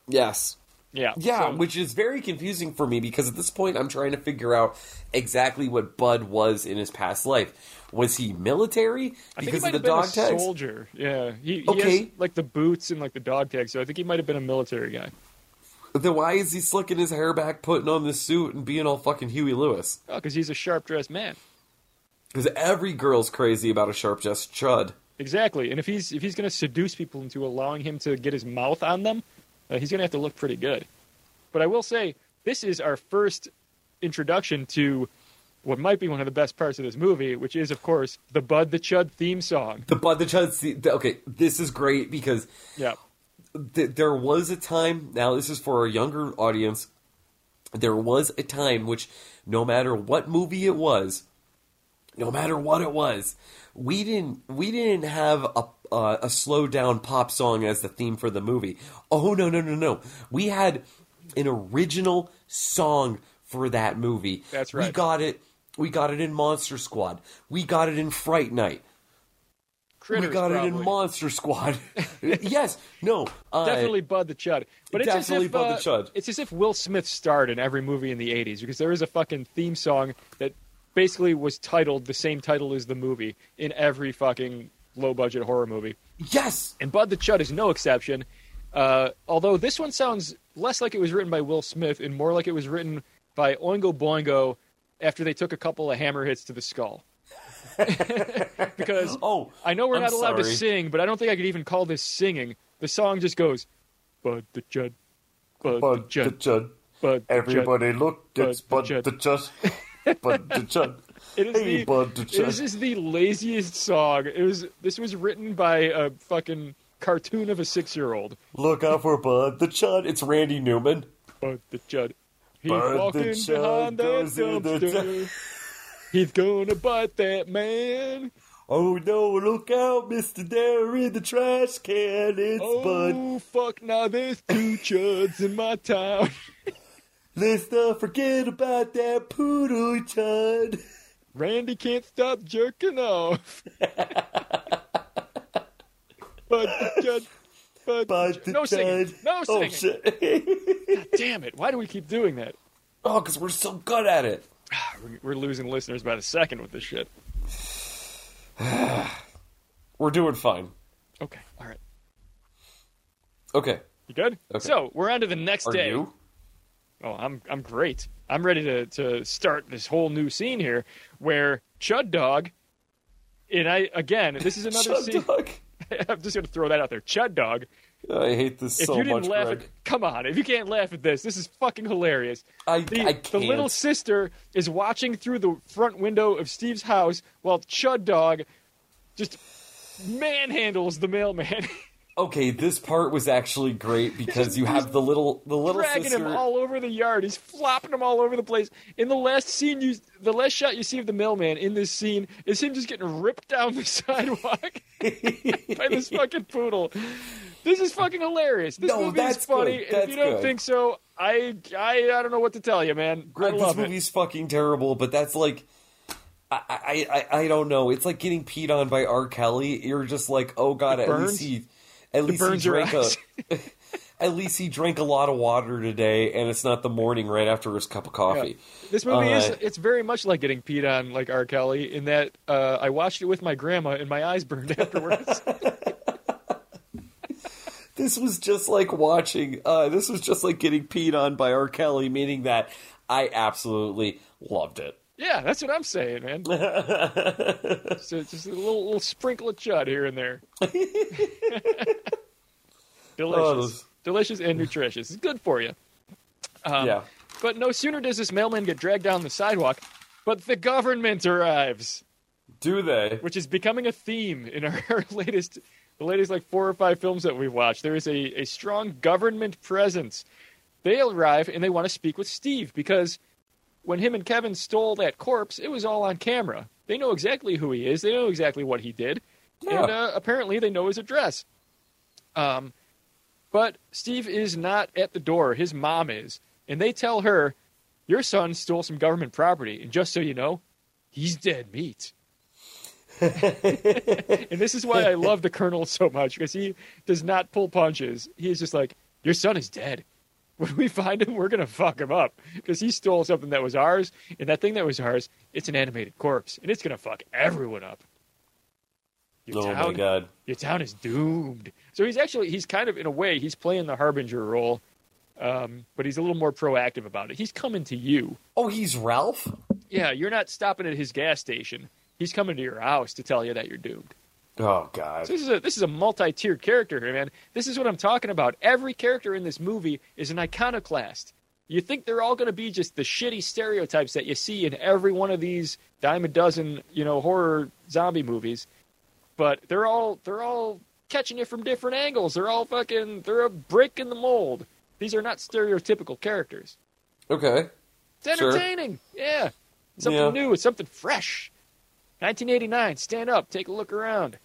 S3: Yes.
S4: Yeah,
S3: Yeah,
S4: so-
S3: which is very confusing for me because at this point I'm trying to figure out exactly what Bud was in his past life. Was he military
S4: I think he
S3: because
S4: might
S3: of the
S4: have been
S3: dog
S4: a
S3: tags?
S4: soldier. Yeah, he, he
S3: Okay.
S4: has like the boots and like the dog tags, so I think he might have been a military guy.
S3: Then why is he slicking his hair back, putting on this suit, and being all fucking Huey Lewis?
S4: Oh, because he's a sharp dressed man.
S3: Because every girl's crazy about a sharp chest chud.
S4: Exactly, and if he's if he's going to seduce people into allowing him to get his mouth on them, uh, he's going to have to look pretty good. But I will say, this is our first introduction to what might be one of the best parts of this movie, which is, of course, the Bud the Chud theme song.
S3: The Bud the Chud. see, th- Okay, this is great because
S4: Yeah,
S3: th- there was a time. Now this is for our younger audience. There was a time which, no matter what movie it was, no matter what it was, we didn't we didn't have a uh, a slow down pop song as the theme for the movie. Oh no no no no! We had an original song for that movie.
S4: That's
S3: We
S4: right.
S3: got it. We got it in Monster Squad. We got it in Fright Night.
S4: critters.
S3: we got
S4: probably.
S3: it in Monster Squad. yes. No. Uh,
S4: Definitely Bud the Chud. But it's
S3: Definitely
S4: as if,
S3: Bud
S4: uh,
S3: the Chud.
S4: It's as if Will Smith starred in every movie in the '80s because there is a fucking theme song that basically was titled the same title as the movie in every fucking low budget horror movie.
S3: Yes.
S4: and Bud the Chud is no exception. Uh, although this one sounds less like it was written by Will Smith and more like it was written by Oingo Boingo after they took a couple of hammer hits to the skull. because
S5: Oh,
S4: I know we're
S5: I'm
S4: not allowed
S5: sorry.
S4: to sing, but I don't think I could even call this singing. The song just goes, Bud the Judd, Bud, the
S3: Bud the
S4: Judd,
S3: Judd.
S4: Bud the Judd."
S3: Everybody looked, it's
S4: Bud
S3: Bud
S4: the
S3: the Judd. Bud the Judd.
S4: It is
S3: Hey,
S4: the-
S3: Bud the
S4: This
S3: Judd.
S4: is the laziest song. It was. This was written by a fucking cartoon of a six-year-old.
S3: Look out for Bud the Judd. It's Randy Newman.
S4: Bud the Judd. He's
S3: Bud the
S4: walking
S3: Judd
S4: behind that
S3: goes in the
S4: dumpster. He's gonna bite that man.
S3: Oh no, look out, Mr. Dare in the trash can. It's Bud.
S4: oh fuck! Now there's two chuds in my town.
S3: Let's not forget about that poodle Judd.
S4: Randy can't stop jerking off. Bud the Judd. Bud,
S3: Bud the
S4: no singing.
S3: Judd.
S4: No
S3: Oh,
S4: singing.
S3: shit.
S4: Damn it! Why do we keep doing that?
S3: oh, because we're so good at it.
S4: We're- We're losing listeners by the second with this shit.
S3: We're doing fine.
S4: Okay. All right.
S3: Okay.
S4: You good?
S3: Okay.
S4: So we're on to the next
S3: Are
S4: day.
S3: you?
S4: Oh, I'm I'm great. I'm ready to, to start this whole new scene here where Chud Dog and I again this is another
S3: Chud
S4: scene
S3: Dog.
S4: I'm just gonna throw that out there. Chud Dog.
S3: I hate this
S4: If
S3: so
S4: you didn't
S3: much,
S4: laugh
S3: Greg.
S4: at come on, if you can't laugh at this, this is fucking hilarious.
S3: I,
S4: The,
S3: I can't.
S4: the little sister is watching through the front window of Steve's house while Chud Dog just manhandles the mailman,
S3: Okay, this part was actually great because you have the little the little
S4: dragging
S3: sister.
S4: him all over the yard. He's flopping him all over the place. In the last scene, you the last shot you see of the mailman in this scene is him just getting ripped down the sidewalk by this fucking poodle. This is fucking hilarious. This
S3: No,
S4: movie
S3: that's
S4: is
S3: good.
S4: funny. and If
S3: That's
S4: you don't
S3: good.
S4: think so, I, I I don't know what to tell you, man.
S3: Greg,
S4: I
S3: this
S4: love it.
S3: movie's fucking terrible, but that's like I, I I I don't know. It's like getting peed on by R. Kelly. You're just like, oh god,
S4: It
S3: at
S4: burns?
S3: least he at least he
S4: burns your
S3: drank a
S4: eyes.
S3: at least he drank a lot of water today and it's not the morning right after his cup of coffee.
S4: This movie
S3: Uh,
S4: is it's very much like getting peed on like R. Kelly in that uh, I watched it with my grandma and my eyes burned afterwards.
S3: This was just like watching uh this was just like getting peed on by R. Kelly, meaning that I absolutely loved it.
S4: yeah, that's what I'm saying, man. so just a little, little sprinkle of chud here and there.
S3: Oh,
S4: delicious.
S3: those-
S4: delicious and nutritious. It's good for you. Um,
S3: yeah.
S4: But no sooner does this mailman get dragged down the sidewalk, but the government arrives.
S3: Do they?
S4: which is becoming a theme in our, our latest the latest like four or five films that we've watched there is a, a strong government presence they arrive and they want to speak with steve because when him and kevin stole that corpse it was all on camera they know exactly who he is they know exactly what he did
S3: Yeah.
S4: and uh, apparently they know his address um, but steve is not at the door his mom is and they tell her your son stole some government property and just so you know he's dead meat and this is why I love the Colonel so much because he does not pull punches. He's just like, Your son is dead. When we find him, we're going to fuck him up because he stole something that was ours. And that thing that was ours, it's an animated corpse and it's going to fuck everyone up. Your,
S3: Oh my
S4: town,
S3: god.
S4: your town is doomed. So he's actually, he's kind of, in a way, he's playing the Harbinger role, um, but he's a little more proactive about it. He's coming to you.
S3: Oh, he's Ralph?
S4: Yeah, you're not stopping at his gas station. He's coming to your house to tell you that you're doomed.
S3: Oh god.
S4: So this is a this is a multi-tiered character here, man. This is what I'm talking about. Every character in this movie is an iconoclast. You think they're all going to be just the shitty stereotypes that you see in every one of these dime a dozen, you know, horror zombie movies, but they're all they're all catching you from different angles. They're all fucking they're a brick in the mold. These are not stereotypical characters.
S3: Okay.
S4: It's
S3: Sure.
S4: entertaining. Yeah. It's Something
S3: Yeah.
S4: new. It's something fresh. 1989. Stand up. Take a look around.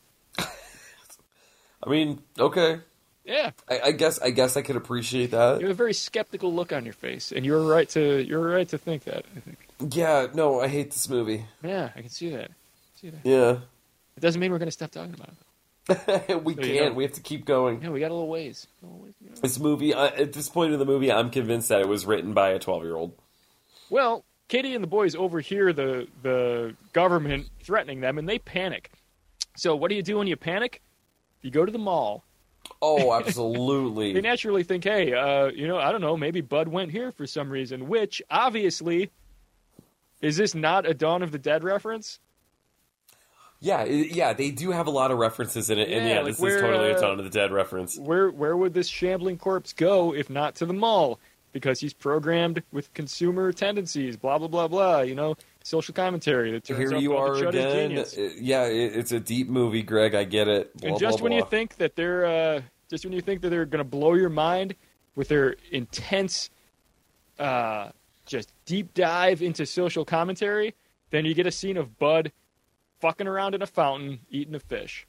S3: I mean, okay.
S4: Yeah.
S3: I, I guess I guess I could appreciate that.
S4: You have a very skeptical look on your face, and you're right to you're right to think that. I think.
S3: Yeah, no, I hate this movie.
S4: Yeah, I can see that. See that.
S3: Yeah.
S4: It doesn't mean we're going to stop talking about it.
S3: we
S4: you
S3: can't.
S4: go.
S3: We have to keep going.
S4: Yeah, we got a little ways. A little ways to go.
S3: This movie, I, at this point in the movie, I'm convinced that it was written by a 12 year old.
S4: Well, Katie and the boys overhear the the government threatening them, and they panic. So what do you do when you panic? You go to the mall.
S3: Oh,
S4: They
S3: absolutely.
S4: naturally think, hey, uh, you know, I don't know, maybe Bud went here for some reason. Which obviously, is this not a Dawn of the Dead reference?
S3: Yeah, i- yeah, they do have a lot of references in it, and
S4: Yeah,
S3: yeah,
S4: like
S3: this
S4: where,
S3: is totally
S4: uh,
S3: a Dawn of the Dead reference.
S4: Where where would this shambling corpse go if not to the mall? Because he's programmed with consumer tendencies, blah blah blah blah. You know, social commentary that turns
S3: Here
S4: up
S3: you
S4: all the
S3: are
S4: Chuddy's
S3: again.
S4: genius.
S3: Uh, Yeah, it, it's a deep movie, Greg. I get it. Blah,
S4: and just
S3: blah,
S4: when you
S3: blah.
S4: think that they're uh, just when you think that they're going to blow your mind with their intense uh, just deep dive into social commentary then you get a scene of bud fucking around in a fountain eating a fish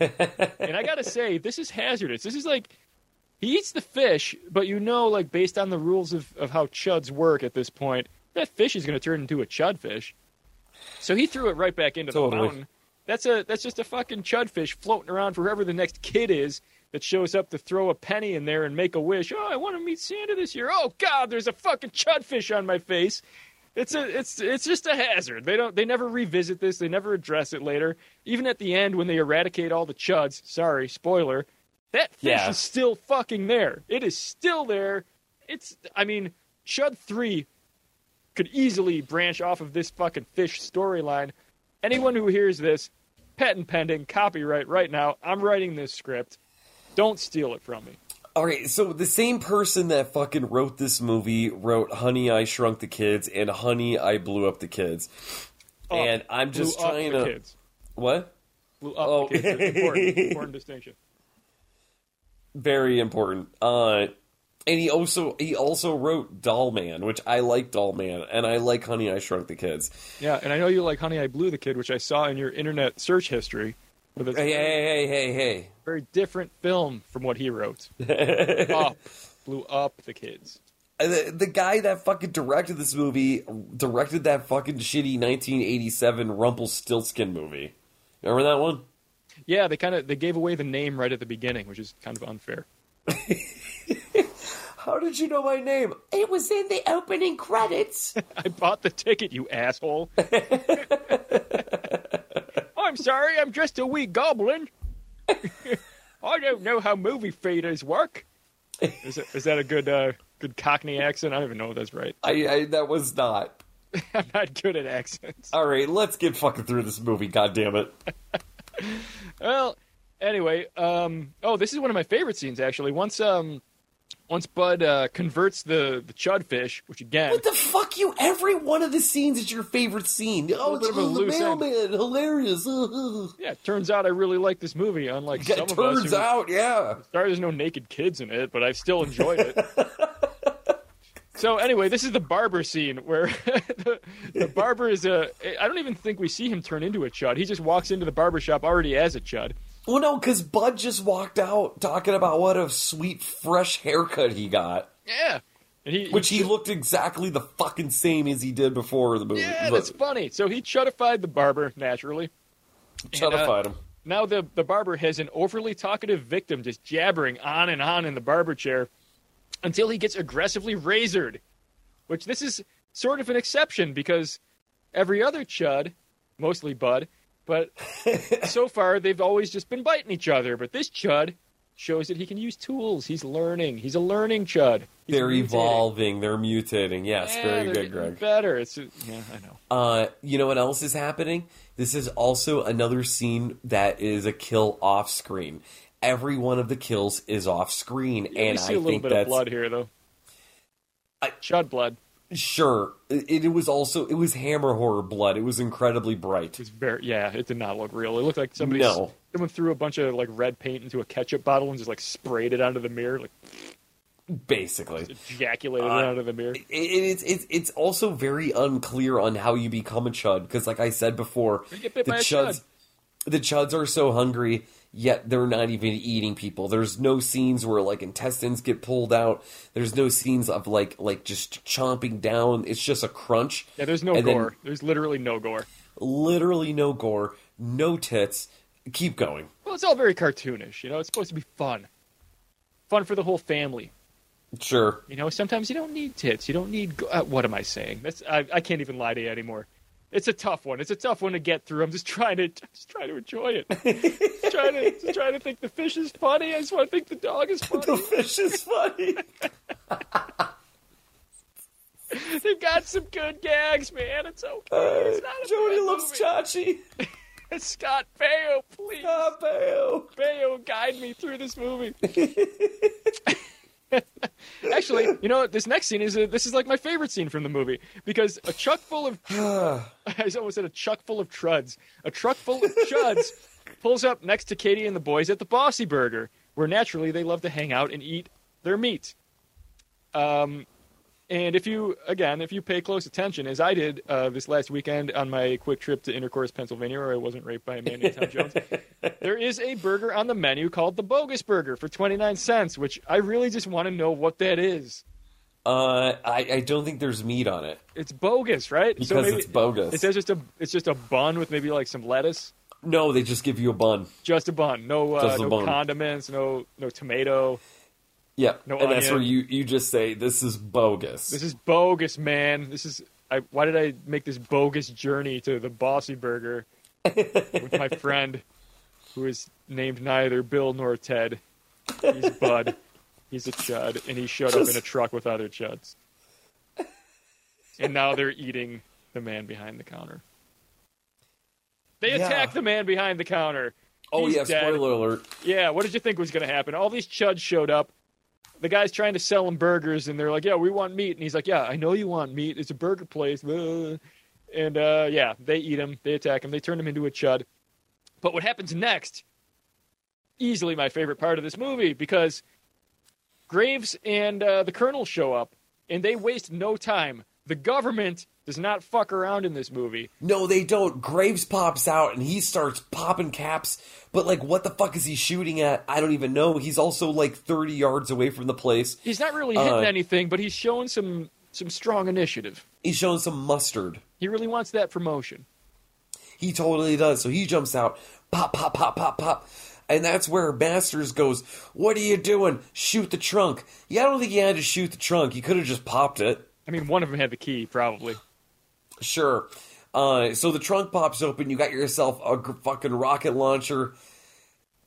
S4: and i gotta say this is hazardous this is like he eats the fish but you know like based on the rules of, of how chuds work at this point that fish is going to turn into a chud fish so he threw it right back into
S3: Totally.
S4: the fountain that's a that's just a fucking chud fish floating around wherever the next kid is that shows up to throw a penny in there and make a wish. Oh, I want to meet Santa this year. Oh God, there's a fucking chud fish on my face. It's a it's it's just a hazard. They don't they never revisit this. They never address it later. Even at the end when they eradicate all the chuds. Sorry, spoiler. That fish
S3: Yeah.
S4: is still fucking there. It is still there. It's I mean chud three could easily branch off of this fucking fish storyline. Anyone who hears this, patent pending, copyright right now. I'm writing this script. Don't steal it from me.
S3: All right, so the same person that fucking wrote this movie wrote "Honey, I Shrunk the Kids" and "Honey, I Blew Up the Kids," and I'm just
S4: Blew up
S3: trying
S4: the
S3: to
S4: kids.
S3: what
S4: Blew up
S3: Oh.
S4: the kids. It's Important, important distinction.
S3: very important. Uh, and he also he also wrote "Doll Man," which I like "Doll Man," and I like "Honey, I Shrunk the Kids."
S4: Yeah, and I know you like "Honey, I Blew the Kid," which I saw in your internet search history. But it's
S3: Hey,
S4: a very,
S3: hey, hey, hey, hey!
S4: very different film from what he wrote. up, blew up the kids.
S3: And The, the guy that fucking directed this movie directed that fucking shitty 1987 Rumpelstiltskin movie. Remember that one?
S4: Yeah, they kind of they gave away the name right at the beginning, which is kind of unfair.
S3: How did you know my name? It was in the opening credits.
S4: I bought the ticket, you asshole. I'm sorry, I'm just a wee goblin. I don't know how movie theaters work. Is, that- is that a good uh, good Cockney accent? I don't even know if that's right.
S3: I, I that was not.
S4: I'm not good at accents.
S3: All right, let's get fucking through this movie. God damn it!
S4: Well, anyway, um, oh, this is one of my favorite scenes actually. Once um, once Bud uh, converts the the chud fish, which again,
S3: What the fuck? You every one of the scenes is your favorite scene. Oh,
S4: bit
S3: it's
S4: of a
S3: oh, the
S4: loose end.
S3: mailman, hilarious.
S4: yeah, it turns out I really like this movie. Unlike
S3: Yeah,
S4: some of us,
S3: turns
S4: who-
S3: out, yeah.
S4: Sorry, there's no naked kids in it, but I've still enjoyed it. so anyway, this is the barber scene where the, the barber is a. I don't even think we see him turn into a chud. He just walks into the barber shop already as a chud.
S3: Well, no, because Bud just walked out talking about what a sweet, fresh haircut he got,
S4: Yeah, and he
S3: which he looked exactly the fucking same as he did before the movie.
S4: yeah,
S3: Look,
S4: that's funny. So he chudified the barber naturally.
S3: Chudified him.
S4: Now the the barber has an overly talkative victim just jabbering on and on in the barber chair until he gets aggressively razored, which this is sort of an exception because every other chud, mostly Bud, but so far they've always just been biting each other. But this chud shows that he can use tools. He's learning. He's a learning chud. He's
S3: They're
S4: mutating.
S3: evolving. They're mutating. Yes,
S4: Yeah,
S3: very
S4: they're
S3: good,
S4: getting
S3: Greg.
S4: Better. It's yeah, I know.
S3: Uh, you know what else is happening? This is also another scene that is a kill off screen. Every one of the kills is off screen,
S4: we
S3: and
S4: see
S3: I
S4: a little
S3: think
S4: bit
S3: that's
S4: of blood here though.
S3: I-
S4: chud blood.
S3: sure. It, it was also it was hammer horror blood. It was incredibly bright.
S4: It's very yeah. It did not look real. It looked like somebody
S3: No.
S4: someone threw a bunch of like red paint into a ketchup bottle and just like sprayed it onto the mirror, like
S3: Basically,
S4: ejaculated
S3: Uh,
S4: it onto the mirror.
S3: it, it's it's it's also very unclear on how you become a chud because, like I said before,
S4: You get bit
S3: the
S4: by a
S3: chuds
S4: chud.
S3: the chuds are so hungry yet they're not even eating people. There's no scenes where like intestines get pulled out. There's no scenes of like like just chomping down. It's just a crunch.
S4: Yeah, there's no
S3: and then
S4: gore. There's literally no gore.
S3: Literally no gore, no tits. Keep going.
S4: Well, it's all very cartoonish. You know, it's supposed to be fun, fun for the whole family.
S3: Sure.
S4: You know, sometimes you don't need tits. You don't need. Go- uh, what am I saying? That's I, I can't even lie to you anymore. It's a tough one. It's a tough one to get through. I'm just trying to I'm just trying to enjoy it. just trying to just trying to think the fish is funny. I just want to think the dog is funny.
S3: The fish is funny.
S4: They've got some good gags, man. It's okay. It's not a
S3: Jody
S4: bad
S3: loves
S4: movie.
S3: Chachi.
S4: Scott Baio, please.
S3: Ah, boo.
S4: Baio, guide me through this movie. Actually, you know what? This next scene is uh this is like my favorite scene from the movie because a truck full of I almost said a truck full of truds. A truck full of chuds pulls up next to Katie and the boys at the Bossy Burger, where naturally they love to hang out and eat their meat. Um, and if you, again, if you pay close attention, as I did uh, this last weekend on my quick trip to Intercourse, Pennsylvania, where I wasn't raped by a man named Tom Jones, there is a burger on the menu called the Bogus Burger for 29 cents, which I really just want to know what that is.
S3: Uh, I, I don't think there's meat on it
S4: It's bogus, right?
S3: because
S4: So maybe-
S3: it's bogus.
S4: It says just a it's just a bun with maybe like some lettuce.
S3: no, they just give you a bun.
S4: Just a bun. No uh,
S3: Just a
S4: no
S3: bun.
S4: condiments, no no tomato.
S3: Yeah,
S4: No
S3: and that's
S4: onion.
S3: where you, you just say this is bogus.
S4: This is bogus, man. This is I why did I make this bogus journey to the Bossy Burger with my friend who is named neither Bill nor Ted. He's Bud. He's a chud and he showed up in a truck with other chuds. And now they're eating the man behind the counter. They
S3: Yeah.
S4: attack the man behind the counter.
S3: oh
S4: he's
S3: yeah,
S4: dead.
S3: spoiler alert.
S4: Yeah, what did you think was going to happen? All these chuds showed up. The guy's trying to sell him burgers, and they're like, "Yeah, we want meat." And he's like, "Yeah, I know you want meat. It's a burger place." Blah. And uh, yeah, they eat him. They attack him. They turn him into a chud. But what happens next? Easily my favorite part of this movie because Graves and uh, the Colonel show up, and they waste no time. The government does not fuck around in this movie.
S3: No, they don't. Graves pops out and he starts popping caps. But like, what the fuck is he shooting at? I don't even know. He's also like 30 yards away from the place.
S4: He's not really hitting
S3: Uh,
S4: anything, but he's showing some some strong initiative.
S3: He's showing some mustard.
S4: He really wants that promotion.
S3: He totally does. So he jumps out, pop, pop, pop, pop, pop. And that's where Masters goes, What are you doing? Shoot the trunk. Yeah, I don't think he had to shoot the trunk. He could have just popped it.
S4: I mean, one of them had the key, probably.
S3: Sure. Uh, so the trunk pops open. You got yourself a g- fucking rocket launcher.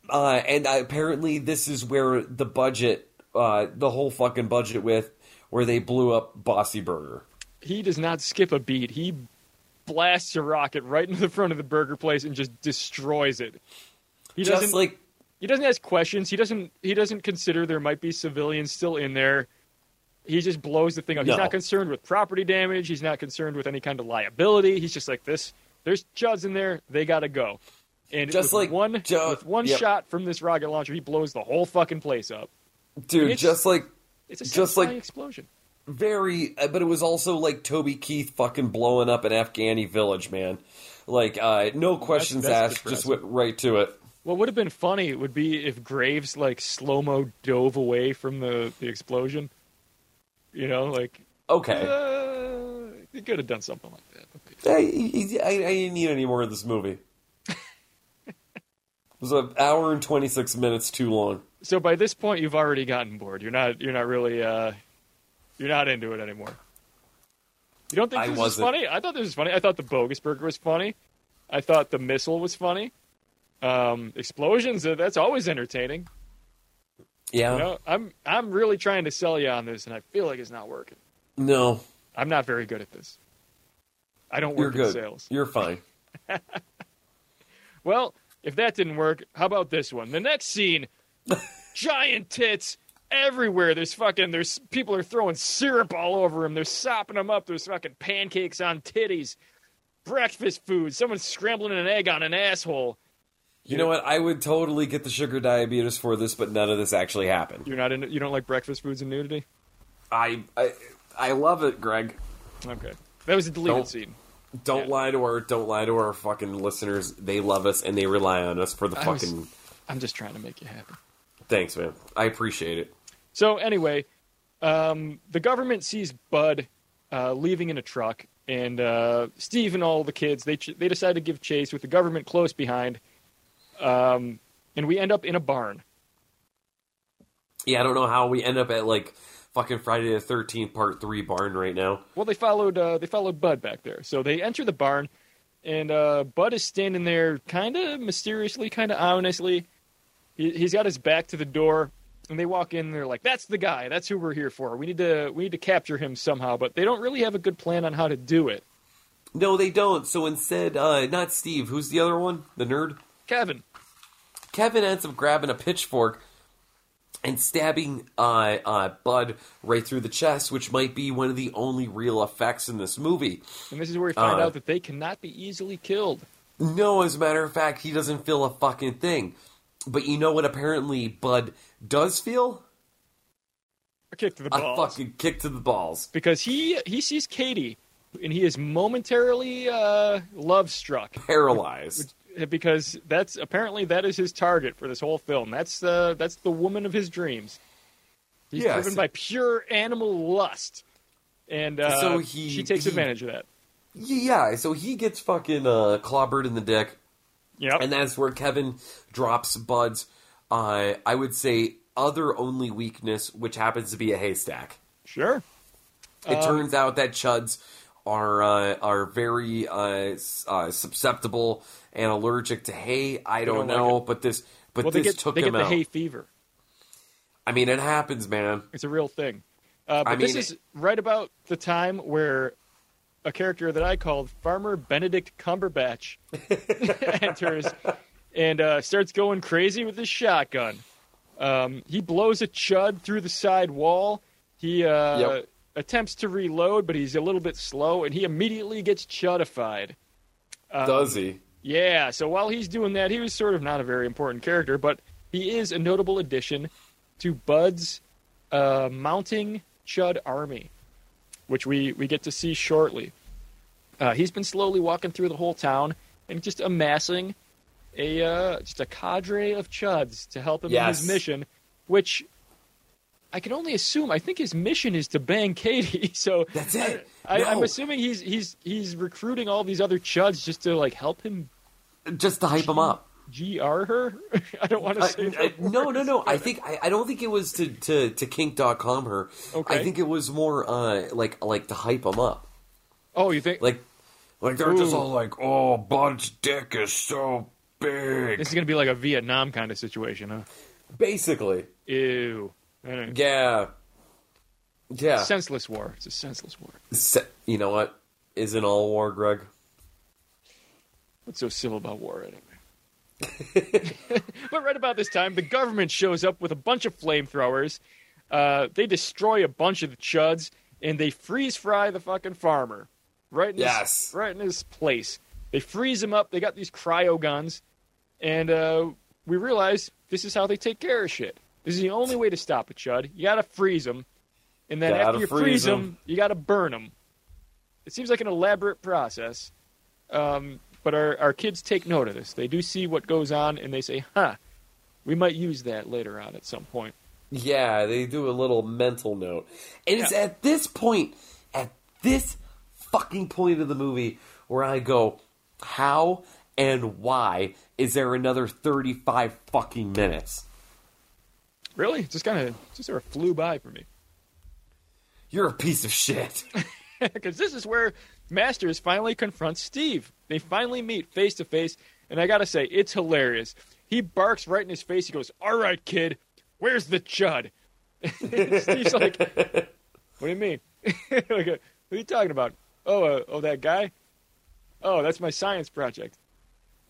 S3: Uh, and I, apparently, this is where the budget, uh, the whole fucking budget with, where they blew up Bossy Burger.
S4: He does not skip a beat. He blasts a rocket right into the front of the burger place and just destroys it. He
S3: Just
S4: doesn't
S3: like,
S4: he doesn't ask questions. He doesn't he doesn't consider there might be civilians still in there. He just blows the thing up. He's
S3: No.
S4: not concerned with property damage. He's not concerned with any kind of liability. He's just like this. There's chuds in there. They gotta go. And
S3: Just
S4: with
S3: like
S4: one
S3: Joe-
S4: with one
S3: yep.
S4: shot from this rocket launcher, he blows the whole fucking place up.
S3: dude,
S4: it's-
S3: just like,
S4: It's a
S3: Just
S4: satisfying
S3: like-
S4: explosion.
S3: very, uh, but it was also like Toby Keith fucking blowing up an Afghani village, man. Like, uh, no questions
S4: that's
S3: asked, just went right to it.
S4: What would have been funny would be if Graves like slow mo dove away from the, the explosion. You know, like
S3: Okay.
S4: uh, he could have done something like that.
S3: I, I, I didn't need any more of this movie. it was an hour and 26 minutes too long.
S4: So by this point, you've already gotten bored. You're not you're not really uh, you're not into it anymore. You don't think
S3: I
S4: this is
S3: wasn't.
S4: funny? I thought this was funny. I thought the bogus burger was funny. I thought the missile was funny. Um, explosions uh, that's always entertaining.
S3: Yeah.
S4: You know, I'm I'm really trying to sell you on this, and I feel like it's not working.
S3: No,
S4: I'm not very good at this. I don't
S3: you're
S4: work in
S3: good.
S4: sales.
S3: You're fine.
S4: Well, if that didn't work, how about this one? The next scene, giant tits everywhere. There's fucking there's people are throwing syrup all over him. They're sopping them up. There's fucking pancakes on titties, breakfast food. Someone's scrambling an egg on an asshole.
S3: You know what? I would totally get the sugar diabetes for this, but none of this actually happened.
S4: You're not in. You don't like breakfast foods and nudity.
S3: I I, I love it, Greg.
S4: Okay, that was a deleted
S3: Don't-
S4: scene.
S3: Don't
S4: Yeah.
S3: lie to our don't lie to our fucking listeners. They love us and they rely on us for the
S4: I was-
S3: fucking
S4: I'm just trying to make you happy.
S3: Thanks, man. I appreciate it.
S4: So anyway, um, the government sees Bud uh, leaving in a truck, and uh, Steve and all the kids they ch- they decide to give chase with the government close behind, um, and we end up in a barn.
S3: Yeah, I don't know how we end up at like fucking Friday the 13th part 3 barn right now.
S4: Well, they followed uh, they followed Bud back there, so they enter the barn, and uh, Bud is standing there, kind of mysteriously, kind of ominously. He, he's got his back to the door, and they walk in. And they're like, "That's the guy. That's who we're here for. We need to we need to capture him somehow." But they don't really have a good plan on how to do it.
S3: No, they don't. So instead, uh, not Steve. Who's the other one? The nerd.
S4: Kevin.
S3: Kevin ends up grabbing a pitchfork and stabbing uh, uh, Bud right through the chest, which might be one of the only real effects in this movie.
S4: And this is where we find
S3: Uh,
S4: out that they cannot be easily killed.
S3: No, as a matter of fact, he doesn't feel a fucking thing. But you know what? Apparently, Bud does feel
S4: A kick to the
S3: a
S4: balls.
S3: fucking kick to the balls.
S4: Because he he sees Katie, and he is momentarily uh, love struck
S3: Paralyzed.
S4: because that's apparently that is his target for this whole film. That's uh, that's the woman of his dreams. He's
S3: Yes.
S4: driven by pure animal lust, and uh,
S3: So he-
S4: she takes
S3: he-
S4: advantage of that.
S3: Yeah, so he gets fucking uh, clobbered in the dick.
S4: Yep.
S3: And that's where Kevin drops Bud's, uh, I would say, other only weakness, which happens to be a haystack.
S4: sure.
S3: It
S4: Uh.
S3: turns out that chuds are uh, are very uh, s- uh, susceptible and allergic to hay. I don't,
S4: don't like
S3: know, but this but
S4: Well, they
S3: this
S4: get
S3: took
S4: they
S3: him
S4: get the
S3: out.
S4: hay fever.
S3: I mean, it happens, man.
S4: It's a real thing. Uh, but
S3: I
S4: this
S3: mean-
S4: is right about the time where a character that I called Farmer Benedict Cumberbatch enters and uh, starts going crazy with his shotgun. Um, he blows a chud through the side wall. He uh,
S3: Yep.
S4: attempts to reload, but he's a little bit slow, and he immediately gets chudified. Um,
S3: Does he?
S4: Yeah, so while he's doing that, he was sort of not a very important character, but he is a notable addition to Bud's uh, mounting Chud army, which we, we get to see shortly. Uh, he's been slowly walking through the whole town and just amassing a uh, just a cadre of Chuds to help him in
S3: Yes.
S4: his mission, which I can only assume. I think his mission is to bang Katie, so
S3: That's it.
S4: I, I'm
S3: No.
S4: assuming he's he's he's recruiting all these other chuds just to like help him
S3: Just to hype him up.
S4: gr her. I don't want to
S3: I-
S4: say that
S3: I- Uh, no,
S4: word.
S3: no, no. I think I, I don't think it was to to to kink.com her. I
S4: Okay.
S3: think it was more uh, like like to hype him up.
S4: Oh, you think
S3: Like like they're just
S4: Ooh.
S3: all like, "Oh, Bud's dick is so big."
S4: this is gonna be like a Vietnam kind of situation, huh?
S3: Basically.
S4: Ew. I don't know.
S3: Yeah. Yeah.
S4: Senseless war. It's a senseless war.
S3: Se- you know what? Isn't all war, Greg?
S4: What's so civil about war anyway? but right about this time, the government shows up with a bunch of flamethrowers. Uh, they destroy a bunch of the chuds and they freeze fry the fucking farmer right in
S3: Yes.
S4: his, right in his place. They freeze him up. They got these cryo guns, and uh, we realize this is how they take care of shit. This is the only way to stop a chud. You gotta freeze them, and then
S3: Gotta
S4: after you
S3: freeze
S4: freeze
S3: 'em.
S4: them, you gotta burn them. It seems like an elaborate process. Um, but our, our kids take note of this. They do see what goes on and they say, huh, we might use that later on at some point.
S3: Yeah, they do a little mental note. And it's at this point, at this fucking point of the movie, where I go, how and why is there another 35 fucking minutes?
S4: Really? Just kind of just sort of flew by for me.
S3: You're a piece of shit.
S4: Because this is where Masters finally confronts Steve. They finally meet face to face, and I gotta say, it's hilarious. He barks right in his face. He goes, All right, kid, where's the chud? Steve's like, What do you mean? like, what are you talking about? Oh, uh, oh, that guy? Oh, that's my science project.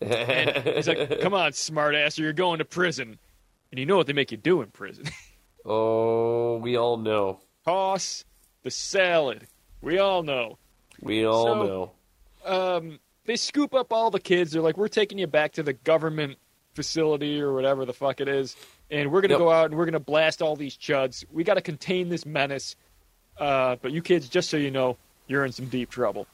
S4: He's like, "Come on, smartass, or you're going to prison." And you know what they make you do in prison?
S3: oh, we all know.
S4: Toss the salad. We all know.
S3: We all
S4: So-
S3: know.
S4: Um, they scoop up all the kids. They're like, "We're taking you back to the government facility or whatever the fuck it is, and we're gonna
S3: Yep.
S4: go out and we're gonna blast all these chuds. We got to contain this menace." Uh, but you kids, just so you know, you're in some deep trouble.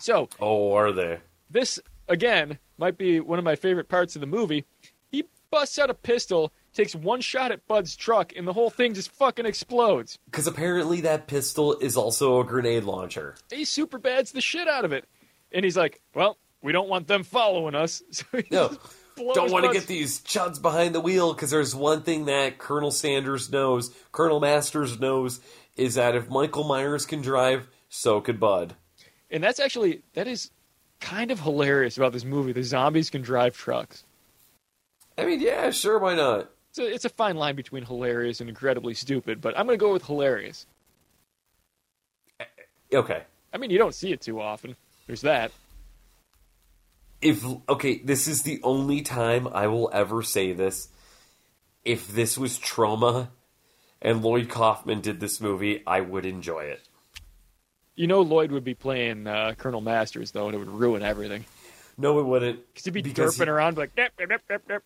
S4: So
S3: Oh, are they?
S4: this again might be one of my favorite parts of the movie. He busts out a pistol, takes one shot at Bud's truck, and the whole thing just fucking explodes.
S3: Because apparently that pistol is also a grenade launcher.
S4: He super bads the shit out of it, and he's like, "Well, we don't want them following us." So he
S3: No.
S4: just blows
S3: Don't want to
S4: Bud's-
S3: get these chuds behind the wheel because there's one thing that Colonel Sanders knows, Colonel Masters knows, is that if Michael Myers can drive, so could Bud.
S4: And that's actually that is kind of hilarious about this movie. The zombies can drive trucks.
S3: I mean, yeah, sure, why not?
S4: It's a, it's a fine line between hilarious and incredibly stupid, but I'm going to go with hilarious.
S3: Okay.
S4: I mean, you don't see it too often. There's that.
S3: if okay, this is the only time I will ever say this. If this was trauma and Lloyd Kaufman did this movie, I would enjoy it.
S4: You know, Lloyd would be playing uh, Colonel Masters though, and it would ruin everything.
S3: No, it wouldn't.
S4: Because he'd be
S3: Because
S4: derping around like, "Dip, dip, dip, dip, dip.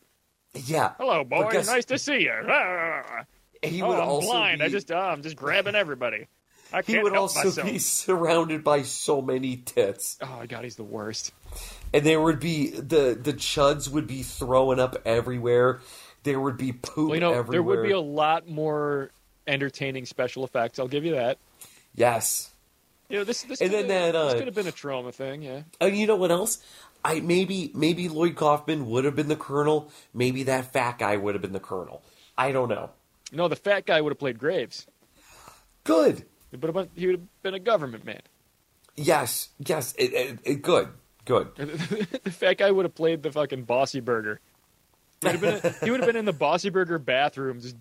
S3: Yeah.
S4: "Hello, boy,
S3: guess-
S4: nice to see you." Ah,
S3: He
S4: oh,
S3: would
S4: I'm
S3: also
S4: blind.
S3: Be,
S4: I just, uh, I'm just grabbing everybody. I
S3: he
S4: can't
S3: would
S4: help
S3: also
S4: myself.
S3: be surrounded by so many tits.
S4: Oh my god, he's the worst.
S3: and there would be the the chuds would be throwing up everywhere. There would be poop
S4: Well, you know,
S3: everywhere.
S4: there would be a lot more entertaining special effects. I'll give you that.
S3: yes,
S4: You know, this this
S3: And
S4: could
S3: then that, uh,
S4: have been a trauma thing. Yeah,
S3: and you know what else? I maybe maybe Lloyd Kaufman would have been the colonel. Maybe that fat guy would have been the colonel. I don't know.
S4: no, the fat guy would have played Graves,
S3: Good.
S4: but a bunch, he would have been a government man.
S3: Yes. Yes. It, it, it- good. Good.
S4: the fat guy would have played the fucking Bossy Burger. He would have been, he would have been in the Bossy Burger bathroom, just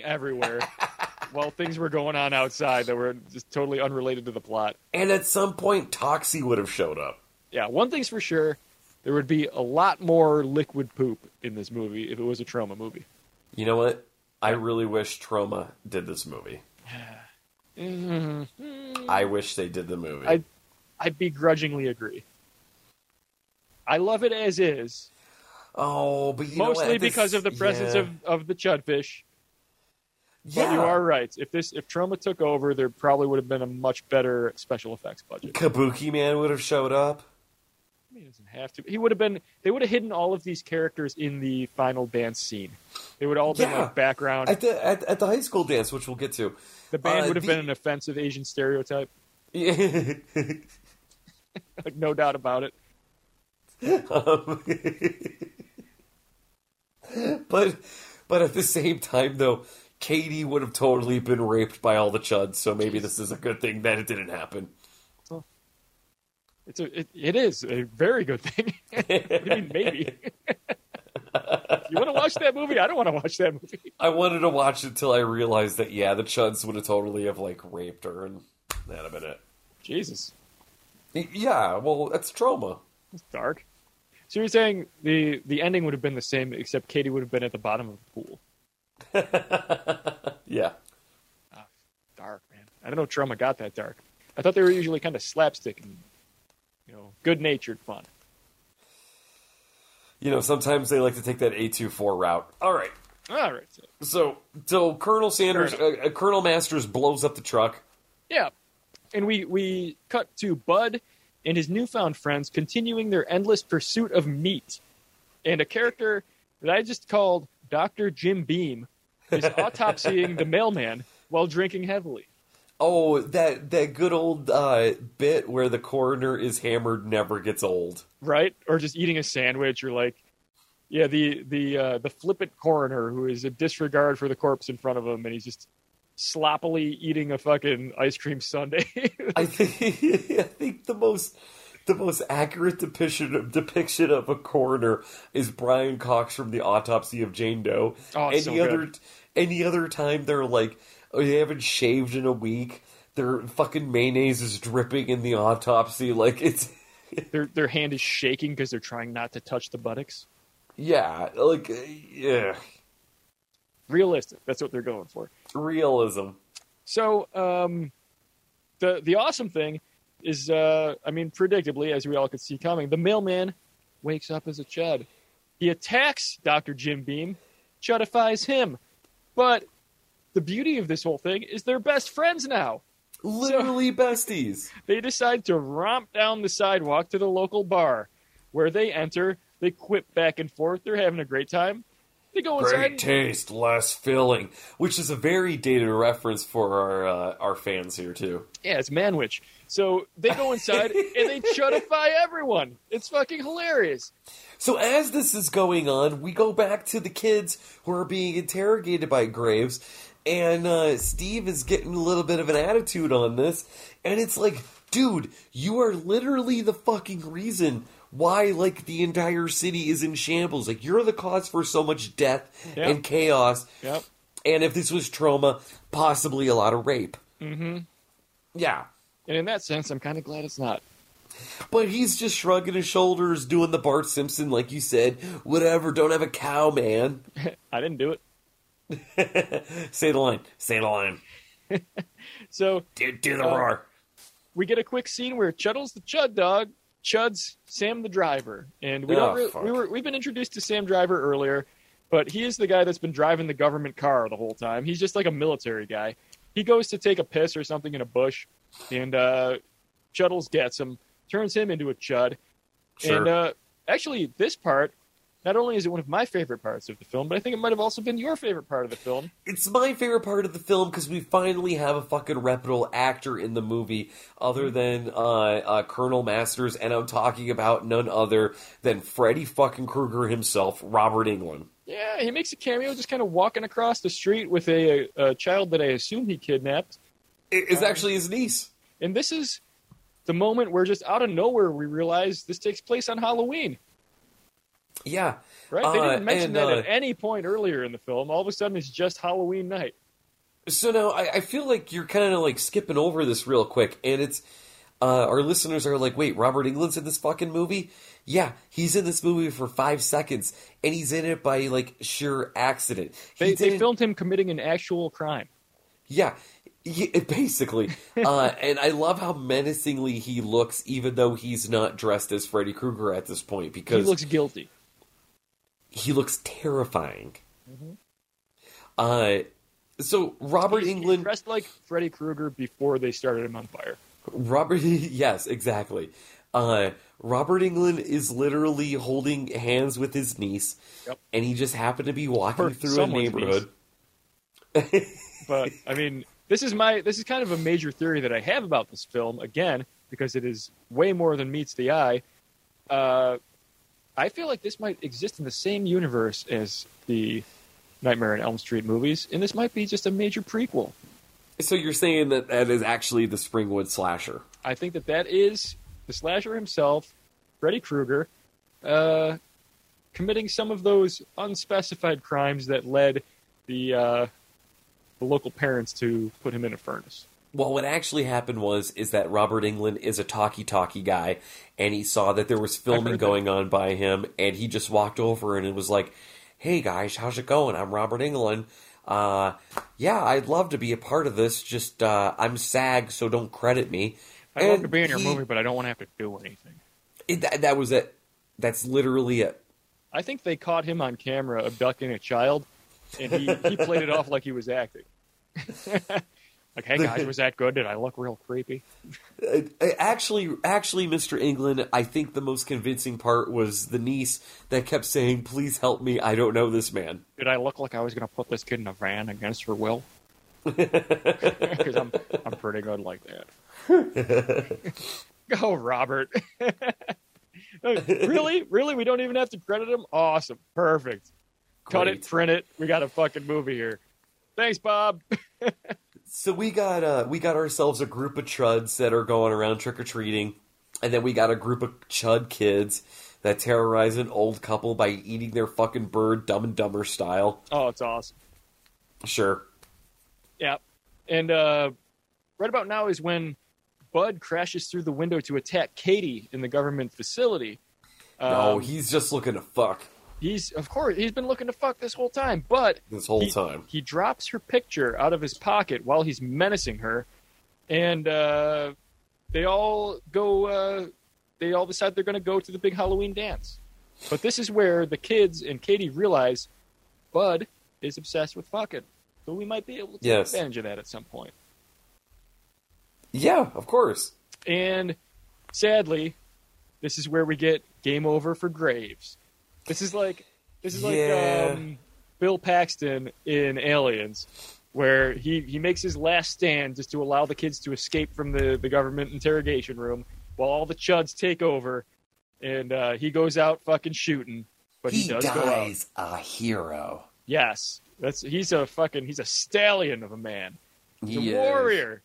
S4: everywhere, while things were going on outside that were just totally unrelated to the plot.
S3: And at some point, Toxie would have showed up.
S4: Yeah, one thing's for sure, there would be a lot more liquid poop in this movie if it was a trauma movie.
S3: You know what? I really wish Trauma did this movie. Mm-hmm. I wish they did the movie.
S4: I- I begrudgingly agree. I love it as is,
S3: oh, but you know what?
S4: mostly
S3: This-
S4: because of the presence
S3: yeah.
S4: of, of the chudfish.
S3: Yeah.
S4: But you are right. If this if trauma took over, there probably would have been a much better special effects budget.
S3: Kabuki Man would have showed up.
S4: I mean, He doesn't have to. He would have been. They would have hidden all of these characters in the final dance scene. They would all been
S3: Yeah.
S4: like background.
S3: At the at, at the high school dance, which we'll get to.
S4: the band
S3: uh,
S4: would have
S3: the-
S4: been an offensive Asian stereotype, like no doubt about it.
S3: Um, but but at the same time though, Katie would have totally been raped by all the chuds, so maybe this is a good thing that it didn't happen.
S4: It's a. It, it is a very good thing. what do you mean maybe? you want to watch that movie? I don't want to watch that movie.
S3: I wanted to watch it till I realized that yeah, the chuds would have totally have like raped her and that a minute.
S4: Jesus,
S3: Yeah, well that's trauma.
S4: it's dark. So you're saying the the ending would have been the same, except Katie would have been at the bottom of the pool.
S3: Yeah.
S4: dark, man. I don't know if trauma got that dark. I thought they were usually kind of slapstick and you know, good natured fun.
S3: You know, sometimes they like to take that A24 route. All right.
S4: All right. So,
S3: So, so Colonel Sanders, uh, uh, Colonel Masters blows up the truck.
S4: yeah. And we we cut to Bud and his newfound friends continuing their endless pursuit of meat. And a character that I just called Dr. Jim Beam is autopsying the mailman while drinking heavily.
S3: Oh, that that good old uh, bit where the coroner is hammered never gets old.
S4: right? Or just eating a sandwich, or like, yeah, the the uh, the flippant coroner who is a disregard for the corpse in front of him, and he's just sloppily eating a fucking ice cream sundae.
S3: I think I think the most the most accurate depiction of, depiction of a coroner is Brian Cox from the Autopsy of Jane Doe.
S4: Oh,
S3: any
S4: it's so
S3: other any other time they're like oh, they haven't shaved in a week. Their fucking mayonnaise is dripping in the autopsy. Like it's
S4: their their hand is shaking because they're trying not to touch the buttocks.
S3: yeah, like uh, yeah,
S4: Realistic. That's what they're going for.
S3: realism.
S4: So um, the the awesome thing is, uh, I mean, predictably, as we all could see coming, the mailman wakes up as a chud. He attacks Doctor Jim Beam, chudifies him, but the beauty of this whole thing is they're best friends now.
S3: Literally besties.
S4: They decide to romp down the sidewalk to the local bar, where they enter. They quip back and forth. They're having a great time. They go inside.
S3: Great taste, less filling, which is a very dated reference for our uh, our fans here too.
S4: Yeah, it's Manwich. So they go inside and they chudify everyone. It's fucking hilarious.
S3: So as this is going on, we go back to the kids who are being interrogated by Graves, and uh, Steve is getting a little bit of an attitude on this, and it's like, dude, you are literally the fucking reason why like the entire city is in shambles. Like you're the cause for so much death
S4: Yeah.
S3: and chaos.
S4: Yep.
S3: And if this was trauma, possibly a lot of rape. Mm-hmm. Yeah.
S4: And in that sense, I'm kind of glad it's not.
S3: But he's just shrugging his shoulders, doing the Bart Simpson, like you said, whatever, don't have a cow, man.
S4: I didn't do it.
S3: Say the line. Say the line.
S4: So
S3: Do, do the
S4: Oh.
S3: roar.
S4: we get a quick scene where Chuddle's the Chud dog, Chud's Sam the driver, and we
S3: Oh,
S4: don't. Really,
S3: fuck.
S4: we were we've been introduced to Sam Driver earlier, but he is the guy that's been driving the government car the whole time. He's just like a military guy. He goes to take a piss or something in a bush, and uh, Chuddles gets him, turns him into a Chud,
S3: Sure.
S4: and uh, actually this part. Not only is it one of my favorite parts of the film, but I think it might have also been your favorite part of the film.
S3: It's my favorite part of the film because we finally have a fucking reputable actor in the movie, other than uh, uh, Colonel Masters, and I'm talking about none other than Freddy fucking Krueger himself, Robert England.
S4: Yeah, he makes a cameo just kind of walking across the street with a, a child that I assume he kidnapped.
S3: It- It's actually his niece.
S4: And this is the moment where just out of nowhere we realize this takes place on Halloween.
S3: Yeah,
S4: Right? They
S3: Uh,
S4: didn't mention
S3: and,
S4: that
S3: uh,
S4: at any point earlier in the film. All of a sudden it's just Halloween night.
S3: So now I, I feel like you're kind of like skipping over this real quick, and it's uh, our listeners are like, wait, Robert England's in this fucking movie? Yeah, he's in this movie for five seconds, and he's in it by like sheer accident. He
S4: They, they
S3: didn't-
S4: filmed him committing an actual crime.
S3: yeah. He, basically, uh, and I love how menacingly he looks, even though he's not dressed as Freddy Krueger at this point,
S4: He
S3: because
S4: looks guilty.
S3: he looks terrifying.
S4: Mm-hmm.
S3: Uh, so Robert
S4: He's- he's
S3: England
S4: dressed like Freddy Krueger before they started him on fire.
S3: Robert, yes, exactly. Uh, Robert England is literally holding hands with his niece,
S4: Yep.
S3: and he just happened to be walking
S4: Or
S3: through a
S4: someone's
S3: neighborhood.
S4: But I mean, this is my this is kind of a major theory that I have about this film. Again, because it is way more than meets the eye. Uh, I feel like this might exist in the same universe as the Nightmare on Elm Street movies, and this might be just a major prequel.
S3: So you're saying that that is actually the Springwood slasher?
S4: I think that that is the slasher himself, Freddy Krueger, uh, committing some of those unspecified crimes that led the uh, the local parents to put him in a furnace.
S3: Well, what actually happened was is that Robert England is a talkie-talkie guy, and he saw that there was filming
S4: heard that.
S3: going on by him, and he just walked over and it was like, "Hey guys, how's it going? I'm Robert England. Uh, yeah, I'd love to be a part of this. Just uh, I'm SAG, so don't credit me."
S4: I'd love
S3: And
S4: to be in your
S3: he-
S4: movie, but I don't want to have to do anything.
S3: it- that, that was it. That's literally it.
S4: I think they caught him on camera abducting a child, and he, he played it off like he was acting. like, hey guys, was that good? Did I look real creepy?
S3: Uh, Actually, actually, Mr. England, I think the most convincing part was the niece that kept saying, "Please help me. I don't know this man."
S4: Did I look like I was going to put this kid in a van against her will? Because I'm, I'm pretty good like that. Go, Robert. really? Really? We don't even have to credit him? Awesome. Perfect. Cut
S3: Great.
S4: it, print it. We got a fucking movie here. Thanks, Bob.
S3: So we got uh, we got ourselves a group of chuds that are going around trick or treating, and then we got a group of chud kids that terrorize an old couple by eating their fucking bird, Dumb and Dumber style.
S4: Oh, it's awesome.
S3: Sure.
S4: Yeah. And uh, right about now is when Bud crashes through the window to attack Katie in the government facility.
S3: no,
S4: Um,
S3: he's just looking to fuck
S4: he's of course he's been looking to fuck this whole time, but
S3: this whole
S4: he,
S3: time.
S4: he drops her picture out of his pocket while he's menacing her, and uh, they all go. Uh, they all decide they're going to go to the big Halloween dance. But this is where the kids and Katie realize Bud is obsessed with fucking, so we might be able to take
S3: Yes.
S4: advantage of that at some point.
S3: Yeah, of course.
S4: And sadly, this is where we get game over for Graves. This is like this is like
S3: Yeah.
S4: um, Bill Paxton in Aliens, where he, he makes his last stand just to allow the kids to escape from the, the government interrogation room while all the chuds take over and uh, he goes out fucking shooting. But he, does go out.
S3: a hero.
S4: Yes. That's he's a fucking he's a stallion of a man. He's
S3: He
S4: a
S3: is.
S4: warrior.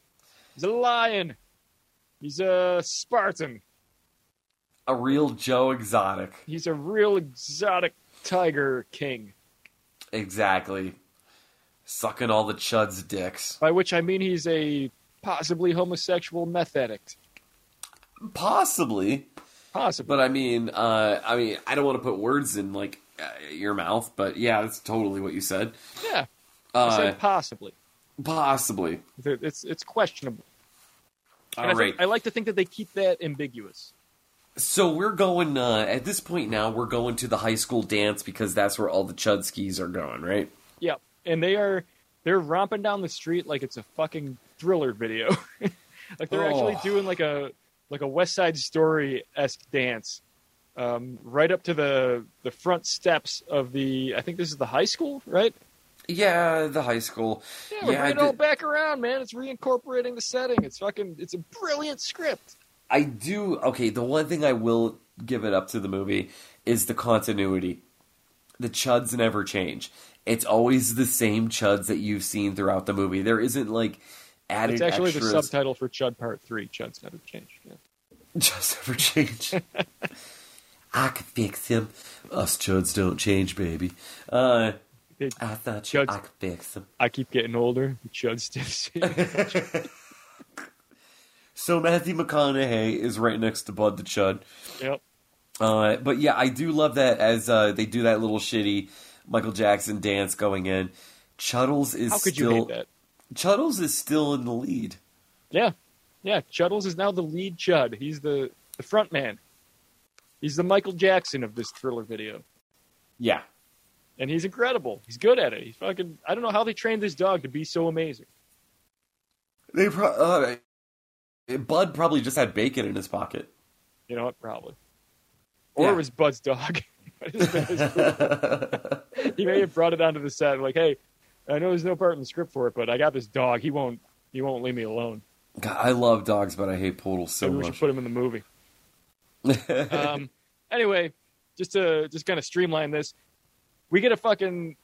S4: He's a lion. He's a Spartan.
S3: A real Joe Exotic.
S4: He's a real exotic tiger king,
S3: Exactly. Sucking all the chuds' dicks.
S4: by which I mean he's a possibly homosexual meth addict.
S3: Possibly,
S4: Possibly.
S3: but I mean, uh, I mean, I don't want to put words in like uh, your mouth, but yeah, that's totally what you said.
S4: yeah. I
S3: Uh,
S4: said possibly.
S3: possibly.
S4: It's it's questionable. And
S3: All
S4: I, think-
S3: right.
S4: I like to think that they keep that ambiguous.
S3: So we're going uh, at this point now. We're going to the high school dance because that's where all the Chudskis are going, right?
S4: Yep. And they are they're romping down the street like it's a fucking thriller video. like they're actually
S3: Oh.
S4: doing like a like a West Side Story esque dance. Um, right up to the the front steps of the I think this is the high school, right?
S3: Yeah, the high school.
S4: Yeah, we're
S3: Yeah, I
S4: bringing it all
S3: did-
S4: back around, man. It's reincorporating the setting. It's fucking it's a brilliant script.
S3: I do. Okay, the one thing I will give it up to the movie is the continuity. The chuds never change. It's always the same chuds that you've seen throughout the movie. There isn't like added
S4: It's actually
S3: extras.
S4: the subtitle for Chud Part Three. Chud's never changed. Yeah.
S3: Chuds never change. I could fix him. Us chuds don't change, baby. Uh,
S4: They-
S3: I thought
S4: Chuds-
S3: I could fix him.
S4: I keep getting older. Chud still.
S3: So Matthew McConaughey is right next to Bud the Chud.
S4: yep.
S3: Uh, but yeah, I do love that as uh, they do that little shitty Michael Jackson dance going in. Chuddles is
S4: How could you
S3: still
S4: hate that?
S3: Chuddles is still in the lead.
S4: Yeah, yeah. Chuddles is now the lead Chud. He's the the front man. He's the Michael Jackson of this thriller video,
S3: Yeah,
S4: and he's incredible. He's good at it. He's fucking. I don't know how they trained this dog to be so amazing.
S3: they pro- uh, Bud probably just had bacon in his pocket.
S4: You know what? Probably. Or
S3: Yeah.
S4: it was Bud's dog. he may have brought it onto the set. Like, hey, I know there's no part in the script for it, but I got this dog. He won't. He won't leave me alone.
S3: God, I love dogs, but I hate poodles so
S4: Maybe we
S3: much.
S4: should put him in the movie. um, anyway, just to just kind of streamline this, we get a fucking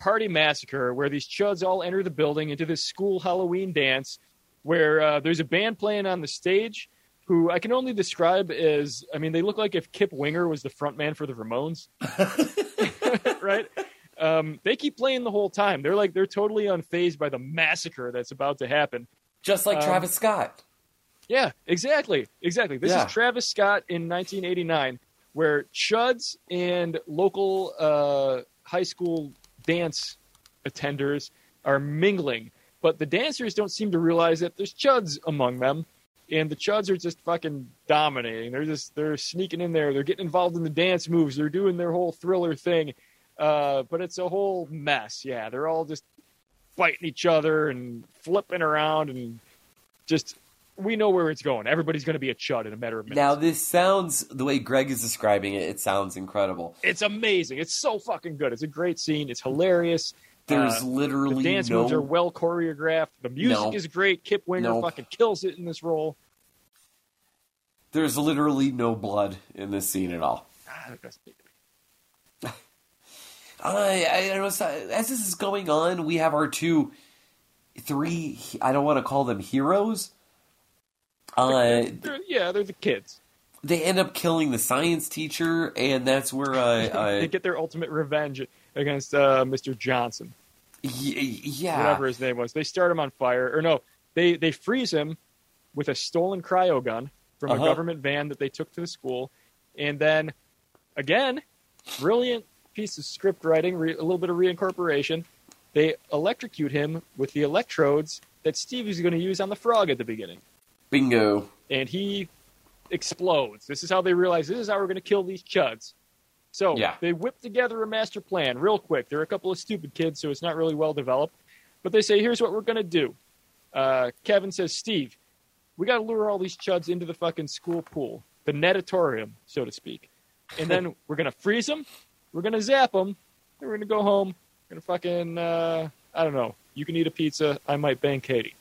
S4: party massacre where these chuds all enter the building into this school Halloween dance where uh, there's a band playing on the stage who I can only describe as I mean they look like if Kip Winger was the front man for the Ramones, right? Um, they keep playing the whole time. They're like they're totally unfazed by the massacre that's about to happen.
S3: just like
S4: um,
S3: Travis Scott.
S4: Yeah, exactly. Exactly. This
S3: Yeah.
S4: is Travis Scott in 1989, where chuds and local uh, high school dance attenders are mingling, but the dancers don't seem to realize that there's chuds among them, and the chuds are just fucking dominating. They're just they're sneaking in there. They're getting involved in the dance moves. They're doing their whole thriller thing, uh, but it's a whole mess. Yeah, they're all just biting each other and flipping around and just we know where it's going. Everybody's going to be a chud in a matter of minutes.
S3: Now this sounds the way Greg is describing it. It sounds incredible.
S4: it's amazing. It's so fucking good. It's a great scene. It's hilarious.
S3: There's
S4: Uh,
S3: literally
S4: the dance
S3: no
S4: moves are well choreographed. The music
S3: No.
S4: is great. Kip Winger
S3: No.
S4: fucking kills it in this role.
S3: there's literally no blood in this scene at all.
S4: Ah, that's-
S3: I, I, I was, as this is going on, we have our two, three. I don't want to call them heroes. Uh,
S4: they're- yeah, they're the kids.
S3: they end up killing the science teacher, and that's where
S4: They
S3: uh, uh,
S4: get their ultimate revenge against uh, Mr. Johnson,
S3: y- y- yeah,
S4: whatever his name was. They start him on fire, or no, they they freeze him with a stolen cryo gun from
S3: Uh-huh.
S4: a government van that they took to the school, and then again, brilliant piece of script writing, re- a little bit of reincorporation. They electrocute him with the electrodes that Steve is going to use on the frog at the beginning,
S3: bingo.
S4: and he explodes. This is how they realize this is how we're going to kill these chuds. So
S3: Yeah.
S4: they whip together a master plan real quick. They're a couple of stupid kids, so it's not really well developed. But they say, here's what we're going to do. Uh, Kevin says, Steve, we got to lure all these chuds into the fucking school pool, the netatorium, so to speak. And then we're going to freeze them, we're going to zap them, then we're going to go home, we're going to fucking, uh, I don't know. You can eat a pizza. I might bang Katie.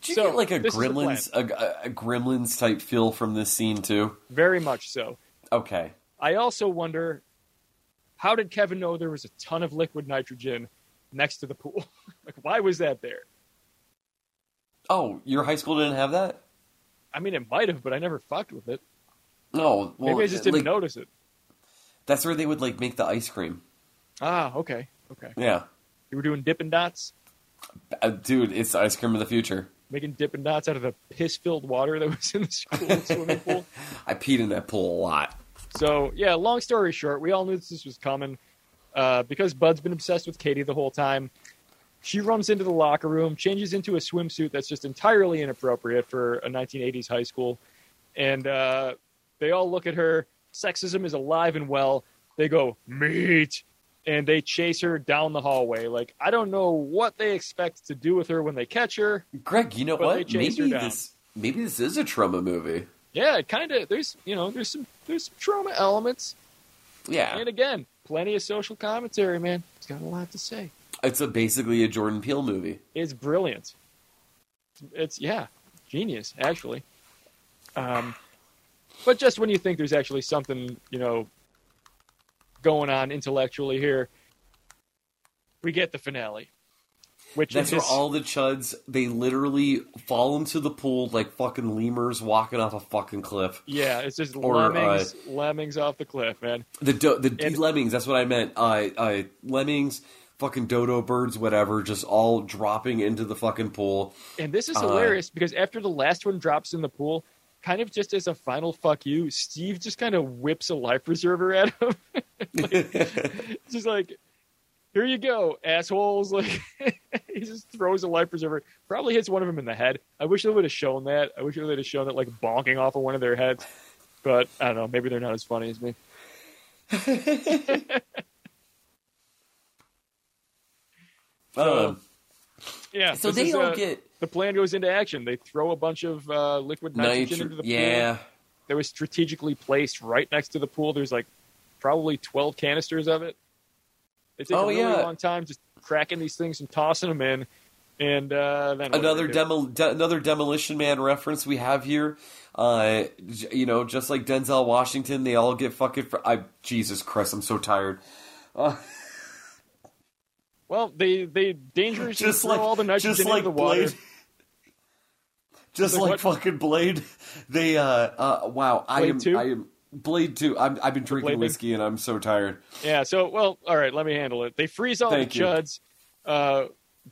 S3: Did you
S4: So,
S3: get like a
S4: this is the
S3: Gremlins, a, a Gremlins type feel from this scene too?
S4: Very much so.
S3: Okay,
S4: I also wonder how did Kevin know there was a ton of liquid nitrogen next to the pool? like, why was that there?
S3: Oh, your high school didn't have that?
S4: I mean, it might have, but I never fucked with it.
S3: No. Oh, Well,
S4: Maybe I just didn't
S3: like,
S4: notice it.
S3: That's where they would like make the ice cream.
S4: Ah, okay, okay.
S3: Yeah,
S4: You were doing dipping dots.
S3: uh, dude, it's ice cream of the future.
S4: making dipping dots out of the piss filled water that was in the school swimming pool.
S3: I peed in that pool a lot.
S4: So yeah, long story short, we all knew this was coming uh, because Bud's been obsessed with Katie the whole time. She runs into the locker room, changes into a swimsuit that's just entirely inappropriate for a 1980s high school, and uh, they all look at her. Sexism is alive and well. They go meet, and they chase her down the hallway. Like I don't know what they expect to do with her when they catch her.
S3: Greg, you know
S4: But they
S3: what?
S4: chased
S3: Maybe
S4: her down.
S3: this maybe this is a trauma movie.
S4: Yeah, it kind of. There's you know there's some there's some trauma elements,
S3: Yeah,
S4: and again, plenty of social commentary. Man, it's got a lot to say.
S3: it's a basically a Jordan Peele movie.
S4: is brilliant. It's yeah, genius actually. Um, but just when you think there's actually something you know going on intellectually here, we get the finale, which
S3: That's where
S4: is
S3: all the chuds they literally fall into the pool like fucking lemurs walking off a fucking cliff.
S4: yeah, it's just
S3: or, uh,
S4: lemmings, lemmings off the cliff, man.
S3: The do- the
S4: And-
S3: lemmings. That's what I meant. Uh, uh, lemmings, fucking dodo birds, whatever, just all dropping into the fucking pool.
S4: And this is
S3: Uh,
S4: hilarious because after the last one drops in the pool, kind of just as a final fuck you, Steve just kind of whips a life preserver at him. It's just like, here you go, assholes. Like he just throws a life preserver. Probably hits one of them in the head. I wish they would have shown that. I wish they would have shown that like bonking off of one of their heads. But I don't know. Maybe they're not as funny as me.
S3: um,
S4: Yeah.
S3: so
S4: this
S3: they
S4: is,
S3: all
S4: uh,
S3: get
S4: the plan goes into action. They throw a bunch of uh, liquid nitrogen into
S3: nitro.
S4: the pool.
S3: Yeah,
S4: that was strategically placed right next to the pool. There's like probably 12 canisters of it. It took
S3: Oh,
S4: a really
S3: yeah.
S4: long time just cracking these things and tossing them in. And uh, then what do
S3: another
S4: they do?
S3: demo, de- another demolition man reference we have here. Uh, j- you know, just like Denzel Washington, they all get fucking. Fr- I Jesus Christ, I'm so tired.
S4: Well, they they dangerously
S3: Just
S4: throw
S3: like
S4: all the nitrogen
S3: just like
S4: into the water.
S3: Blade. Just
S4: Like
S3: like,
S4: what?
S3: fucking Blade, they uh uh wow I
S4: Blade
S3: am
S4: two?
S3: I am Blade two I'm I've been drinking
S4: Blade Uh, thing?
S3: whiskey and I'm so tired.
S4: Yeah. So well, all right. Let me handle it. They freeze all
S3: Thank
S4: the
S3: you.
S4: chuds. Uh,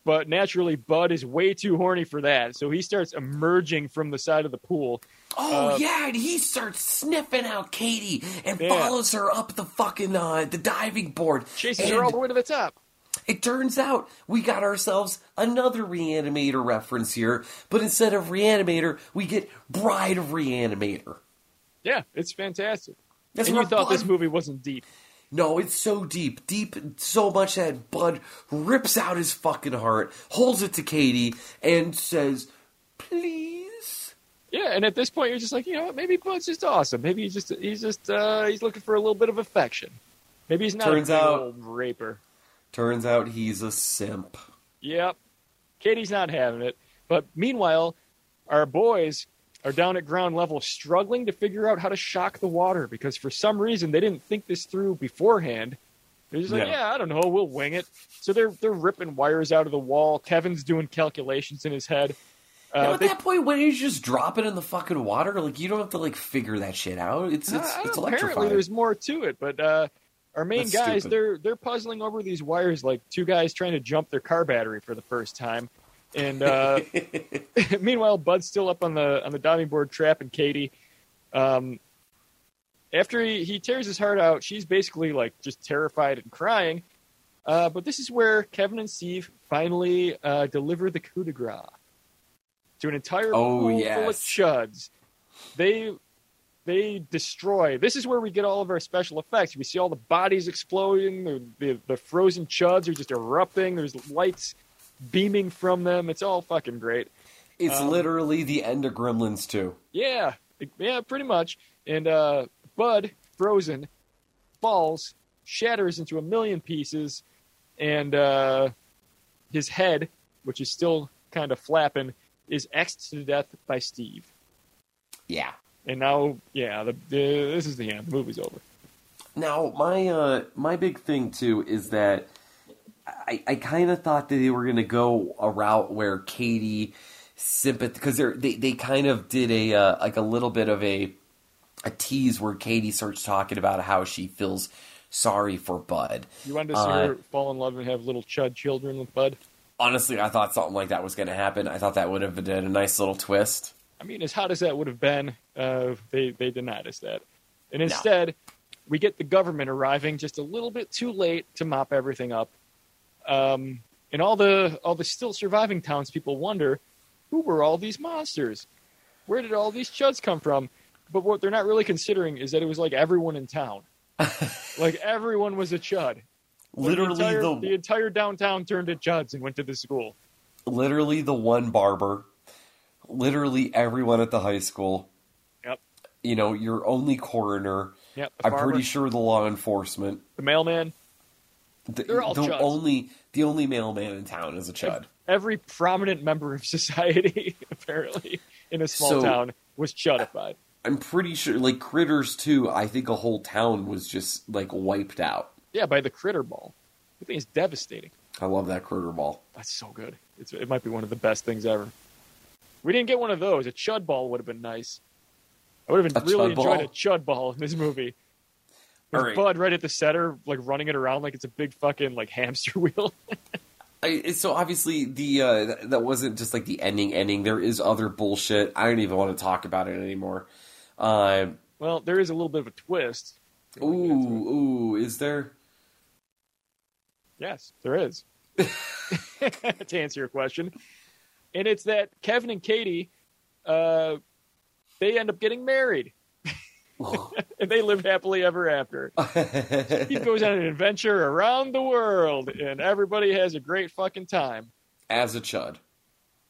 S4: but naturally, Bud is way too horny for that, so he starts emerging from the side of the pool.
S3: Oh
S4: Uh,
S3: yeah, and he starts sniffing out Katie and
S4: Yeah.
S3: follows her up the fucking uh, the diving board.
S4: Chases
S3: and
S4: her all the way to the top.
S3: It turns out we got ourselves another reanimator reference here, but instead of reanimator, we get Bride of Reanimator.
S4: Yeah, it's fantastic.
S3: That's
S4: and
S3: where
S4: you thought
S3: Bud-
S4: this movie wasn't deep.
S3: No, it's so deep, deep so much that Bud rips out his fucking heart, holds it to Katie, and says, "Please."
S4: Yeah, and at this point, you're just like, you know what? Maybe Bud's just awesome. Maybe he's just he's just uh, he's looking for a little bit of affection. Maybe he's not
S3: Turns
S4: a big
S3: out-
S4: old raper.
S3: Turns out he's a simp.
S4: Yep, Katie's not having it. But meanwhile, our boys are down at ground level, struggling to figure out how to shock the water because for some reason they didn't think this through beforehand. They're just like,
S3: Yeah.
S4: yeah, I don't know, we'll wing it. So they're they're ripping wires out of the wall. Kevin's doing calculations in his head. Uh,
S3: now, at
S4: they-
S3: that point, when you just drop it in the fucking water, like you don't have to like figure that shit out. It's it's
S4: Uh,
S3: it's
S4: apparently
S3: electrifying.
S4: there's more to it, but uh, our main
S3: That's
S4: guys
S3: stupid.
S4: they're they're puzzling over these wires like two guys trying to jump their car battery for the first time. And uh, meanwhile, Bud's still up on the on the diving board trapping Katie. Um, after he, he tears his heart out, she's basically like just terrified and crying. Uh, but this is where Kevin and Steve finally uh, deliver the coup de grace to an entire
S3: Oh,
S4: pool full of
S3: yes.
S4: chuds. They they destroy. This is where we get all of our special effects. We see all the bodies exploding. The the, the frozen chuds are just erupting. There's lights beaming from them. It's all fucking great.
S3: It's
S4: Um,
S3: literally the end of Gremlins 2.
S4: Yeah, yeah, pretty much. And uh, Bud, frozen, falls, shatters into a million pieces, and uh, his head, which is still kind of flapping, is x to death by Steve.
S3: Yeah.
S4: And now, yeah, the, the, this is the end. The movie's over.
S3: Now my uh my big thing too is that I, I kind of thought that they were gonna go a route where Katie sympathy because they're they, they kind of did a uh, like a little bit of a a tease where Katie starts talking about how she feels sorry for Bud.
S4: You wanted to see
S3: Uh,
S4: her fall in love and have little chud children with Bud?
S3: honestly, I thought something like that was going to happen. I thought that would have did a nice little twist.
S4: I mean, as hot as that would have been, uh, they they denied us that, and instead, we get the government arriving just a little bit too late to mop everything up, um, and all the all the still surviving townspeople wonder who were all these monsters, where did all these chuds come from? But what they're not really considering is that it was like everyone in town, like everyone was a chud. Like,
S3: Literally
S4: the entire,
S3: the
S4: the entire downtown turned to chuds and went to the school.
S3: literally the one barber, literally everyone at the high school.
S4: Yep.
S3: You know, your only coroner.
S4: Yep, the
S3: I'm
S4: farmer,
S3: pretty sure the law enforcement.
S4: the mailman.
S3: The,
S4: They're all
S3: the
S4: chuds.
S3: only the only mailman in town is a chud.
S4: every prominent member of society apparently in a small
S3: So-
S4: town was chudified.
S3: I'm pretty sure, like critters too. I think a whole town was just like wiped out.
S4: Yeah, by the critter ball. The thing is devastating.
S3: I love that critter ball.
S4: That's so good. It's, it might be one of the best things ever. We didn't get one of those. A chud ball would have been nice. I would have been
S3: A
S4: really
S3: chud ball?
S4: enjoyed a chud ball in this movie. With
S3: All right.
S4: Bud right at the center, like running it around like it's a big fucking like hamster wheel.
S3: I, so obviously the uh, th- that wasn't just like the ending ending. There is other bullshit. I don't even want to talk about it anymore. Uh,
S4: well, there is a little bit of a twist.
S3: ooh, ooh, is there?
S4: Yes, there is. to answer your question, and it's that Kevin and Katie, uh, they end up getting married, and they live happily ever after. he goes on an adventure around the world, and everybody has a great fucking time.
S3: As a chud.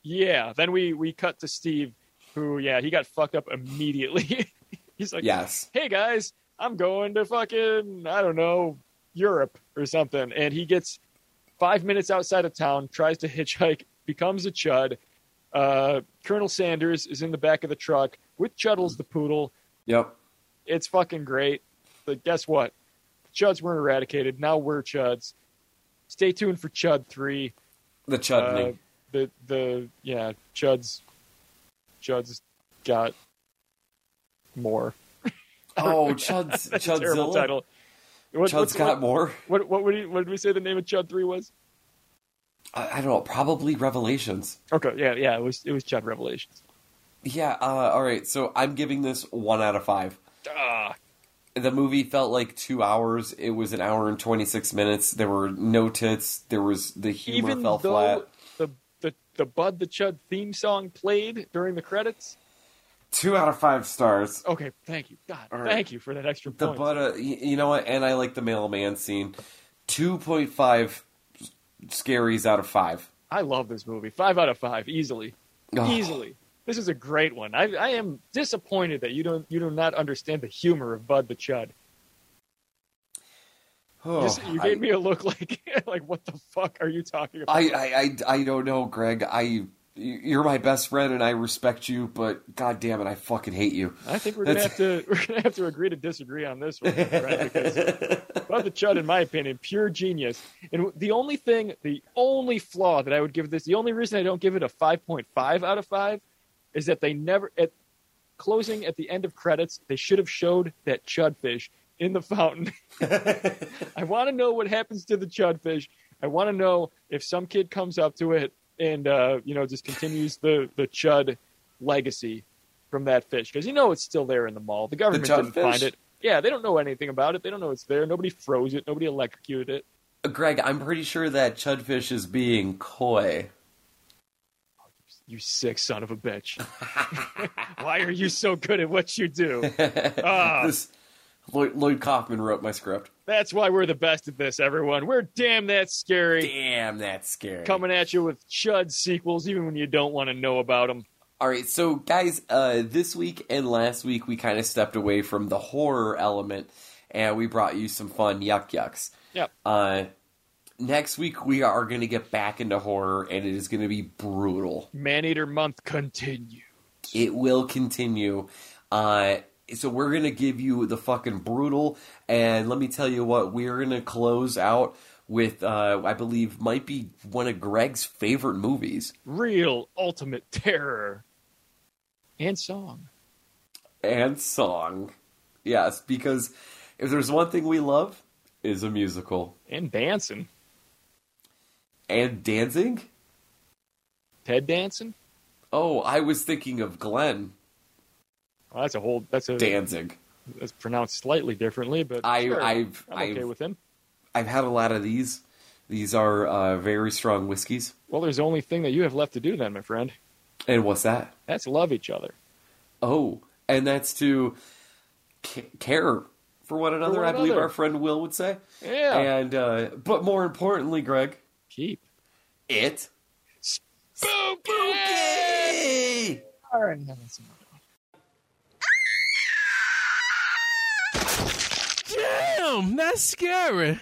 S4: Yeah. Then we we cut to Steve, who yeah he got fucked up immediately. He's like,
S3: Yes.
S4: hey guys, I'm going to fucking, I don't know, Europe or something. And he gets five minutes outside of town, tries to hitchhike, becomes a chud. Uh, Colonel Sanders is in the back of the truck with Chuddles the poodle.
S3: Yep.
S4: It's fucking great. But guess what? Chuds weren't eradicated. Now we're chuds. Stay tuned for Chud 3.
S3: The
S4: Uh,
S3: chudning.
S4: the, the, yeah, Chuds, Chuds got more.
S3: oh, Chud's
S4: That's a terrible
S3: Chudzilla.
S4: title. What,
S3: Chud's
S4: what's-
S3: got
S4: what,
S3: more.
S4: What what would he, what did we say the name of Chud Three was?
S3: I, I don't know. Probably Revelations.
S4: Okay, yeah, yeah, it was it was Chud Revelations.
S3: Yeah. Uh, all right. So I'm giving this one out of five.
S4: Ah,
S3: The movie felt like two hours. It was an hour and twenty six minutes. There were no tits. There was the humor
S4: even though
S3: fell flat.
S4: the the the Bud the Chud theme song played during the credits.
S3: Two out of five stars.
S4: Okay, thank you, God,
S3: All right.
S4: thank you for that extra
S3: The
S4: point.
S3: but uh, y- you know what? And I like the mailman scene. Two point five scaries out of five.
S4: I love this movie. Five out of five, easily,
S3: Oh.
S4: easily. This is a great one. I I am disappointed that you don't you do not understand the humor of Bud the Chud.
S3: Oh,
S4: you, s- you
S3: I-
S4: gave me a look like like what the fuck are you talking about?
S3: I, I, I, I don't know, Greg. I, you're my best friend, and I respect you, but god damn it, I fucking hate you.
S4: I think we're gonna
S3: That's-
S4: have to we're gonna have to agree to disagree on this one, right? Because Bud the Chud, in my opinion, pure genius. And the only thing, the only flaw that I would give this, the only reason I don't give it a five point five out of five, is that they never at closing at the end of credits they should have showed that Chud fish in the fountain. I want to know what happens to the Chud fish. I want to know if some kid comes up to it and uh, you know just continues the the Chud legacy from that fish because you know it's still there in the mall. The government
S3: chud
S4: didn't find
S3: fish?
S4: it. Yeah, they don't know anything about it. They don't know it's there. Nobody froze it. Nobody electrocuted it.
S3: Greg, I'm pretty sure that Chudfish is being coy.
S4: You sick son of a bitch. Why are you so good at what you do? Ah,
S3: This Lloyd, Lloyd Kaufman wrote my script.
S4: that's why we're the best at this, everyone. We're damn that scary.
S3: Damn, that's scary.
S4: Coming at you with chud sequels, even when you don't want to know about them.
S3: All right, so guys, uh, this week and last week we kind of stepped away from the horror element, and we brought you some fun yuck yucks.
S4: Yep.
S3: Uh, next week we are going to get back into horror, and it is going to be brutal.
S4: Man Eater Month continue.
S3: It will continue. Uh, so we're gonna give you the fucking brutal, and let me tell you what we're gonna close out with. Uh, I believe might be one of Greg's favorite movies,
S4: Real ultimate terror. And song.
S3: and song. Yes, because if there's one thing we love is a musical
S4: And dancing.
S3: and dancing.
S4: Ted Danson.
S3: Oh, I was thinking of Glenn
S4: Well, that's a whole. That's a
S3: Danzig.
S4: that's pronounced slightly differently, but
S3: I-
S4: sure,
S3: I've-
S4: I'm okay
S3: I've-
S4: with him.
S3: I've had a lot of these. These are uh, very strong whiskeys.
S4: Well, there's only thing that you have left to do then, my friend.
S3: And what's that?
S4: That's love each other.
S3: Oh, and that's to c- care for one another.
S4: one
S3: I believe
S4: another.
S3: our friend Will would say.
S4: Yeah.
S3: And uh, but more importantly, Greg,
S4: Keep.
S3: it.
S4: All right. now that's enough.
S1: Damn, that's scary.